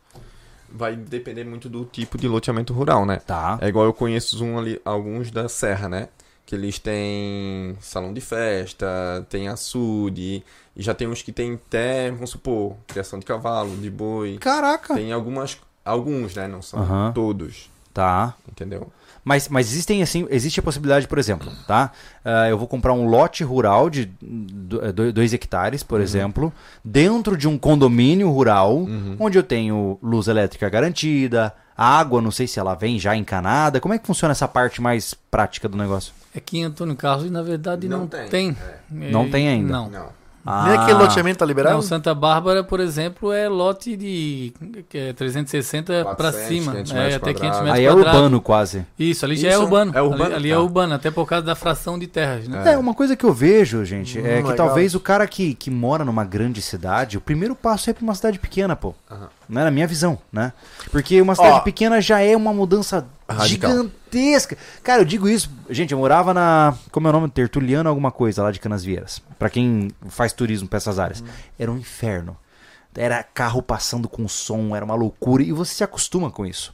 Vai depender muito do tipo de loteamento rural, né?
Tá.
É igual eu conheço um ali, alguns da Serra, né? Que eles têm salão de festa, tem açude, e já tem uns que tem até, vamos supor, criação de cavalo, de boi.
Caraca.
Tem algumas, alguns, né? Não são
Aham.
todos,
Tá.
entendeu?
Mas, mas existem assim, existe a possibilidade, por exemplo, tá? Ah, eu vou comprar um lote rural de 2 hectares,
Uhum.
por exemplo, dentro de um condomínio rural,
Uhum.
onde eu tenho luz elétrica garantida, água, não sei se ela vem já encanada. Como é que funciona essa parte mais prática do negócio?
É que em Antônio Carlos, na verdade, não,
Não
tem.
tem,
É,
Não tem ainda.
Não.
Não.
Nem
Ah.
aquele loteamento tá liberado?
Não, Santa Bárbara, por exemplo, é lote de que é 360 para
400,
cima,
500
é,
metros
até 500
quadrados.
metros
Aí é
quadrados.
urbano quase.
Isso, ali já é
Isso,
urbano.
é urbano,
ali ali é
tá.
urbano, até por causa da fração de terras, né?
É. uma coisa que eu vejo, gente, é
Hum,
que
legal.
talvez o cara que, que mora numa grande cidade, o primeiro passo é pra uma cidade pequena, pô. Né, Na minha visão, né? Porque uma cidade
Ó.
pequena já é uma mudança
Radical.
gigantesca. Cara, eu digo isso. Gente, eu morava na. Como é o nome? Tertuliano alguma coisa lá de Canasvieiras. Pra quem faz turismo pra essas áreas. Era um inferno. Era carro passando com som, era uma loucura. E você se acostuma com isso.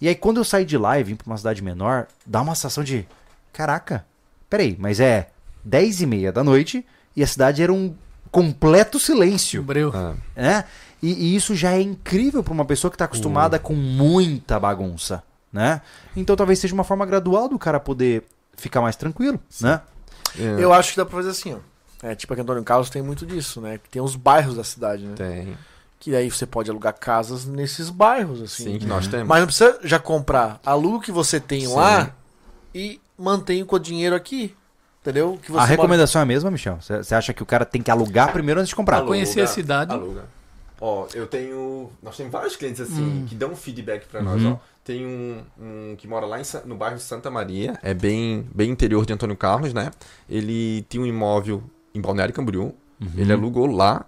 E aí, quando eu saí de lá e vim pra uma cidade menor, dá uma sensação de: caraca, peraí, mas é 10 e meia da noite e a cidade era um completo silêncio,
É um Breu.
né? E, e isso já é incrível pra uma pessoa que tá acostumada com muita bagunça, né? Então talvez seja uma forma gradual do cara poder ficar mais tranquilo, né?
É,
Eu acho que dá pra fazer assim, ó. É, tipo aqui em Antônio Carlos tem muito disso, né? Que tem os bairros da cidade, né?
Tem.
Que aí você pode alugar casas nesses bairros, assim.
Sim, que nós temos.
Mas não precisa já comprar. Aluga o que você tem
Sim.
lá e mantém com o dinheiro aqui. Entendeu? Que você
A
mora-
recomendação é a mesma, Michel? Você acha que o cara tem que alugar primeiro antes de comprar?
Alô.
Conhecer a
Aluga,
cidade.
Aluga. Ó, eu tenho. Nós temos vários clientes assim que dão feedback pra nós, ó. Tem um, um que mora lá em Sa- no bairro de Santa Maria, é bem, bem interior de Antônio Carlos, né? Ele tinha um imóvel em Balneário Camboriú, ele alugou lá.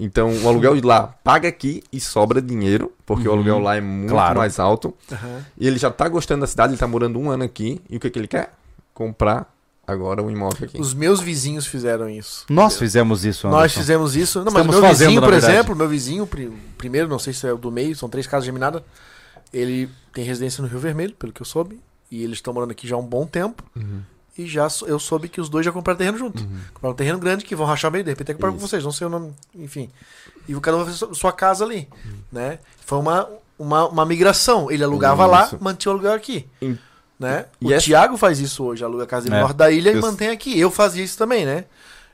Então, o aluguel de lá paga aqui e sobra dinheiro, porque o aluguel lá é muito
Claro.
mais alto.
Aham.
E ele já tá gostando da cidade, ele tá morando um ano aqui. E o que, que ele quer? Comprar agora um imóvel aqui.
Os meus vizinhos fizeram isso.
Nós fizemos isso, Anderson.
então.
Nós fizemos isso. Não, mas
Estamos
meu
fazendo,
vizinho,
na
por
verdade.
exemplo, meu vizinho, pri- primeiro, não sei se é o do meio, são três casas geminadas. Ele tem residência no Rio Vermelho, pelo que eu soube. E eles estão morando aqui já há um bom tempo.
Uhum.
E já sou- eu soube que os dois já compraram terreno junto. Compraram um terreno grande que vão rachar meio, de repente é comprar com
Isso.
vocês, não sei o nome, enfim. E o cara vai fazer su- sua casa ali,
Uhum.
né? Foi uma, uma, uma migração. Ele alugava lá,
Isso.
mantinha o aluguel aqui.
Em-
Né?
E
o
essa-
Thiago faz isso hoje, aluga a casa dele
É.
no norte da ilha e
Eu-
mantém aqui. Eu fazia isso também, né?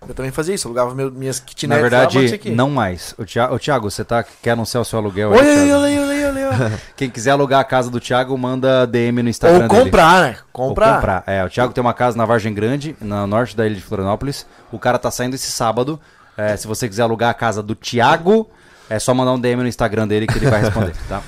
Eu também fazia isso, alugava meu, minhas
Na
kitnets lá, mantinha
verdade,
aqui.
não mais. O Thiago, você tá, quer anunciar o seu aluguel aí,
Olha aí,
Thiago?
olha aí, olha aí, olha aí, olha
[laughs]
aí.
Quem quiser alugar a casa do Thiago, manda DM no Instagram
Ou
dele.
comprar, né?
Tá Ou
Comprar.
comprar. É, o Thiago tem uma casa na Vargem Grande, no norte da ilha de Florianópolis. O cara tá saindo esse sábado. É, se você quiser alugar a casa do Thiago, é só mandar um DM no Instagram dele que ele vai responder,
[laughs]
tá?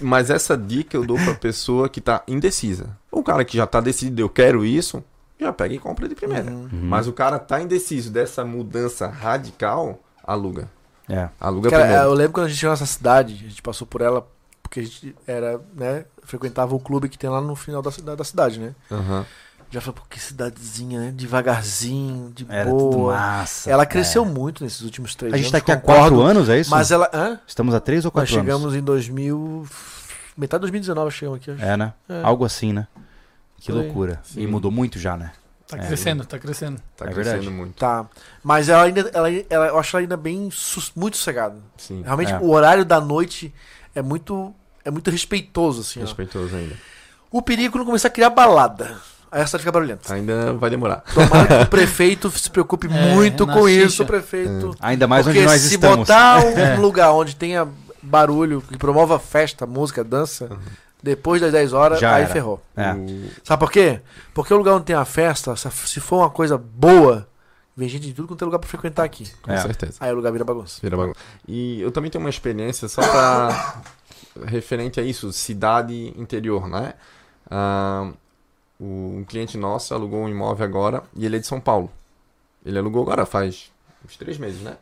Mas essa dica eu dou pra pessoa que tá indecisa. O cara que já tá decidido, eu quero isso, já pega e compra de primeira.
Uhum.
Mas o cara tá indeciso dessa mudança radical, aluga.
É.
Aluga
Cara,
primeiro.
eu lembro quando a gente chegou nessa cidade, a gente passou por ela, porque a gente era, né, frequentava o clube que tem lá no final da, cida- da cidade, né?
Aham.
Já falou, pô, que cidadezinha, né? Devagarzinho, de
Era É, tudo
boa.
massa. é.
Ela cresceu muito nesses últimos três
A
anos.
gente tá aqui há
concordo,
quatro anos, é isso?
Mas ela. Hã?
Estamos há três ou
Nós
quatro anos?
chegamos em 2000. Metade de 2019 chegamos aqui, acho.
É, né?
É.
Algo assim, né? Que
Foi.
loucura. E mudou muito já, né?
Tá
É.
crescendo, tá crescendo.
Tá
É
crescendo
verdade.
muito.
Tá. Mas ela ainda. Ela, ela- eu acho ela ainda bem. sus- muito sossegada.
Sim.
Realmente,
É.
o horário da noite é muito. É muito respeitoso, assim. ó.
Respeitoso ainda.
O perigo é quando começar a criar balada. Aí a cidade fica barulhenta.
Tá.
Ainda vai demorar.
Tomara
[laughs]
que o prefeito se preocupe
É,
muito
na
com
xixa.
isso, prefeito.
Ainda É. mais
Porque
onde nós
se
estamos. [laughs]
botar um lugar onde tenha barulho, que promova festa, música, dança, depois das 10 horas,
Uhum. Já
aí
era.
ferrou.
É.
Sabe por quê? Porque o lugar onde tem a festa, se- se for uma coisa boa, vem gente de tudo quanto é lugar pra frequentar aqui.
Com
É.
certeza.
Aí o lugar vira bagunça.
Vira bagunça. E eu também tenho uma experiência só pra. [coughs] referente a isso, cidade interior, né? Ah, o- um cliente nosso alugou um imóvel agora e ele é de São Paulo. Ele alugou agora faz uns três meses, né?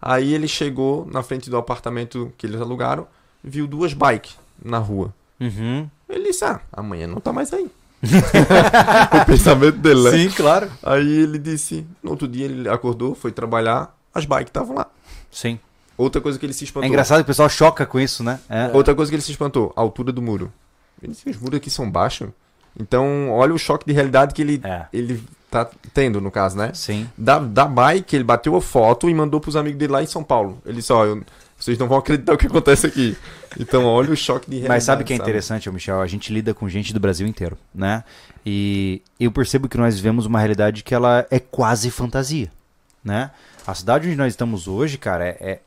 Aí ele chegou na frente do apartamento que eles alugaram, viu duas bikes na rua.
Uhum.
Ele disse: Ah, amanhã não tá mais aí. [laughs] o pensamento dele, né?
Sim, claro.
Aí ele disse: No outro dia ele acordou, foi trabalhar, as bikes estavam lá.
Sim.
Outra coisa que ele se espantou.
É engraçado que o pessoal choca com isso, né? É.
Outra coisa que ele se espantou, a altura do muro. Ele disse, os muros aqui são baixos. Então, olha o choque de realidade que ele,
É.
ele tá tendo, no caso, né?
Sim.
Da, da bike, ele bateu a foto e mandou pros amigos dele lá em São Paulo. Ele disse, ó, eu- vocês não vão acreditar o que acontece aqui. Então, olha o choque de realidade.
Mas sabe o que é interessante, ô Michel? A gente lida com gente do Brasil inteiro, né? E eu percebo que nós vivemos uma realidade que ela é quase fantasia, né? A cidade onde nós estamos hoje, cara, é, é-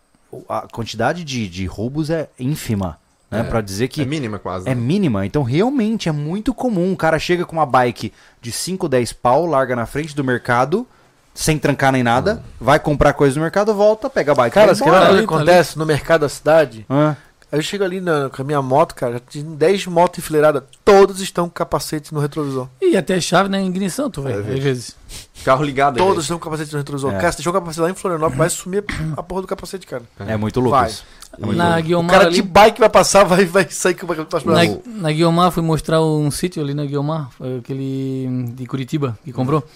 a quantidade de, de roubos é ínfima, né?
É.
Pra dizer que
É mínima quase.
É
né?
mínima, então realmente é muito comum. Um cara chega com uma bike de 5, 10 pau, larga na frente do mercado, sem trancar nem nada, vai comprar coisa no mercado, volta, pega a bike.
Cara,
vai
você quer
embora.
ver o que
ali, tá
acontece no mercado da cidade?
Hã?
Aí eu chego ali na, com a minha moto, cara, já tem 10 motos enfileiradas, todos estão com capacete no retrovisor.
E até chave na ignição, tu vê,
É,
às vezes.
Carro ligado. é aí,
Todos estão com capacete no retrovisor.
É.
Cara, você deixou o capacete lá em Florianópolis, vai sumir a porra do capacete, cara.
É muito louco
Vai.
isso.
né? E-
[laughs]
Na
o
Guiomar
cara
ali,
de bike vai passar, vai, vai sair com o capacete
na,
pra
na Guiomar, fui mostrar um sítio ali na Guiomar, foi aquele hum, de Curitiba
Uhum.
que comprou.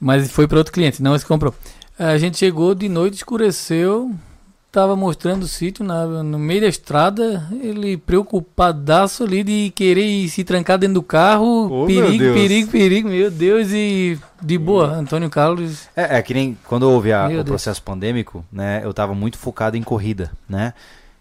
Mas foi para outro cliente, não esse que comprou. A gente chegou de noite, escureceu, tava mostrando o sítio na, no meio da estrada, ele preocupadaço ali de querer ir se trancar dentro do carro,
Oh, meu
perigo,
Deus. Uhum.
perigo, perigo, meu Deus, e de boa, Antônio Carlos
É, é que nem quando houve a-
Meu
o
Deus.
processo pandêmico, né? Eu tava muito focado em corrida, né?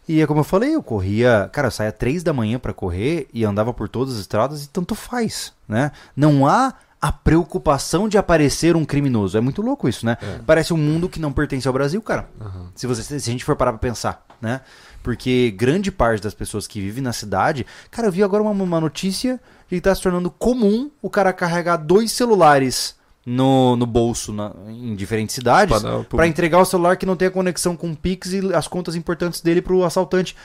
E é como eu falei, eu corria, cara, eu saía três da manhã pra correr e andava por todas as estradas e tanto faz, né? Não há a preocupação de aparecer um criminoso. É muito louco isso, né? Parece um mundo que não pertence ao Brasil, cara. Se, você, se a gente for parar pra pensar, né? Porque grande parte das pessoas que vivem na cidade. Cara, eu vi agora uma, uma notícia de que tá se tornando comum o cara carregar dois celulares no, no bolso na- em diferentes cidades
Pra dar o
pra entregar o celular que não tenha conexão com o Pix e as contas importantes dele pro assaltante.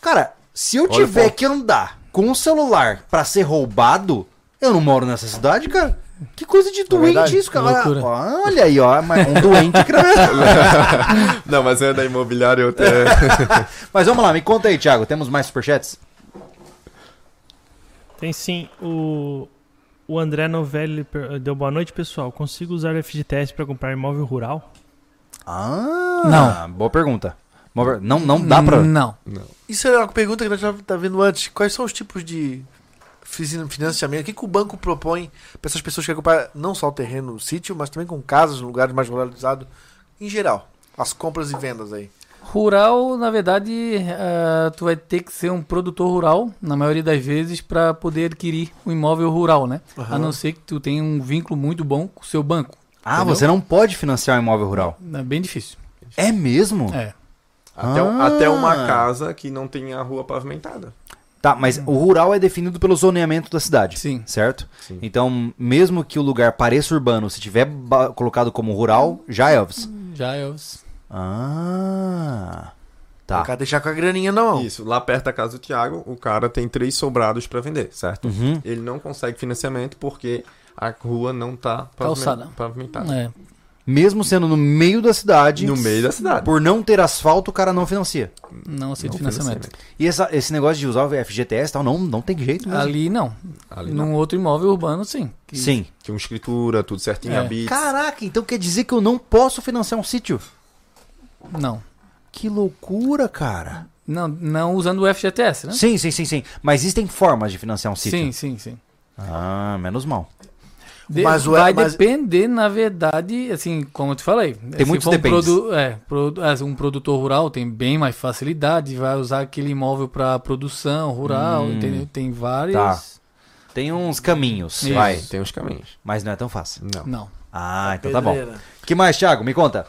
Cara, se eu
Olha,
tiver
pô.
que andar com o celular pra ser roubado, eu não moro nessa cidade, cara. Que coisa de doente
verdade?
isso, cara.
É Loucura.
Olha aí, ó, mas um doente é.
[laughs]
cara.
Não, mas é da imobiliária
[laughs]
eu até...
Mas vamos lá, me conta aí, Thiago, temos mais superchats?
Tem sim, o, o André Novelli per- deu boa noite, pessoal. Consigo usar o FGTS para comprar imóvel rural?
Ah,
Não. Hum,
boa pergunta. Boa per- Não, não dá pra...
Não.
Isso era uma pergunta que nós já tá vendo antes. Quais são os tipos de finan- financiamento? O que, que o banco propõe pra essas pessoas que querem comprar não só o terreno, o sítio, mas também com casas, lugares mais valorizados, em geral? As compras e vendas aí.
Rural, na verdade, eh, tu vai ter que ser um produtor rural, na maioria das vezes, para poder adquirir um imóvel rural, né?
Aham.
A não ser que tu tenha um vínculo muito bom com o seu banco.
Ah,
Entendeu?
você não pode financiar um imóvel rural.
É bem difícil.
É mesmo?
É.
[laughs] até, um-
Ah.
até uma casa que não tem a rua pavimentada.
Tá, mas o rural é definido pelo zoneamento da cidade.
Sim.
Certo?
Sim.
Então, mesmo que o lugar pareça urbano, se tiver ba- colocado como rural, já é Elvis.
Já é. o-
Ah.
Não
Tá.
quer deixar com a graninha, não.
Isso, lá perto da casa do Thiago, o cara tem três sobrados pra vender, certo?
Uhum.
Ele não consegue financiamento porque a rua não tá paviment-
Calçada.
pavimentada.
É.
Mesmo sendo no meio da cidade,
No meio da cidade.
por não ter asfalto, o cara não financia.
Não aceito
Não
financiamento.
E essa- esse negócio de usar o FGTS e tal, não, não tem jeito mesmo.
Ali não.
Ali não.
Num outro imóvel urbano, sim. Que-
Sim.
Tinha uma escritura, tudo certinho,
É.
a bits.
Caraca, então quer dizer que eu não posso financiar um sítio?
Não.
Que loucura, cara.
Não, não usando o FGTS, né?
Sim, sim, sim, sim. Mas existem formas de financiar um sítio.
sim, sim. sim.
Ah, menos mal.
De-
Mas o-
é-
vai
mas-
depender, na verdade, assim, como eu te falei. se
muitos
for um
dependes.
produ- é, produ- é, um produtor rural tem bem mais facilidade, vai usar aquele imóvel para produção rural,
Hum.
entendeu? Tem várias.
Tá. Tem uns caminhos,
Isso.
Vai, tem uns caminhos.
mas não é tão fácil.
Não.
Não.
Ah, então tá bom.
Pedreira.
que mais, Thiago? Me conta.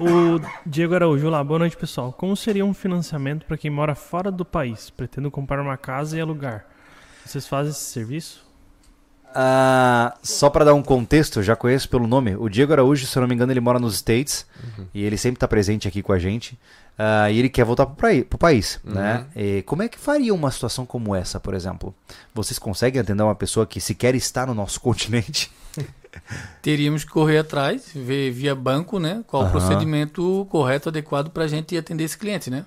O Diego Araújo, olá, boa noite pessoal. Como seria um financiamento para quem mora fora do país, pretendo comprar uma casa e alugar? Vocês fazem esse serviço?
Ah, só pra dar um contexto, eu já conheço pelo nome. O Diego Araújo, se eu não me engano, ele mora nos States e ele sempre tá presente aqui com a gente. Ah, e ele quer voltar pro, praí- pro país, né? E como é que faria uma situação como essa, por exemplo? Vocês conseguem atender uma pessoa que sequer está no nosso [laughs] continente?
Teríamos que correr atrás, ver via banco, né? Qual o
Aham.
procedimento correto, adequado para a gente atender esse cliente, né?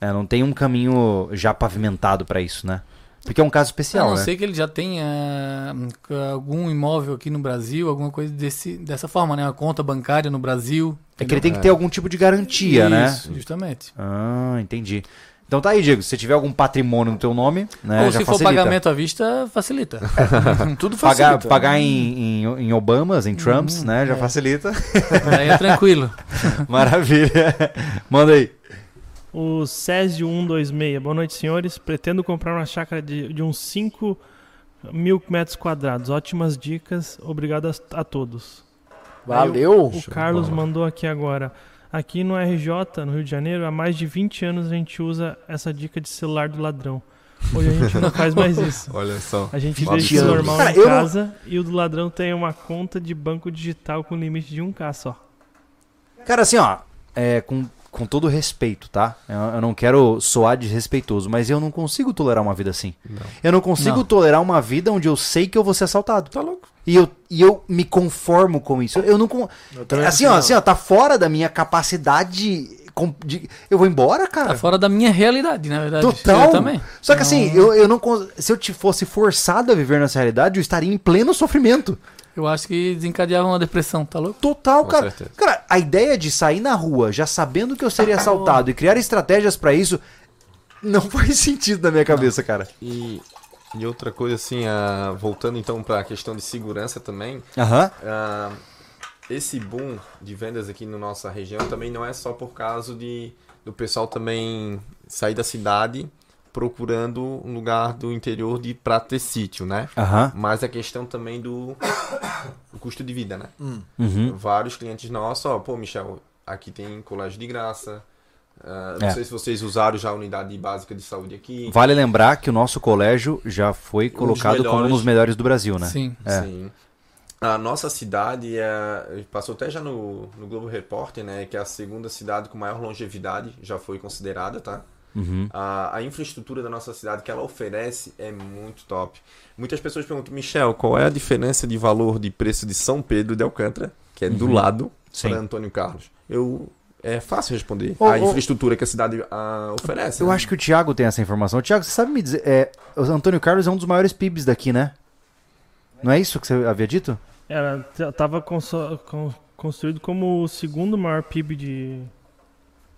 É, não tem um caminho já pavimentado pra isso, né? Porque é um caso
a
especial,
não
né?
ser que ele já tenha hum, algum imóvel aqui no Brasil, alguma coisa desse, dessa forma, né? Uma conta bancária no Brasil.
É que ele tem que ter algum tipo de garantia, né?
Isso, justamente.
Ah, entendi. Então tá aí, Diego. Se você tiver algum patrimônio no teu nome, né,
Ou
já
se for
facilita.
pagamento à vista,
[laughs]
facilita.
Tudo
Pagar,
facilita.
pagar em, em, em Obamas, em Trumps, né? Já facilita. [laughs]
Daí é tranquilo.
Maravilha. Manda aí.
O Césio 126, boa noite senhores. Pretendo comprar uma chácara de, de uns 5 mil metros quadrados. Ótimas dicas, obrigado a, a todos.
Valeu.
O
Show de
Carlos
bola.
mandou aqui agora. Aqui no RJ, no Rio de Janeiro, há mais de 20 anos a gente usa essa dica de celular do ladrão. Hoje a gente não faz mais isso.
Olha só.
A gente
Um
deixa o
absurdo.
normal
Cara,
em
eu não-
casa e o do ladrão tem uma conta de banco digital com limite de 1K só.
Cara, assim, ó. é, com, com todo respeito, tá? Eu, eu não quero soar desrespeitoso, mas eu não consigo tolerar uma vida assim. Eu não consigo
Não.
tolerar uma vida onde eu sei que eu vou ser assaltado.
Tá louco.
E eu, e eu me conformo com isso. Eu não. con-
também não
assim,
sei
ó,
não.
assim, ó, tá fora da minha capacidade. com- de- Eu vou embora, cara.
Tá fora da minha realidade, né? na verdade.
Total.
Eu também. Então,
Só que
Não-
assim, eu, eu não cons- se eu te fosse forçado a viver nessa realidade, eu estaria em pleno sofrimento.
Eu acho que desencadeava uma depressão, tá louco?
Total,
Com
cara.
certeza.
Cara, a ideia de sair na rua já sabendo que eu seria assaltado e criar estratégias pra isso não [laughs] faz sentido na minha cabeça, cara.
E, e outra coisa, assim, ah, voltando então pra questão de segurança também,
Aham.
ah, esse boom de vendas aqui na nossa região também não é só por causa de, do pessoal também sair da cidade procurando um lugar do interior de pra ter sítio, né?
Aham.
Mas a questão também do, do custo de vida, né?
Uhum.
Vários clientes nossos, ó, pô, Michel, aqui tem colégio de graça. ah,
É.
Não sei se vocês usaram já a unidade básica de saúde aqui.
Vale lembrar que o nosso colégio já foi colocado como um dos
melhores.
melhores do Brasil, né?
Sim.
É.
Sim. A nossa cidade é, passou até já no, no Globo Repórter, né? Que é a segunda cidade com maior longevidade, já foi considerada, tá?
Uhum.
A, a infraestrutura da nossa cidade que ela oferece é muito top. Muitas pessoas perguntam, Michel, qual é a diferença de valor de preço de São Pedro de Alcântara, que é do lado,
Uhum. Sim.
para Antônio Carlos? Eu, é fácil responder.
Ô, ô.
a infraestrutura que a cidade ah, oferece.
Eu
né?
acho que o Thiago tem essa informação. Thiago, você sabe me dizer. É, o Antônio Carlos é um dos maiores PIBs daqui, né? Não é isso que você havia dito?
Era, t- tava conso- con- construído como o segundo maior PIB de,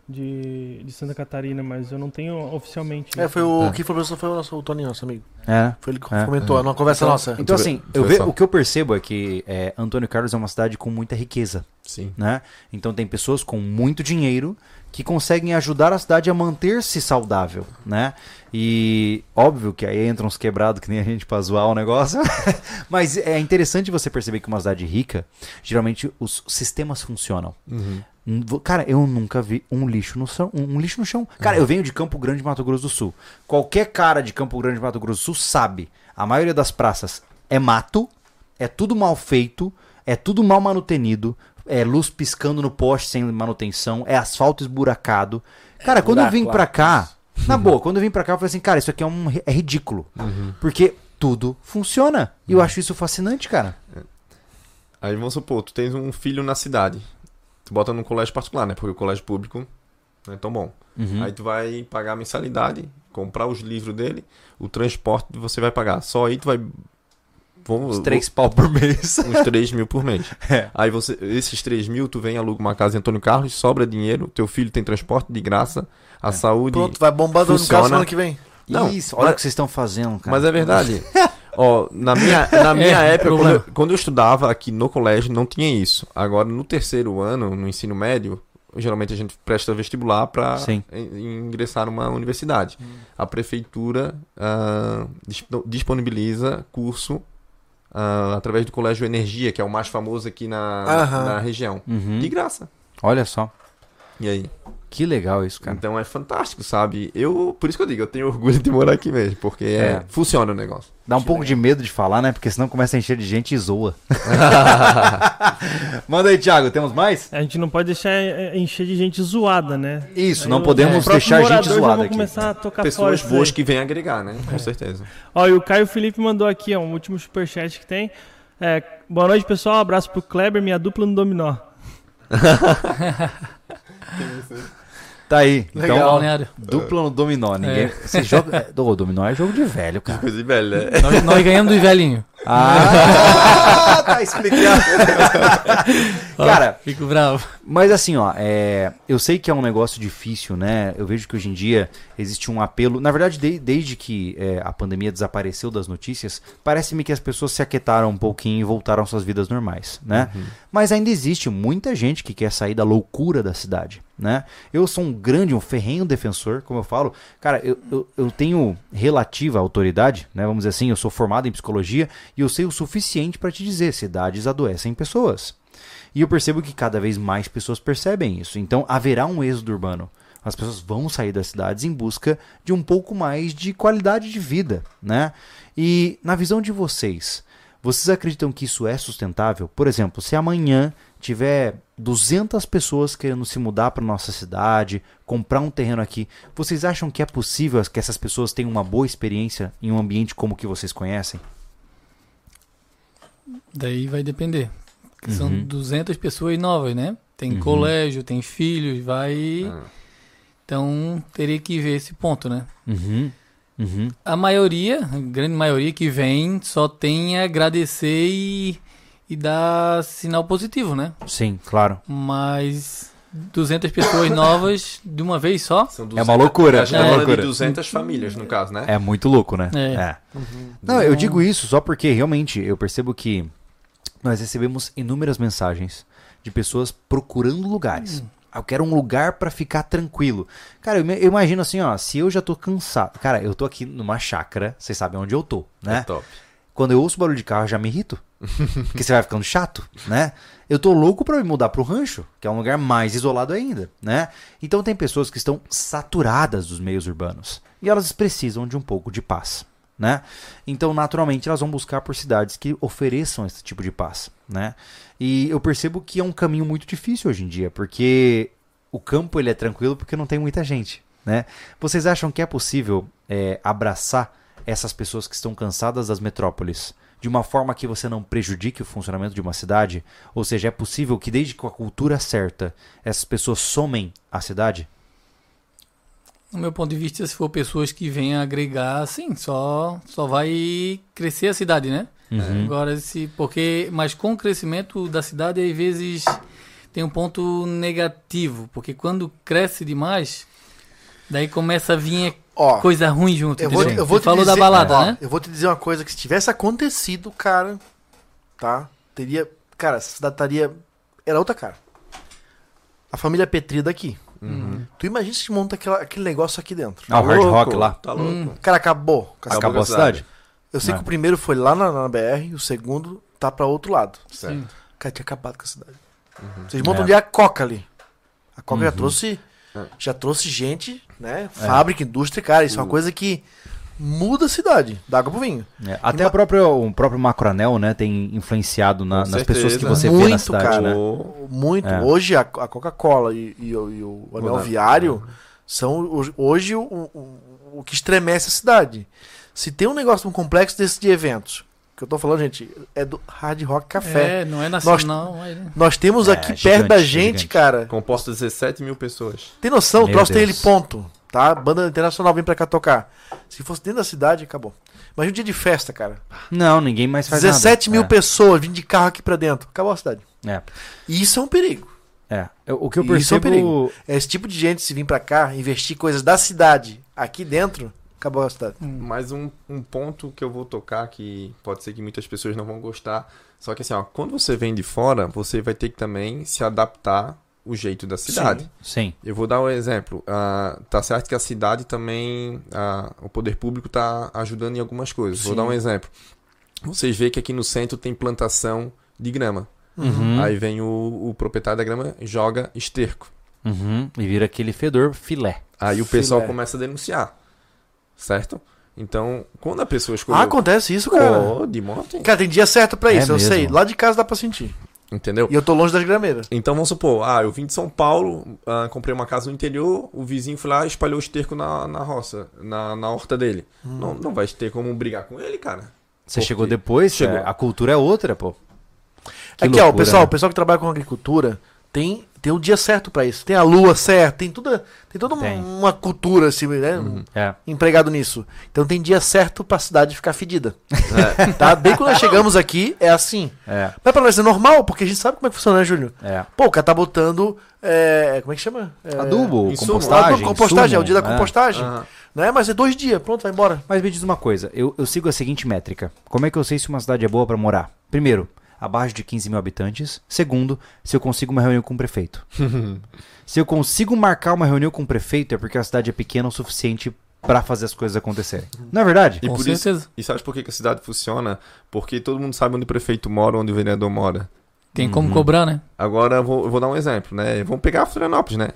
de, de Santa Catarina, mas eu não tenho oficialmente.
É, foi o
Ah.
que falou isso foi o nosso o Tony, nosso amigo.
É.
Foi ele que
É.
comentou numa conversa nossa.
Então,
Tu vê-
assim,
tu
eu
vê
ve-
só.
o que eu percebo é que é, Antônio Carlos é uma cidade com muita riqueza,
Sim.
né? Então tem pessoas com muito dinheiro que conseguem ajudar a cidade a manter-se saudável, né? E óbvio que aí entram uns quebrados que nem a gente pra zoar o negócio, [laughs] mas é interessante você perceber que uma cidade rica, geralmente os sistemas funcionam.
Uhum.
Hum, vo- Cara, eu nunca vi um lixo no chão. Um, um lixo no chão.
Uhum.
Cara, eu venho de Campo Grande, Mato Grosso do Sul. Qualquer cara de Campo Grande, Mato Grosso do Sul sabe. A maioria das praças é mato, é tudo mal feito, é tudo mal manutenido, é luz piscando no poste sem manutenção, é asfalto esburacado. Cara, quando eu
É buraco
vim
lá. Uhum.
pra cá, na boa, quando eu vim pra cá, eu falei assim, cara, isso aqui é, um, ri- é ridículo. Porque tudo funciona. E
Uhum.
eu acho isso fascinante, cara.
Aí vamos supor, tu tens um filho na cidade. Tu bota num colégio particular, né? Porque o colégio público não é tão bom.
Uhum.
Uhum.
Aí tu vai pagar a mensalidade, comprar os livros dele, o transporte você vai pagar. Só aí tu vai. Vamos,
Os três pau por mês.
Uns 3 mil por mês.
É.
Aí você, esses 3 mil, tu vem, aluga uma casa em Antônio Carlos, sobra dinheiro, teu filho tem transporte de graça, a saúde.
Pronto, vai bombando no
Funciona.
caso semana que vem.
[laughs] Não,
Isso, olha o
mas-
que vocês estão fazendo, cara.
Mas é verdade. Ó, na minha, na minha
É,
época, quando
problema.
eu, quando eu estudava aqui no colégio, não tinha isso. Agora, no terceiro ano, no ensino médio, geralmente a gente presta vestibular para
Sim.
ingressar numa universidade. A prefeitura ah, dispo- disponibiliza curso ah, através do Colégio Energia, que é o mais famoso aqui na,
Aham.
na região.
Uhum.
De graça.
Olha só.
E aí?
Que legal isso, cara.
Então é fantástico, sabe? Eu, por isso que eu digo, eu tenho orgulho de morar aqui mesmo, porque é,
É.
funciona o negócio.
Dá um pouco de medo de falar, né? Porque senão começa a encher de gente e zoa.
[laughs]
Manda aí, Thiago. Temos mais?
A gente não pode deixar é, encher de gente zoada, né?
Isso,
Aí
não
o-
podemos
o próprio
deixar
morador
gente
já
zoada
vão
aqui.
começar a tocar Tá fora
Pessoas
isso daí.
boas que vêm agregar, né? Com certeza.
Ó, e o Caio Felipe mandou aqui, ó, um último superchat que tem. É, boa noite, pessoal. Abraço pro Kleber, minha dupla no Dominó.
Tá aí.
Então,
Então,
balneário.
dupla no dominó. Ninguém... Esse jogo... é, do- dominó é jogo de velho, cara.
Coisa de velha, né?
Nós, nós ganhamos dos velhinhos.
Ah, [laughs] tá
[laughs]
explicado. [laughs] cara,
Fico bravo.
Mas assim, ó, é, eu sei que é um negócio difícil, né? Eu vejo que hoje em dia existe um apelo. Na verdade, de- desde que é, a pandemia desapareceu das notícias, parece-me que as pessoas se aquietaram um pouquinho e voltaram às suas vidas normais, né? Mas ainda existe muita gente que quer sair da loucura da cidade, né? Eu sou um grande, um ferrenho defensor, como eu falo. Cara, eu, eu, eu tenho relativa autoridade, né? Vamos dizer assim, eu sou formado em psicologia e eu sei o suficiente para te dizer: cidades adoecem pessoas. E eu percebo que cada vez mais pessoas percebem isso. Então haverá um êxodo urbano. As pessoas vão sair das cidades em busca de um pouco mais de qualidade de vida, né? E na visão de vocês, vocês acreditam que isso é sustentável? Por exemplo, se amanhã tiver 200 pessoas querendo se mudar para nossa cidade, comprar um terreno aqui, vocês acham que é possível que essas pessoas tenham uma boa experiência em um ambiente como o que vocês conhecem?
Daí vai depender. Porque São
Uhum.
200 pessoas novas, né? Tem
Uhum.
colégio, tem filhos,
Hum.
vai.
Ah.
Então teria que ver esse ponto, né?
Uhum. Uhum.
A maioria, a grande maioria que vem, só tem a agradecer e, e dar sinal positivo, né?
Sim, claro.
Mas 200
[coughs]
pessoas novas de uma vez só.
São
É uma loucura.
A gente
é
tá
uma
falando
loucura.
de 200 famílias, no caso, né?
É muito louco, né?
É.
Não, eu digo isso só porque realmente eu percebo que nós recebemos inúmeras mensagens de pessoas procurando lugares. Ah, Eu quero um lugar pra ficar tranquilo. Cara, eu me- eu imagino assim, ó, se eu já tô cansado. Cara, eu tô aqui numa chácara, vocês sabem onde eu tô, né?
Top.
Quando eu ouço barulho de carro, eu já me irrito. porque você vai ficando chato, né? Eu tô louco pra me mudar pro rancho, que é um lugar mais isolado ainda, né? Então tem pessoas que estão saturadas dos meios urbanos. E elas precisam de um pouco de paz, né? Então, naturalmente, elas vão buscar por cidades que ofereçam esse tipo de paz, né? E eu percebo que é um caminho muito difícil hoje em dia, porque o campo ele é tranquilo porque não tem muita gente, né? Vocês acham que é possível é, abraçar essas pessoas que estão cansadas das metrópoles de uma forma que você não prejudique o funcionamento de uma cidade? Ou seja, é possível que desde com a cultura é certa essas pessoas somem a cidade?
No meu ponto de vista, se for pessoas que venham agregar, sim, só, só vai crescer a cidade, né? Agora, se, porque, mas com o crescimento da cidade, às vezes tem um ponto negativo, porque quando cresce demais, daí começa a vir
Ó,
coisa ruim junto.
eu vou,
entendeu?
eu vou
Você
te
falou
dizer,
da balada,
ó,
né?
Eu vou te dizer uma coisa que se tivesse acontecido, cara, tá? Teria, cara, essa cidade estaria era outra cara. A família Petri daqui. Tu imagina se monta aquela- aquele negócio aqui dentro.
Uhum. Ah, o hard rock
Louco,
lá.
Tá louco.
Cara, acabou. com a cidade.
Acabou a cidade?
Eu sei
É.
que o primeiro foi lá na, na BR, o segundo tá pra outro lado.
Certo.
Cara, tinha acabado com a cidade. Vocês montam
É. Uhum.
ali a Coca ali. A Coca já trouxe. Já trouxe gente,
É.
né? Fábrica, indústria, cara. Isso é uma coisa que muda a cidade. Da água pro vinho.
É, Até a própria, o próprio macroanel né, tem influenciado na-
Com
nas pessoas que
certeza.
você vê na
Muito,
cidade,
cara.
né?
Muito.
É. né?
Hoje a, a Coca-Cola e, e o- e o anel
Mudaram.
viário
É.
são hoje- hoje o, o- o que estremece a cidade. Se tem um negócio, um complexo desse de eventos, que eu tô falando, gente, é do Hard Rock Café.
É, não é nacional. mas, né?
Nós temos
É,
aqui
gigante,
perto da
é
gente,
gigante.
cara.
Composta 17 mil pessoas.
Tem noção, o
Meu
troço tem ele
Deus.
ponto, tá? Banda internacional vem pra cá tocar. Se fosse dentro da cidade, acabou. Imagina um dia de festa, cara.
Não, ninguém mais faz
17
nada.
mil pessoas vindo de carro aqui pra dentro. Acabou a cidade.
É,
E isso é um perigo.
é. é. Eu- O que eu
Isso é um
percebo...
É esse tipo de gente, se vir pra cá, investir coisas da cidade aqui dentro, acabou a cidade.
Hum.
Mas um, um ponto que eu vou tocar que pode ser que muitas pessoas não vão gostar. Só que assim, ó, quando você vem de fora, você vai ter que também se adaptar o jeito da cidade.
Sim.
Eu vou dar um exemplo. Ah, tá certo que a cidade também, ah, o poder público tá ajudando em algumas coisas. Vou dar um exemplo. Vocês veem que aqui no centro tem plantação de grama.
Uhum.
Aí vem o, o proprietário da grama e joga esterco.
Uhum. E vira aquele fedor filé.
Aí o pessoal
Filé.
começa a denunciar. Certo? Então, quando a pessoa escolheu...
Ah, acontece isso, cara.
de moto?
Cara, tem dia certo pra
É
isso, eu
mesmo.
sei. Lá de casa dá pra sentir.
Entendeu?
E eu tô longe das grameiras.
Então vamos supor, ah, eu vim de São Paulo, ah, comprei uma casa no interior, o vizinho foi lá e espalhou esterco na, na roça, na, na horta dele.
Hum.
Não, não vai ter como brigar com ele, cara.
Você
Porque-
chegou depois,
Chegou.
é, a cultura é outra, pô. Que
Aqui, ó,
loucura,
o pessoal,
né?
o pessoal que trabalha com agricultura tem, tem o dia certo pra isso. Tem a lua certa, tem tudo, tem toda um-
Tem.
uma cultura assim, né?
É.
empregado nisso. Então tem dia certo pra cidade ficar fedida. [laughs] Tá? Bem quando nós chegamos aqui, é assim.
É,
Mas pra nós é normal, porque a gente sabe como é que funciona, né, Júlio?
é.
Pô, o cara tá botando. é, como é que chama? É,
Adubo,
insumo.
compostagem.
compostagem, é o dia
insumo,
da compostagem.
Aham.
Né? Mas é dois dias, pronto, vai embora.
Mas me diz uma coisa, eu, eu sigo a seguinte métrica. Como é que eu sei se uma cidade é boa pra morar? Primeiro, abaixo de 15 mil habitantes. Segundo, se eu consigo uma reunião com o prefeito.
[laughs]
se eu consigo marcar uma reunião com o prefeito é porque a cidade é pequena o suficiente pra fazer as coisas acontecerem. Não é verdade?
E
Com
por
certeza.
isso. E sabe por que que a cidade funciona? Porque todo mundo sabe onde o prefeito mora, onde o vereador mora.
Tem como cobrar, né?
Agora eu vou, eu vou dar um exemplo, né? Vamos pegar Florianópolis, né?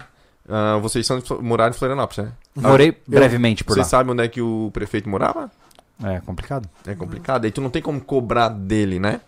Ah, vocês são de, Flo- moraram em Florianópolis, né?
Morei brevemente por
Vocês
lá.
sabem onde é que o prefeito morava?
É complicado.
É complicado. Aí tu não tem como cobrar dele, né?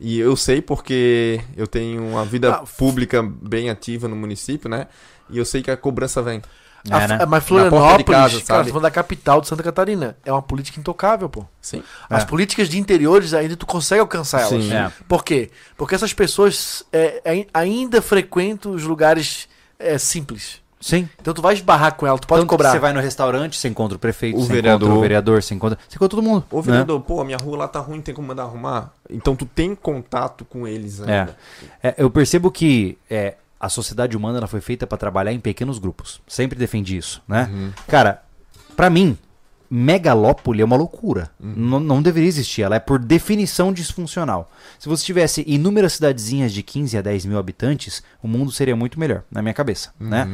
E eu sei porque eu tenho uma vida
Ah,
pública bem ativa no município, né? E eu sei que a cobrança vem.
É,
A-
né?
Mas
porta de
Florianópolis,
casa,
cara,
sabe?
tô falando da capital de Santa Catarina. É uma política intocável, pô.
Sim.
As políticas de interiores ainda tu consegue alcançar elas.
É. Sim.
É.
Por quê? Porque essas pessoas é, ai- ainda frequentam os lugares é, simples.
Sim.
Então tu vai esbarrar com ela, tu
Então,
pode
Tanto que
cobrar.
Você vai no restaurante, você encontra o prefeito,
O
você
vereador.
encontra o vereador, você encontra. Você encontra todo mundo.
Ô,
né?
vereador, pô, a minha rua lá tá ruim, tem como mandar arrumar? Então tu tem contato com eles
É.
ainda.
É, eu percebo que é, a sociedade humana ela foi feita pra trabalhar em pequenos grupos. Sempre defendi isso, né?
Uhum.
Cara, pra mim, megalópole é uma loucura.
Uhum.
Não, não deveria existir. Ela é por definição disfuncional. Se você tivesse inúmeras cidadezinhas de 15 a 10 mil habitantes, o mundo seria muito melhor, na minha cabeça,
Uhum.
né?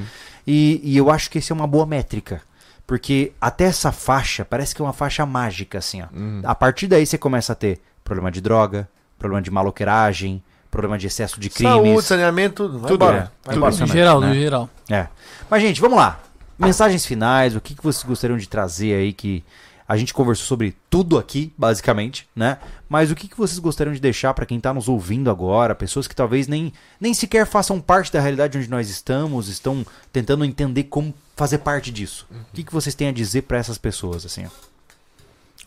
E, e eu acho que essa é uma boa métrica. Porque até essa faixa parece que é uma faixa mágica, assim, ó. A partir daí você começa a ter problema de droga, problema de maloqueiragem, problema de excesso de crimes.
Saúde, saneamento, tudo. Vai
Tudo,
embora.
é.
Vai
Tudo.
embora.
No
Impressionante,
geral,
né?
no geral.
É. Mas, gente, vamos lá. Mensagens finais, o que, que vocês gostariam de trazer aí que a gente conversou sobre tudo aqui, basicamente, né? Mas o que, que vocês gostariam de deixar pra quem tá nos ouvindo agora, pessoas que talvez nem, nem sequer façam parte da realidade onde nós estamos, estão tentando entender como fazer parte disso. O que, que vocês têm a dizer pra essas pessoas, assim? ó?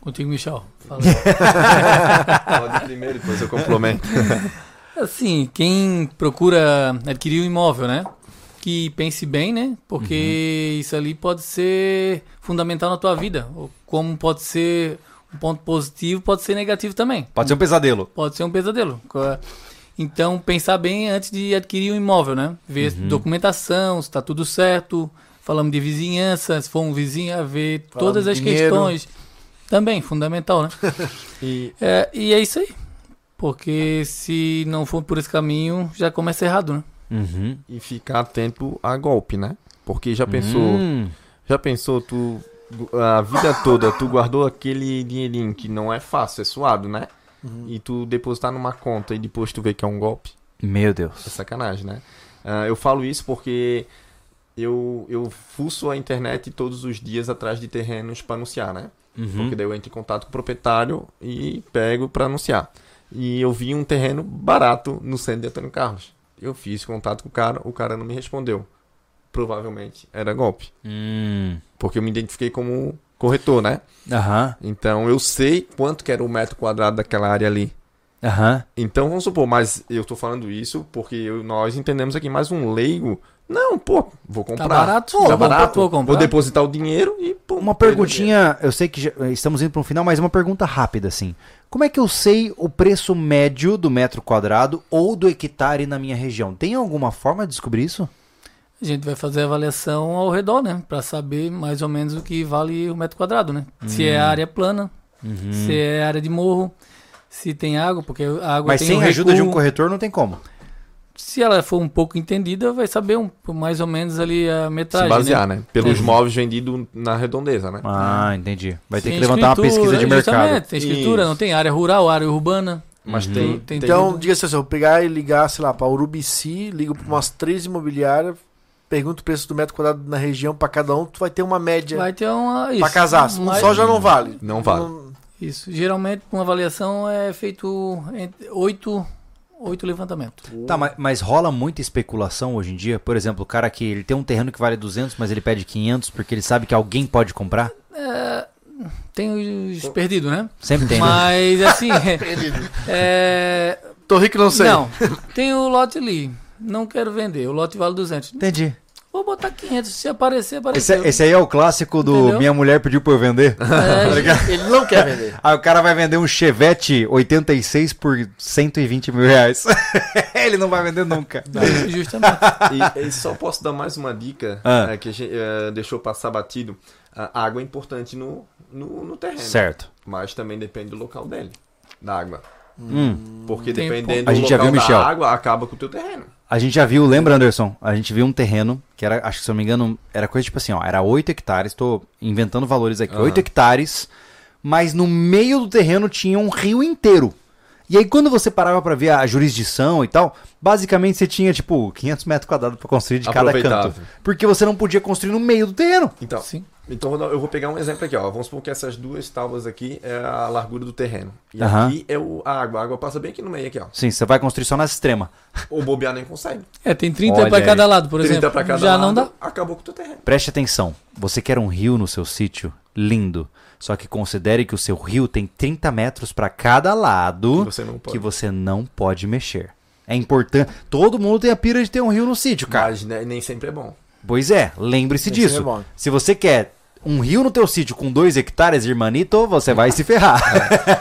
Contigo, Michel. Fala.
Pode primeiro, depois eu complemento.
[laughs] Assim, quem procura adquirir um imóvel, né? Que pense bem, né? Porque isso ali pode ser fundamental na tua vida. Ou Como pode ser um ponto positivo, pode ser negativo também.
Pode ser um pesadelo.
Pode ser um pesadelo. Co- Então, pensar bem antes de adquirir um imóvel, né? Ver
Uhum.
documentação, se tá tudo certo. Falamos de vizinhança, se for um vizinho, a ver
Falamos
todas
de
as
dinheiro.
questões. Também, fundamental, né?
E
É, e é isso aí. Porque se não for por esse caminho, já começa errado, né?
Uhum.
e ficar atento a golpe, né? Porque já pensou,
Hum.
já pensou tu a vida toda tu guardou aquele dinheirinho que não é fácil, é suado, né? E tu depositar numa conta e depois tu vê que é um golpe.
Meu Deus.
É sacanagem, né? Ah, eu falo isso porque eu, eu fuço a internet todos os dias atrás de terrenos para anunciar, né?
Uhum.
Porque daí eu entro em contato com o proprietário e pego para anunciar. E eu vi um terreno barato no centro de Antônio Carlos. Eu fiz contato com o cara, o cara não me respondeu. Provavelmente era golpe.
Hum.
Porque eu me identifiquei como corretor, né?
Aham.
Então eu sei quanto que era o metro quadrado daquela área ali.
Aham.
Então vamos supor, mas eu tô falando isso porque eu- nós entendemos aqui mais um leigo. Não, pô, vou comprar.
barato,
tá
vou comprar,
barato.
vou comprar.
depositar o dinheiro e pô.
Uma perguntinha, eu sei que já estamos indo para um final, mas uma pergunta rápida assim. Como é que eu sei o preço médio do metro quadrado ou do hectare na minha região? Tem alguma forma de descobrir isso?
A gente vai fazer a avaliação ao redor, né? Pra saber mais ou menos o que vale o metro quadrado, né? Se
Uhum.
é área plana, se é área de morro, se tem água, porque a água
Mas
tem
sem
um
a ajuda de um
recuo.
corretor não tem como.
se ela for um pouco entendida, vai saber um, mais ou menos ali a
Se
metragem.
basear, né? Pelos
Sim.
móveis vendidos na redondeza, né?
Ah, entendi. Vai ter
Tem
que levantar uma
escritura, é,
pesquisa de mercado.
justamente, Tem escritura,
Isso.
não tem área rural, área urbana.
Mas
Uhum.
tem,
Tem-
Então,
tudo.
diga assim, se eu pegar e ligar, sei lá, pra Urubici, ligo pra umas três imobiliárias, pergunto o preço do metro quadrado na região pra cada um, tu vai ter uma média
Vai ter uma. Isso,
pra casar. Um
mais-
só já não vale.
Não vale.
Não-
Isso. Geralmente, com avaliação, é feito entre oito, oito levantamentos.
Tá, mas, mas rola muita especulação hoje em dia? Por exemplo, o cara que ele tem um terreno que vale 200, mas ele pede 500 porque ele sabe que alguém pode comprar?
Tem os perdidos, né?
Sempre tem, né?
Mas
[laughs]
assim. é,
Tô rico, não sei.
não, tem o lote ali. Não quero vender. O lote vale 200.
Entendi.
Vou botar 500. Se
Esse,
aparecer, apareceu.
esse aí é o clássico do
Entendeu?
Minha Mulher Pediu Pra Eu
[laughs]
Vender.
Tá
É,
Ele não quer vender.
Aí o cara vai vender um Chevette 86 por 120 mil reais. [laughs] ele não vai vender nunca.
É,
[laughs]
justamente.
E, e só posso dar mais uma dica
Ah.
é, que a gente é, deixou passar batido. A água é importante no, no, no terreno.
Certo.
Mas também depende do local dele, da água.
Hum,
Porque
Tem
dependendo
A
do
gente já
local
viu,
da
Michel.
água, acaba com o teu terreno.
a gente já viu, lembra, Anderson? A gente viu um terreno que era, acho que se eu não me engano, era coisa tipo assim, ó, era 8 hectares, tô inventando valores aqui,
Aham.
8 hectares, mas no meio do terreno tinha um rio inteiro. E aí quando você parava pra ver a jurisdição e tal, basicamente você tinha tipo 500 metros quadrados pra construir de cada
Aproveitável.
canto. Porque você não podia construir no meio do terreno.
Então,
Sim.
então Ronaldo, eu vou pegar um exemplo aqui. Ó. Vamos supor que essas duas tábuas aqui é a largura do terreno. E
Aham.
aqui é o, a água. A água passa bem aqui no meio. Aqui, ó.
Sim, você vai construir só na extrema.
O bobear nem consegue.
É, tem 30
Olha
pra
aí.
cada lado, por
30
exemplo.
pra cada
Já
lado,
não dá.
Acabou com o teu terreno.
Preste atenção. Você quer um rio no seu sítio? Lindo. Só que considere que o seu rio tem 30 metros para cada lado
Você não pode.
que você não pode mexer. É importante. Todo mundo tem a pira de ter um rio no sítio, cara.
Mas né, nem sempre é bom.
Pois é, lembre-se
Esse é
disso.
bom.
Se você quer um rio no teu sítio com 2 hectares, irmanito, você vai se ferrar.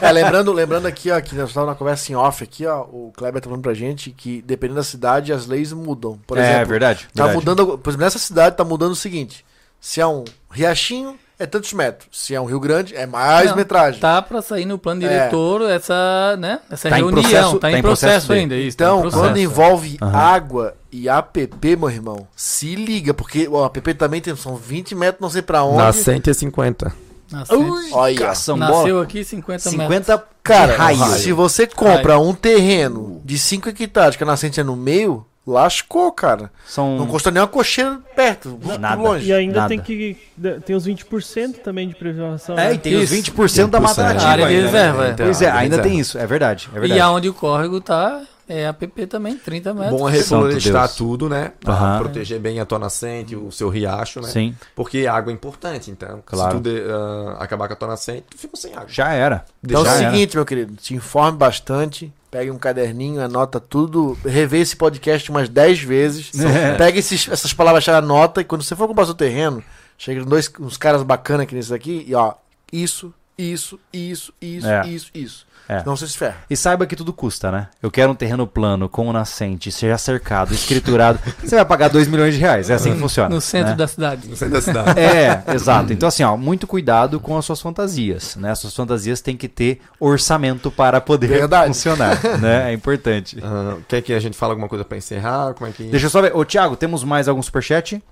É, lembrando, lembrando aqui, ó, que nós estávamos na conversa em off aqui, ó, o Kleber tá falando pra gente que dependendo da cidade, as leis mudam.
[laughs]
Por
é
exemplo,
verdade.
Tá
verdade.
mudando, por exemplo, nessa cidade tá mudando o seguinte: se é um riachinho, é tantos metros. Se é um Rio Grande, é mais
Não,
metragem.
Tá pra sair no plano
É.
diretor essa, né, essa
Tá em
reunião.
processo-
tá em
tá em
processo,
processo dele.
ainda. Isso, tá em
Então,
processo.
quando envolve
Aham.
água e APP, meu irmão, se liga, porque o APP também tem, são 20 metros, não sei pra onde.
é 50.
Nasceu,
Olha,
nasceu aqui 50 metros.
50
cara,
É raio.
se você compra um terreno de 5 hectares, que a nascente é no meio, lascou, cara. Não
São
custa nem uma cocheira perto, um
Nada.
E
longe.
ainda
Nada.
tem que. Tem os 20% também de preservação.
É, e
né?
tem os
Isso.
20% da Mata
20%
Nativa.
área de
ainda, né?
reserva, é.
Pois é, ainda tem isso, é verdade. É verdade.
E aonde o córrego tá, é a PP também, 30 metros.
Bom é
Santo
reflorestar
Deus.
tudo, né?
Aham.
Proteger bem a tua nascente, o seu riacho, né?
Sim,
Porque a água é importante, então.
Claro.
Se tu de- ah, acabar com a tua nascente, tu fica sem água.
já era.
Então é
já
o
era.
seguinte, meu querido, te informe bastante, pegue um caderninho, anota tudo, revê esse podcast umas 10 vezes,
[laughs] É.
pegue esses- essas palavras-chave, anota, e quando você for comprar seu terreno, chega dois, uns caras bacanas aqui nesses aqui, e ó, isso, isso, isso, isso,
É.
isso, isso.
É.
Não se esferra.
E saiba que tudo custa, né? Eu quero um terreno plano, com um nascente, seja cercado, [laughs] escriturado. Você vai pagar 2 milhões de reais. É assim que [laughs] funciona.
No centro
né?
da cidade.
No centro da
[laughs]
cidade.
É, exato. Então, assim, ó, muito cuidado com as suas fantasias, né? As suas fantasias têm que ter orçamento para poder
Verdade.
[laughs] funcionar, né? É importante.
Ah, quer que a gente fale alguma coisa pra encerrar? Como é que.
Deixa eu só ver. Ô, Thiago, temos mais algum superchat?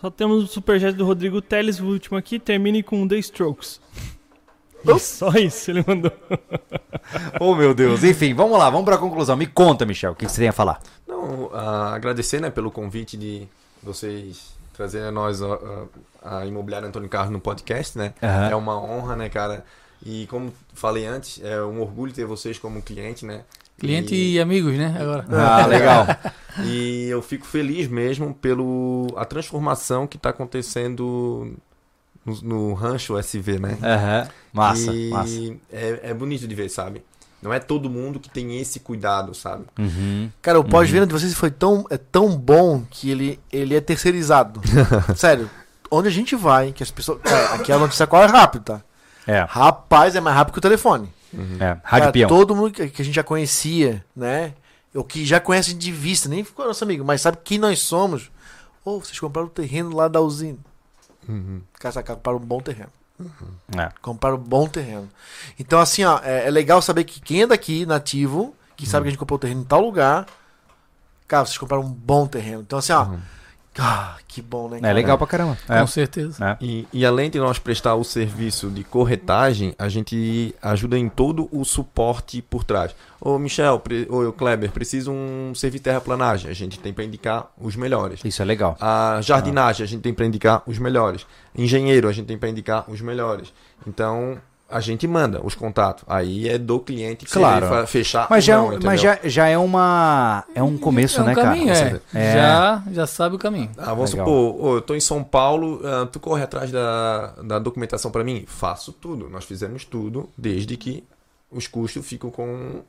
Só temos o superchat do Rodrigo Teles, o último aqui. Termine com The Strokes. E só isso ele mandou.
[laughs] oh, meu Deus. Enfim, vamos lá, vamos para a conclusão. Me conta, Michel, o que que você tem a falar.
Não, ah, agradecer né, pelo convite de vocês trazerem a nós ó, ah, a Imobiliária Antônio Carlos no podcast, né?
Aham.
É uma honra, né, cara? E como falei antes, é um orgulho ter vocês como cliente, né?
Cliente
E-
e amigos, né? Agora.
Ah, legal.
E eu fico feliz mesmo pelo a transformação que está acontecendo no, no rancho SV, né?
[laughs] Aham. Massa,
e
massa.
É, é bonito de ver, sabe? Não é todo mundo que tem esse cuidado, sabe?
Uhum.
Cara, o pós-venda de vocês foi tão, é tão bom que ele, ele é
[laughs]
terceirizado. Sério, onde a gente vai, que as pessoas... Cara, aqui a notícia qual é rápido, tá?
É,
Rapaz, é mais rápido que o telefone.
é.
Cara,
Rádio Peão.
Todo mundo que que a gente já conhecia, né? O que já conhece de vista, nem ficou nosso amigo, mas sabe quem nós somos. Ou vocês compraram o terreno lá da usina.
Uhum.
Casa compraram um bom terreno.
É.
Compraram um bom terreno. Então, assim, ó, é, é legal saber que quem é daqui, nativo, que
Uhum.
sabe que a gente comprou o terreno em tal lugar. Cara, vocês compraram um bom terreno. Então, assim, ó. Ah, que bom, né?
Uhum. É
cara?
legal pra caramba.
Com
É.
certeza.
E, e além de nós prestar o serviço de corretagem, a gente ajuda em todo o suporte por trás. Ô Michel, pre... ô Kleber, preciso um serviço de terraplanagem. A gente tem para indicar os melhores.
Isso é legal.
A jardinagem, a gente tem para indicar os melhores. Engenheiro, a gente tem para indicar os melhores. Então, a gente manda os contatos. Aí é do cliente que
Claro.
ele fa- fechar.
Mas,
ou
já,
Ah,
é um,
não, entendeu?
mas já, já é uma. É um começo,
é um
né,
caminho,
cara?
é.
É.
Já, já sabe o caminho.
Ah, vamos
Legal.
supor, ô, eu tô em São Paulo, ah, tu corre atrás da, da documentação para mim? Faço tudo. Nós fizemos tudo, desde que os custos ficam com,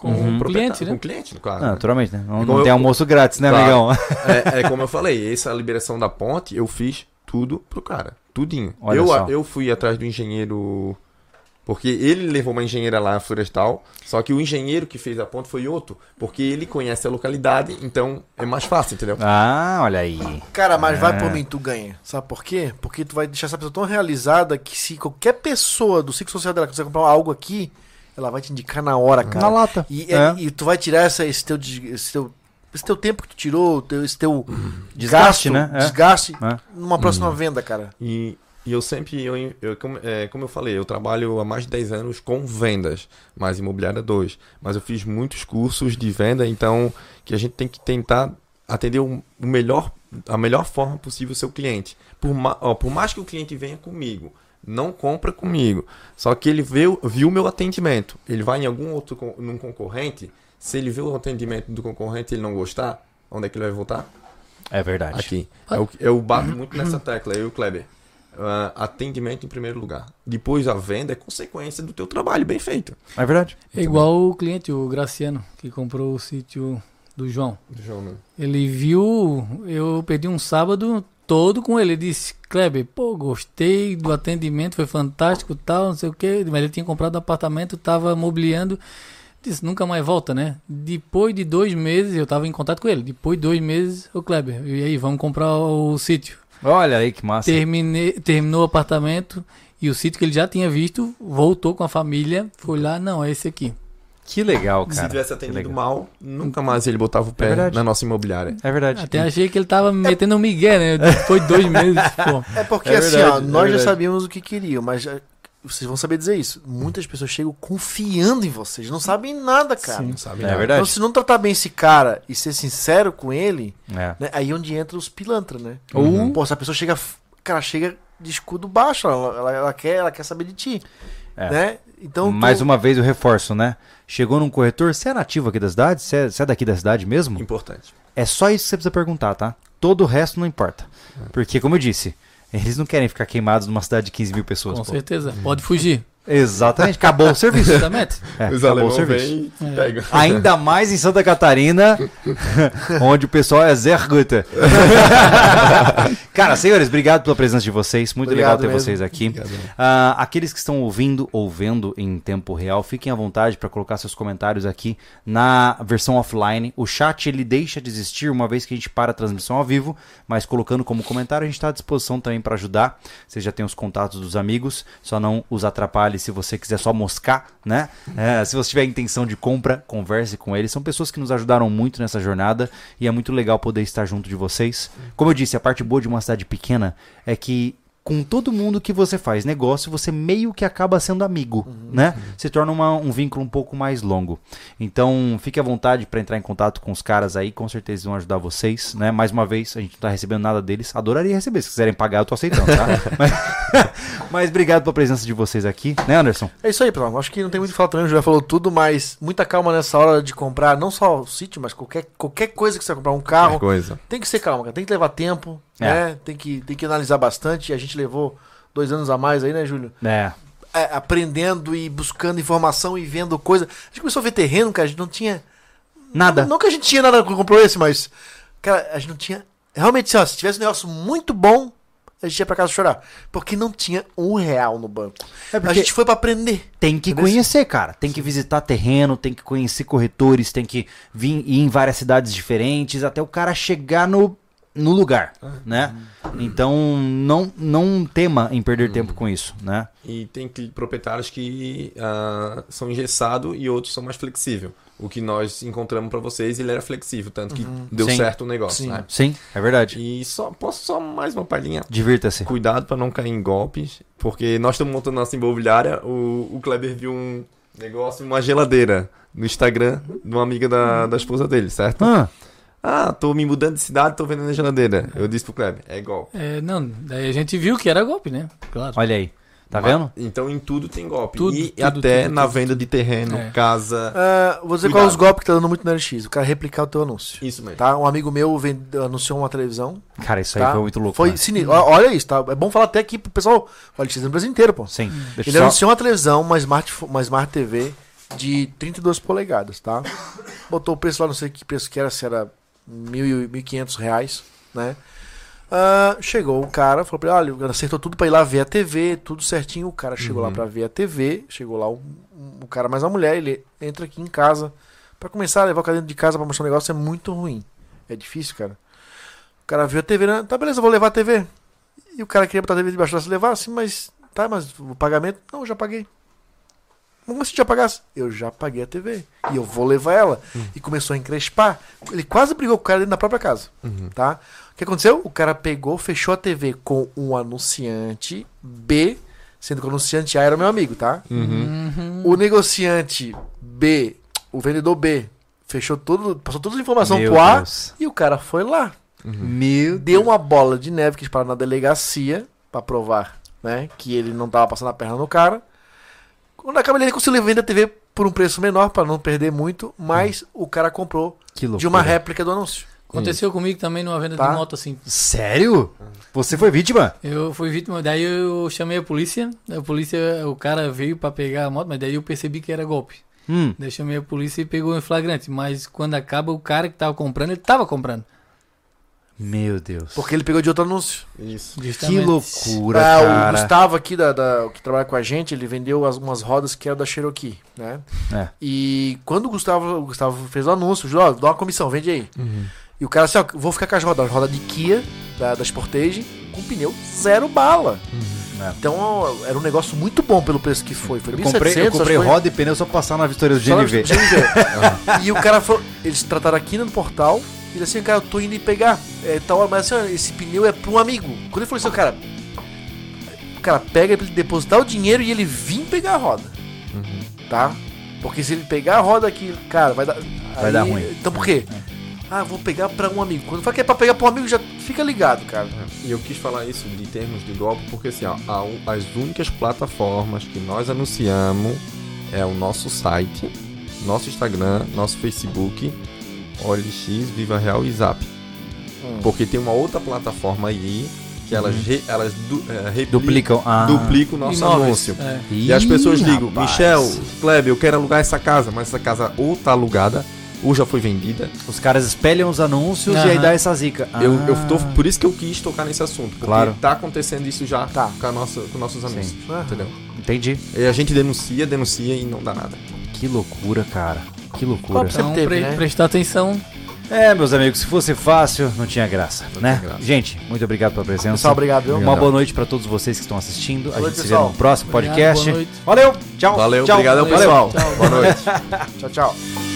Uhum.
Com o
proprietário-
cliente,
Com o
né?
cliente, claro.
Ah,
né?
naturalmente, né? Não,
Igual
não tem
eu-
almoço grátis, né, amigão?
Claro. [laughs] É, é como eu falei, essa liberação da ponte, eu fiz tudo pro cara. Tudinho.
Olha
eu,
só.
eu fui atrás do engenheiro. Porque ele levou uma engenheira lá na Florestal, só que o engenheiro que fez a ponte foi outro, porque ele conhece a localidade, então é mais fácil, entendeu?
Ah, olha aí.
Cara, mas
É.
vai por mim, tu ganha. Sabe por quê? Porque tu vai deixar essa pessoa tão realizada que se qualquer pessoa do ciclo social dela quiser comprar algo aqui, ela vai te indicar na hora, cara.
Na lata.
E,
É.
e tu vai tirar essa- esse, teu, des- esse, teu, esse teu tempo que tu tirou, teu, esse teu
Desgaste,
gasto,
né? É.
Desgaste
É.
numa próxima venda, cara.
E, e eu sempre, eu, eu- como, é, como eu falei, eu trabalho há mais de 10 anos com vendas, mas imobiliária 2. Mas eu fiz muitos cursos de venda, então que a gente tem que tentar atender o, o melhor, a melhor forma possível o seu cliente. Por, ma, ó, por mais que o cliente venha comigo, não compra comigo, só que ele viu viu o meu atendimento. Ele vai em algum outro, con- num concorrente, se ele vê o atendimento do concorrente e ele não gostar, onde é que ele vai voltar?
É verdade.
Aqui. Eu,
[clears throat]
eu bato muito nessa tecla, eu e o Kleber. Ah, atendimento em primeiro lugar. Depois a venda é consequência do teu trabalho bem feito.
É verdade.
É igual o cliente, o Graciano, que comprou o sítio do João.
Do João, né?
Ele viu, eu perdi um sábado todo com ele. Ele disse, Kleber, pô, gostei do atendimento, foi fantástico tal, não sei o quê. Mas ele tinha comprado um apartamento, tava mobiliando. Disse, nunca mais volta, né? Depois de dois meses, eu tava em contato com ele. Depois de dois meses, o Kleber, e aí, vamos comprar o sítio.
Olha aí que massa.
Terminei, terminou o apartamento e o sítio que ele já tinha visto, voltou com a família, foi lá, não, é esse aqui.
Que legal, cara.
Se tivesse
Que
atendido
legal.
mal, nunca mais ele botava o
É
pé
verdade.
na nossa imobiliária.
É verdade.
Até achei que ele tava metendo um migué, né? Depois de dois meses, pô.
É porque
É
assim,
verdade,
ó,
é
nós já
verdade.
sabíamos o que queriam, mas é, vocês vão saber dizer isso. Muitas pessoas chegam confiando em vocês, não sabem nada, cara.
Não sabe
É
nada.
Então,
verdade.
se não tratar bem esse cara e ser sincero com ele,
Então,
É.
né, aí é onde entra os pilantras, né?
Uhum.
Pô, se a pessoa chega. f- Cara, chega de escudo baixo, ela, ela, ela quer, ela quer saber de ti.
É.
Né? Então. tu-
Mais uma vez eu reforço, né? Chegou num corretor, você é nativo aqui da cidade? Você é, você é daqui da cidade mesmo?
Importante.
É só isso que você precisa perguntar, tá? Todo o resto não importa.
É.
Porque, como eu disse, eles não querem ficar queimados numa cidade de 15 mil pessoas.
Com
pô.
certeza, pode fugir.
Exatamente, acabou o serviço.
Exatamente.
É,
Os
acabou o
alemães
serviço. É.
vêm e pegam.
Ainda mais em Santa [laughs] Catarina, onde o pessoal é Zé [laughs] Guta. Cara, senhores, obrigado pela presença de vocês. Muito legal
Obrigado
ter
mesmo.
vocês aqui. Ah, aqueles que estão ouvindo ou vendo em tempo real, fiquem à vontade para colocar seus comentários aqui na versão offline. O chat ele deixa de existir uma vez que a gente para a transmissão ao vivo, mas colocando como comentário, a gente está à disposição também para ajudar. Você já tem os contatos dos amigos, só não os atrapalhe se você quiser só moscar, né? É, se você tiver intenção de compra, converse com eles. São pessoas que nos ajudaram muito nessa jornada e é muito legal poder estar junto de vocês. Como eu disse, a parte boa de uma cidade pequena é que com todo mundo que você faz negócio, você meio que acaba sendo amigo, né? Se torna uma- um vínculo um pouco mais longo. Então, fique à vontade para entrar em contato com os caras aí, com certeza eles vão ajudar vocês, né? Mais uma vez, a gente não tá recebendo nada deles. Adoraria receber, se quiserem pagar, eu tô aceitando, tá? mas, [laughs] mas obrigado pela presença de vocês aqui, né, Anderson?
É isso aí, pessoal. Acho que não tem muito o que falar também, o Júlio já falou tudo, mas muita calma nessa hora de comprar, não só o sítio, mas qualquer, qualquer coisa que você vai comprar, um carro.
Coisa.
Tem que ser calma, cara. Tem que levar tempo,
É.
né? Tem que, tem que analisar bastante. A gente levou dois anos a mais aí, né, Júlio?
É,
É, aprendendo e buscando informação e vendo coisa. A gente começou a ver terreno, cara. A gente não tinha.
nada.
Não que a gente tinha nada quando comprou esse, mas. Cara, a gente não tinha. Realmente, assim, ó, se tivesse um negócio muito bom, a gente ia pra casa chorar. Porque não tinha um real no banco.
É
A
porque-
gente foi pra aprender.
Tem que
Entendeu?
conhecer, cara. Tem que visitar terreno, tem que conhecer corretores, tem que vir ir em várias cidades diferentes até o cara chegar no no lugar,
Ah.
né? Então não não tema em perder
Hum.
tempo com isso, né?
E tem cli- proprietários que ah, são engessados e outros são mais flexíveis. O que nós encontramos para vocês, ele era flexível, tanto que deu
Uhum. Sim.
certo o negócio.
Sim.
né?
Sim, é verdade.
E só posso só mais uma palhinha?
Divirta-se.
Cuidado para não cair em golpes, porque nós estamos montando nossa imobiliária. O, o Kleber viu um negócio, uma geladeira no Instagram de uma amiga da, da esposa dele, certo?
Ah,
Ah, tô me mudando de cidade, tô vendendo a geladeira. Eu disse pro Kleber, é golpe.
É, não, daí a gente viu que era golpe, né? Claro.
olha aí. Tá
Mas-
vendo?
Então em tudo tem golpe.
Tudo,
e
tudo,
até
tudo,
na
tudo,
venda de terreno,
É.
casa.
Ah, vou dizer
Cuidado.
qual é os golpes que tá dando muito no LX. O cara replicar o teu anúncio.
Isso mesmo.
Tá? Um amigo meu vende- anunciou uma televisão.
Cara, isso aí
Tá?
foi muito louco.
Foi
né?
sinistro. Ó, Olha isso, tá? É bom falar até aqui pro pessoal. O LX é no Brasil inteiro, pô.
Sim. Deixa
Ele
eu só...
anunciou uma televisão, uma Smart, fo- uma Smart TV de 32 polegadas, tá? Botou o preço lá, não sei que preço que era, se era mil e 1.500 reais, né? Ah, chegou o cara, falou pra ele, olha, acertou tudo pra ir lá ver a TV, tudo certinho. O cara chegou
Uhum.
lá pra ver a TV, chegou lá o, o cara mais a mulher, ele entra aqui em casa. Pra começar a levar o cara dentro de casa pra mostrar o negócio é muito ruim. É difícil, cara. O cara viu a TV, né? Tá, beleza, eu vou levar a TV. E o cara queria botar a TV debaixo do braço e levar, assim, mas tá, mas o pagamento. Não, eu já paguei. Como assim, se já pagasse? Eu já paguei a TV. E eu vou levar ela.
Hum.
E começou a encrespar. Ele quase brigou com o cara dentro da própria casa.
Uhum.
Tá? O que aconteceu? O cara pegou, fechou a TV com um anunciante B, sendo que o anunciante A era meu amigo, tá?
Uhum.
O negociante B, o vendedor B, fechou tudo, passou todas as informações
Meu
pro A.
Deus.
E o cara foi lá
Meu
deu uma bola de neve que eles pararam na delegacia pra provar, né, que ele não tava passando a perna no cara. Quando acaba ele conseguiu vender a TV por um preço menor pra não perder muito, mas o cara comprou
Que louco.
de uma réplica do anúncio.
Aconteceu comigo também numa venda
Tá.
de moto, assim.
Sério?
Hum.
Você foi vítima?
Eu fui vítima, daí eu chamei a polícia. A polícia, o cara veio pra pegar a moto, mas daí eu percebi que era golpe.
Hum.
Daí eu chamei a polícia e pegou em flagrante. Mas quando acaba, o cara que tava comprando, ele tava comprando.
Meu Deus.
Porque ele pegou de outro anúncio.
Isso.
Que
Justamente.
loucura,
Ah, o
cara.
Gustavo aqui, da, da- que trabalha com a gente, ele vendeu as, umas rodas que era da Cherokee, né?
É.
E quando o Gustavo, o Gustavo fez o anúncio, ó, dá uma comissão, vende aí.
Uhum.
E o cara assim, ó, vou ficar com as rodas, roda de Kia, da, da Sportage, com pneu zero bala.
É.
Então ó, era um negócio muito bom pelo preço que foi. Foi
Eu comprei,
1.700,
eu comprei
acho que foi-
roda e pneu só pra passar na vitória do
só na-
GNV.
GNV. e o cara falou, eles trataram aqui no portal, e ele assim, cara, eu tô indo ir pegar. É, tal hora, mas assim, ó, esse pneu é pra um amigo. Quando ele falou assim, o cara, o cara pega pra ele depositar o dinheiro e ele vir pegar a roda. Tá? Porque se ele pegar a roda aqui, cara, vai dar. Vai
dar ruim.
Então por quê? Ah, vou pegar pra um amigo. Quando fala que é pra pegar pra um amigo, já fica ligado, cara.
E eu quis falar isso de termos de golpe, porque assim, ó, a u- as únicas plataformas que nós anunciamos é o nosso site, nosso Instagram, nosso Facebook, OLX, Viva Real e Zap. Porque tem uma outra plataforma aí que elas, re- elas du- é, repli-
Duplicam. Ah.
duplicam o nosso
Imóveis,
anúncio.
é.
E as pessoas
Ih,
ligam,
rapaz.
Michel, Kleber, eu quero alugar essa casa, mas essa casa ou tá alugada, ou já foi vendida,
Os caras espelham os anúncios e
Aham.
aí dá essa zica.
Eu, eu
Ah.
tô, por isso que eu quis tocar nesse assunto. Porque
Claro.
tá acontecendo isso já
Tá.
com, a nossa, com nossos amigos.
Aham.
Entendeu?
Entendi.
E a gente denuncia, denuncia e não dá nada.
Que loucura, cara. Que loucura.
Sempre
Então,
teve,
pre-
né?
prestar atenção.
É, meus amigos, se fosse fácil, não tinha graça, né?
tinha graça.
Gente, muito obrigado pela presença.
Pessoal, obrigado, viu?
Uma boa noite pra todos vocês que estão assistindo. A
Boa
gente
noite,
se vê no
pessoal.
próximo
Obrigado,
podcast.
boa noite.
Valeu, tchau.
Valeu,
tchau.
obrigado ao
Valeu,
pessoal.
tchau.
Boa noite.
Tchau, tchau.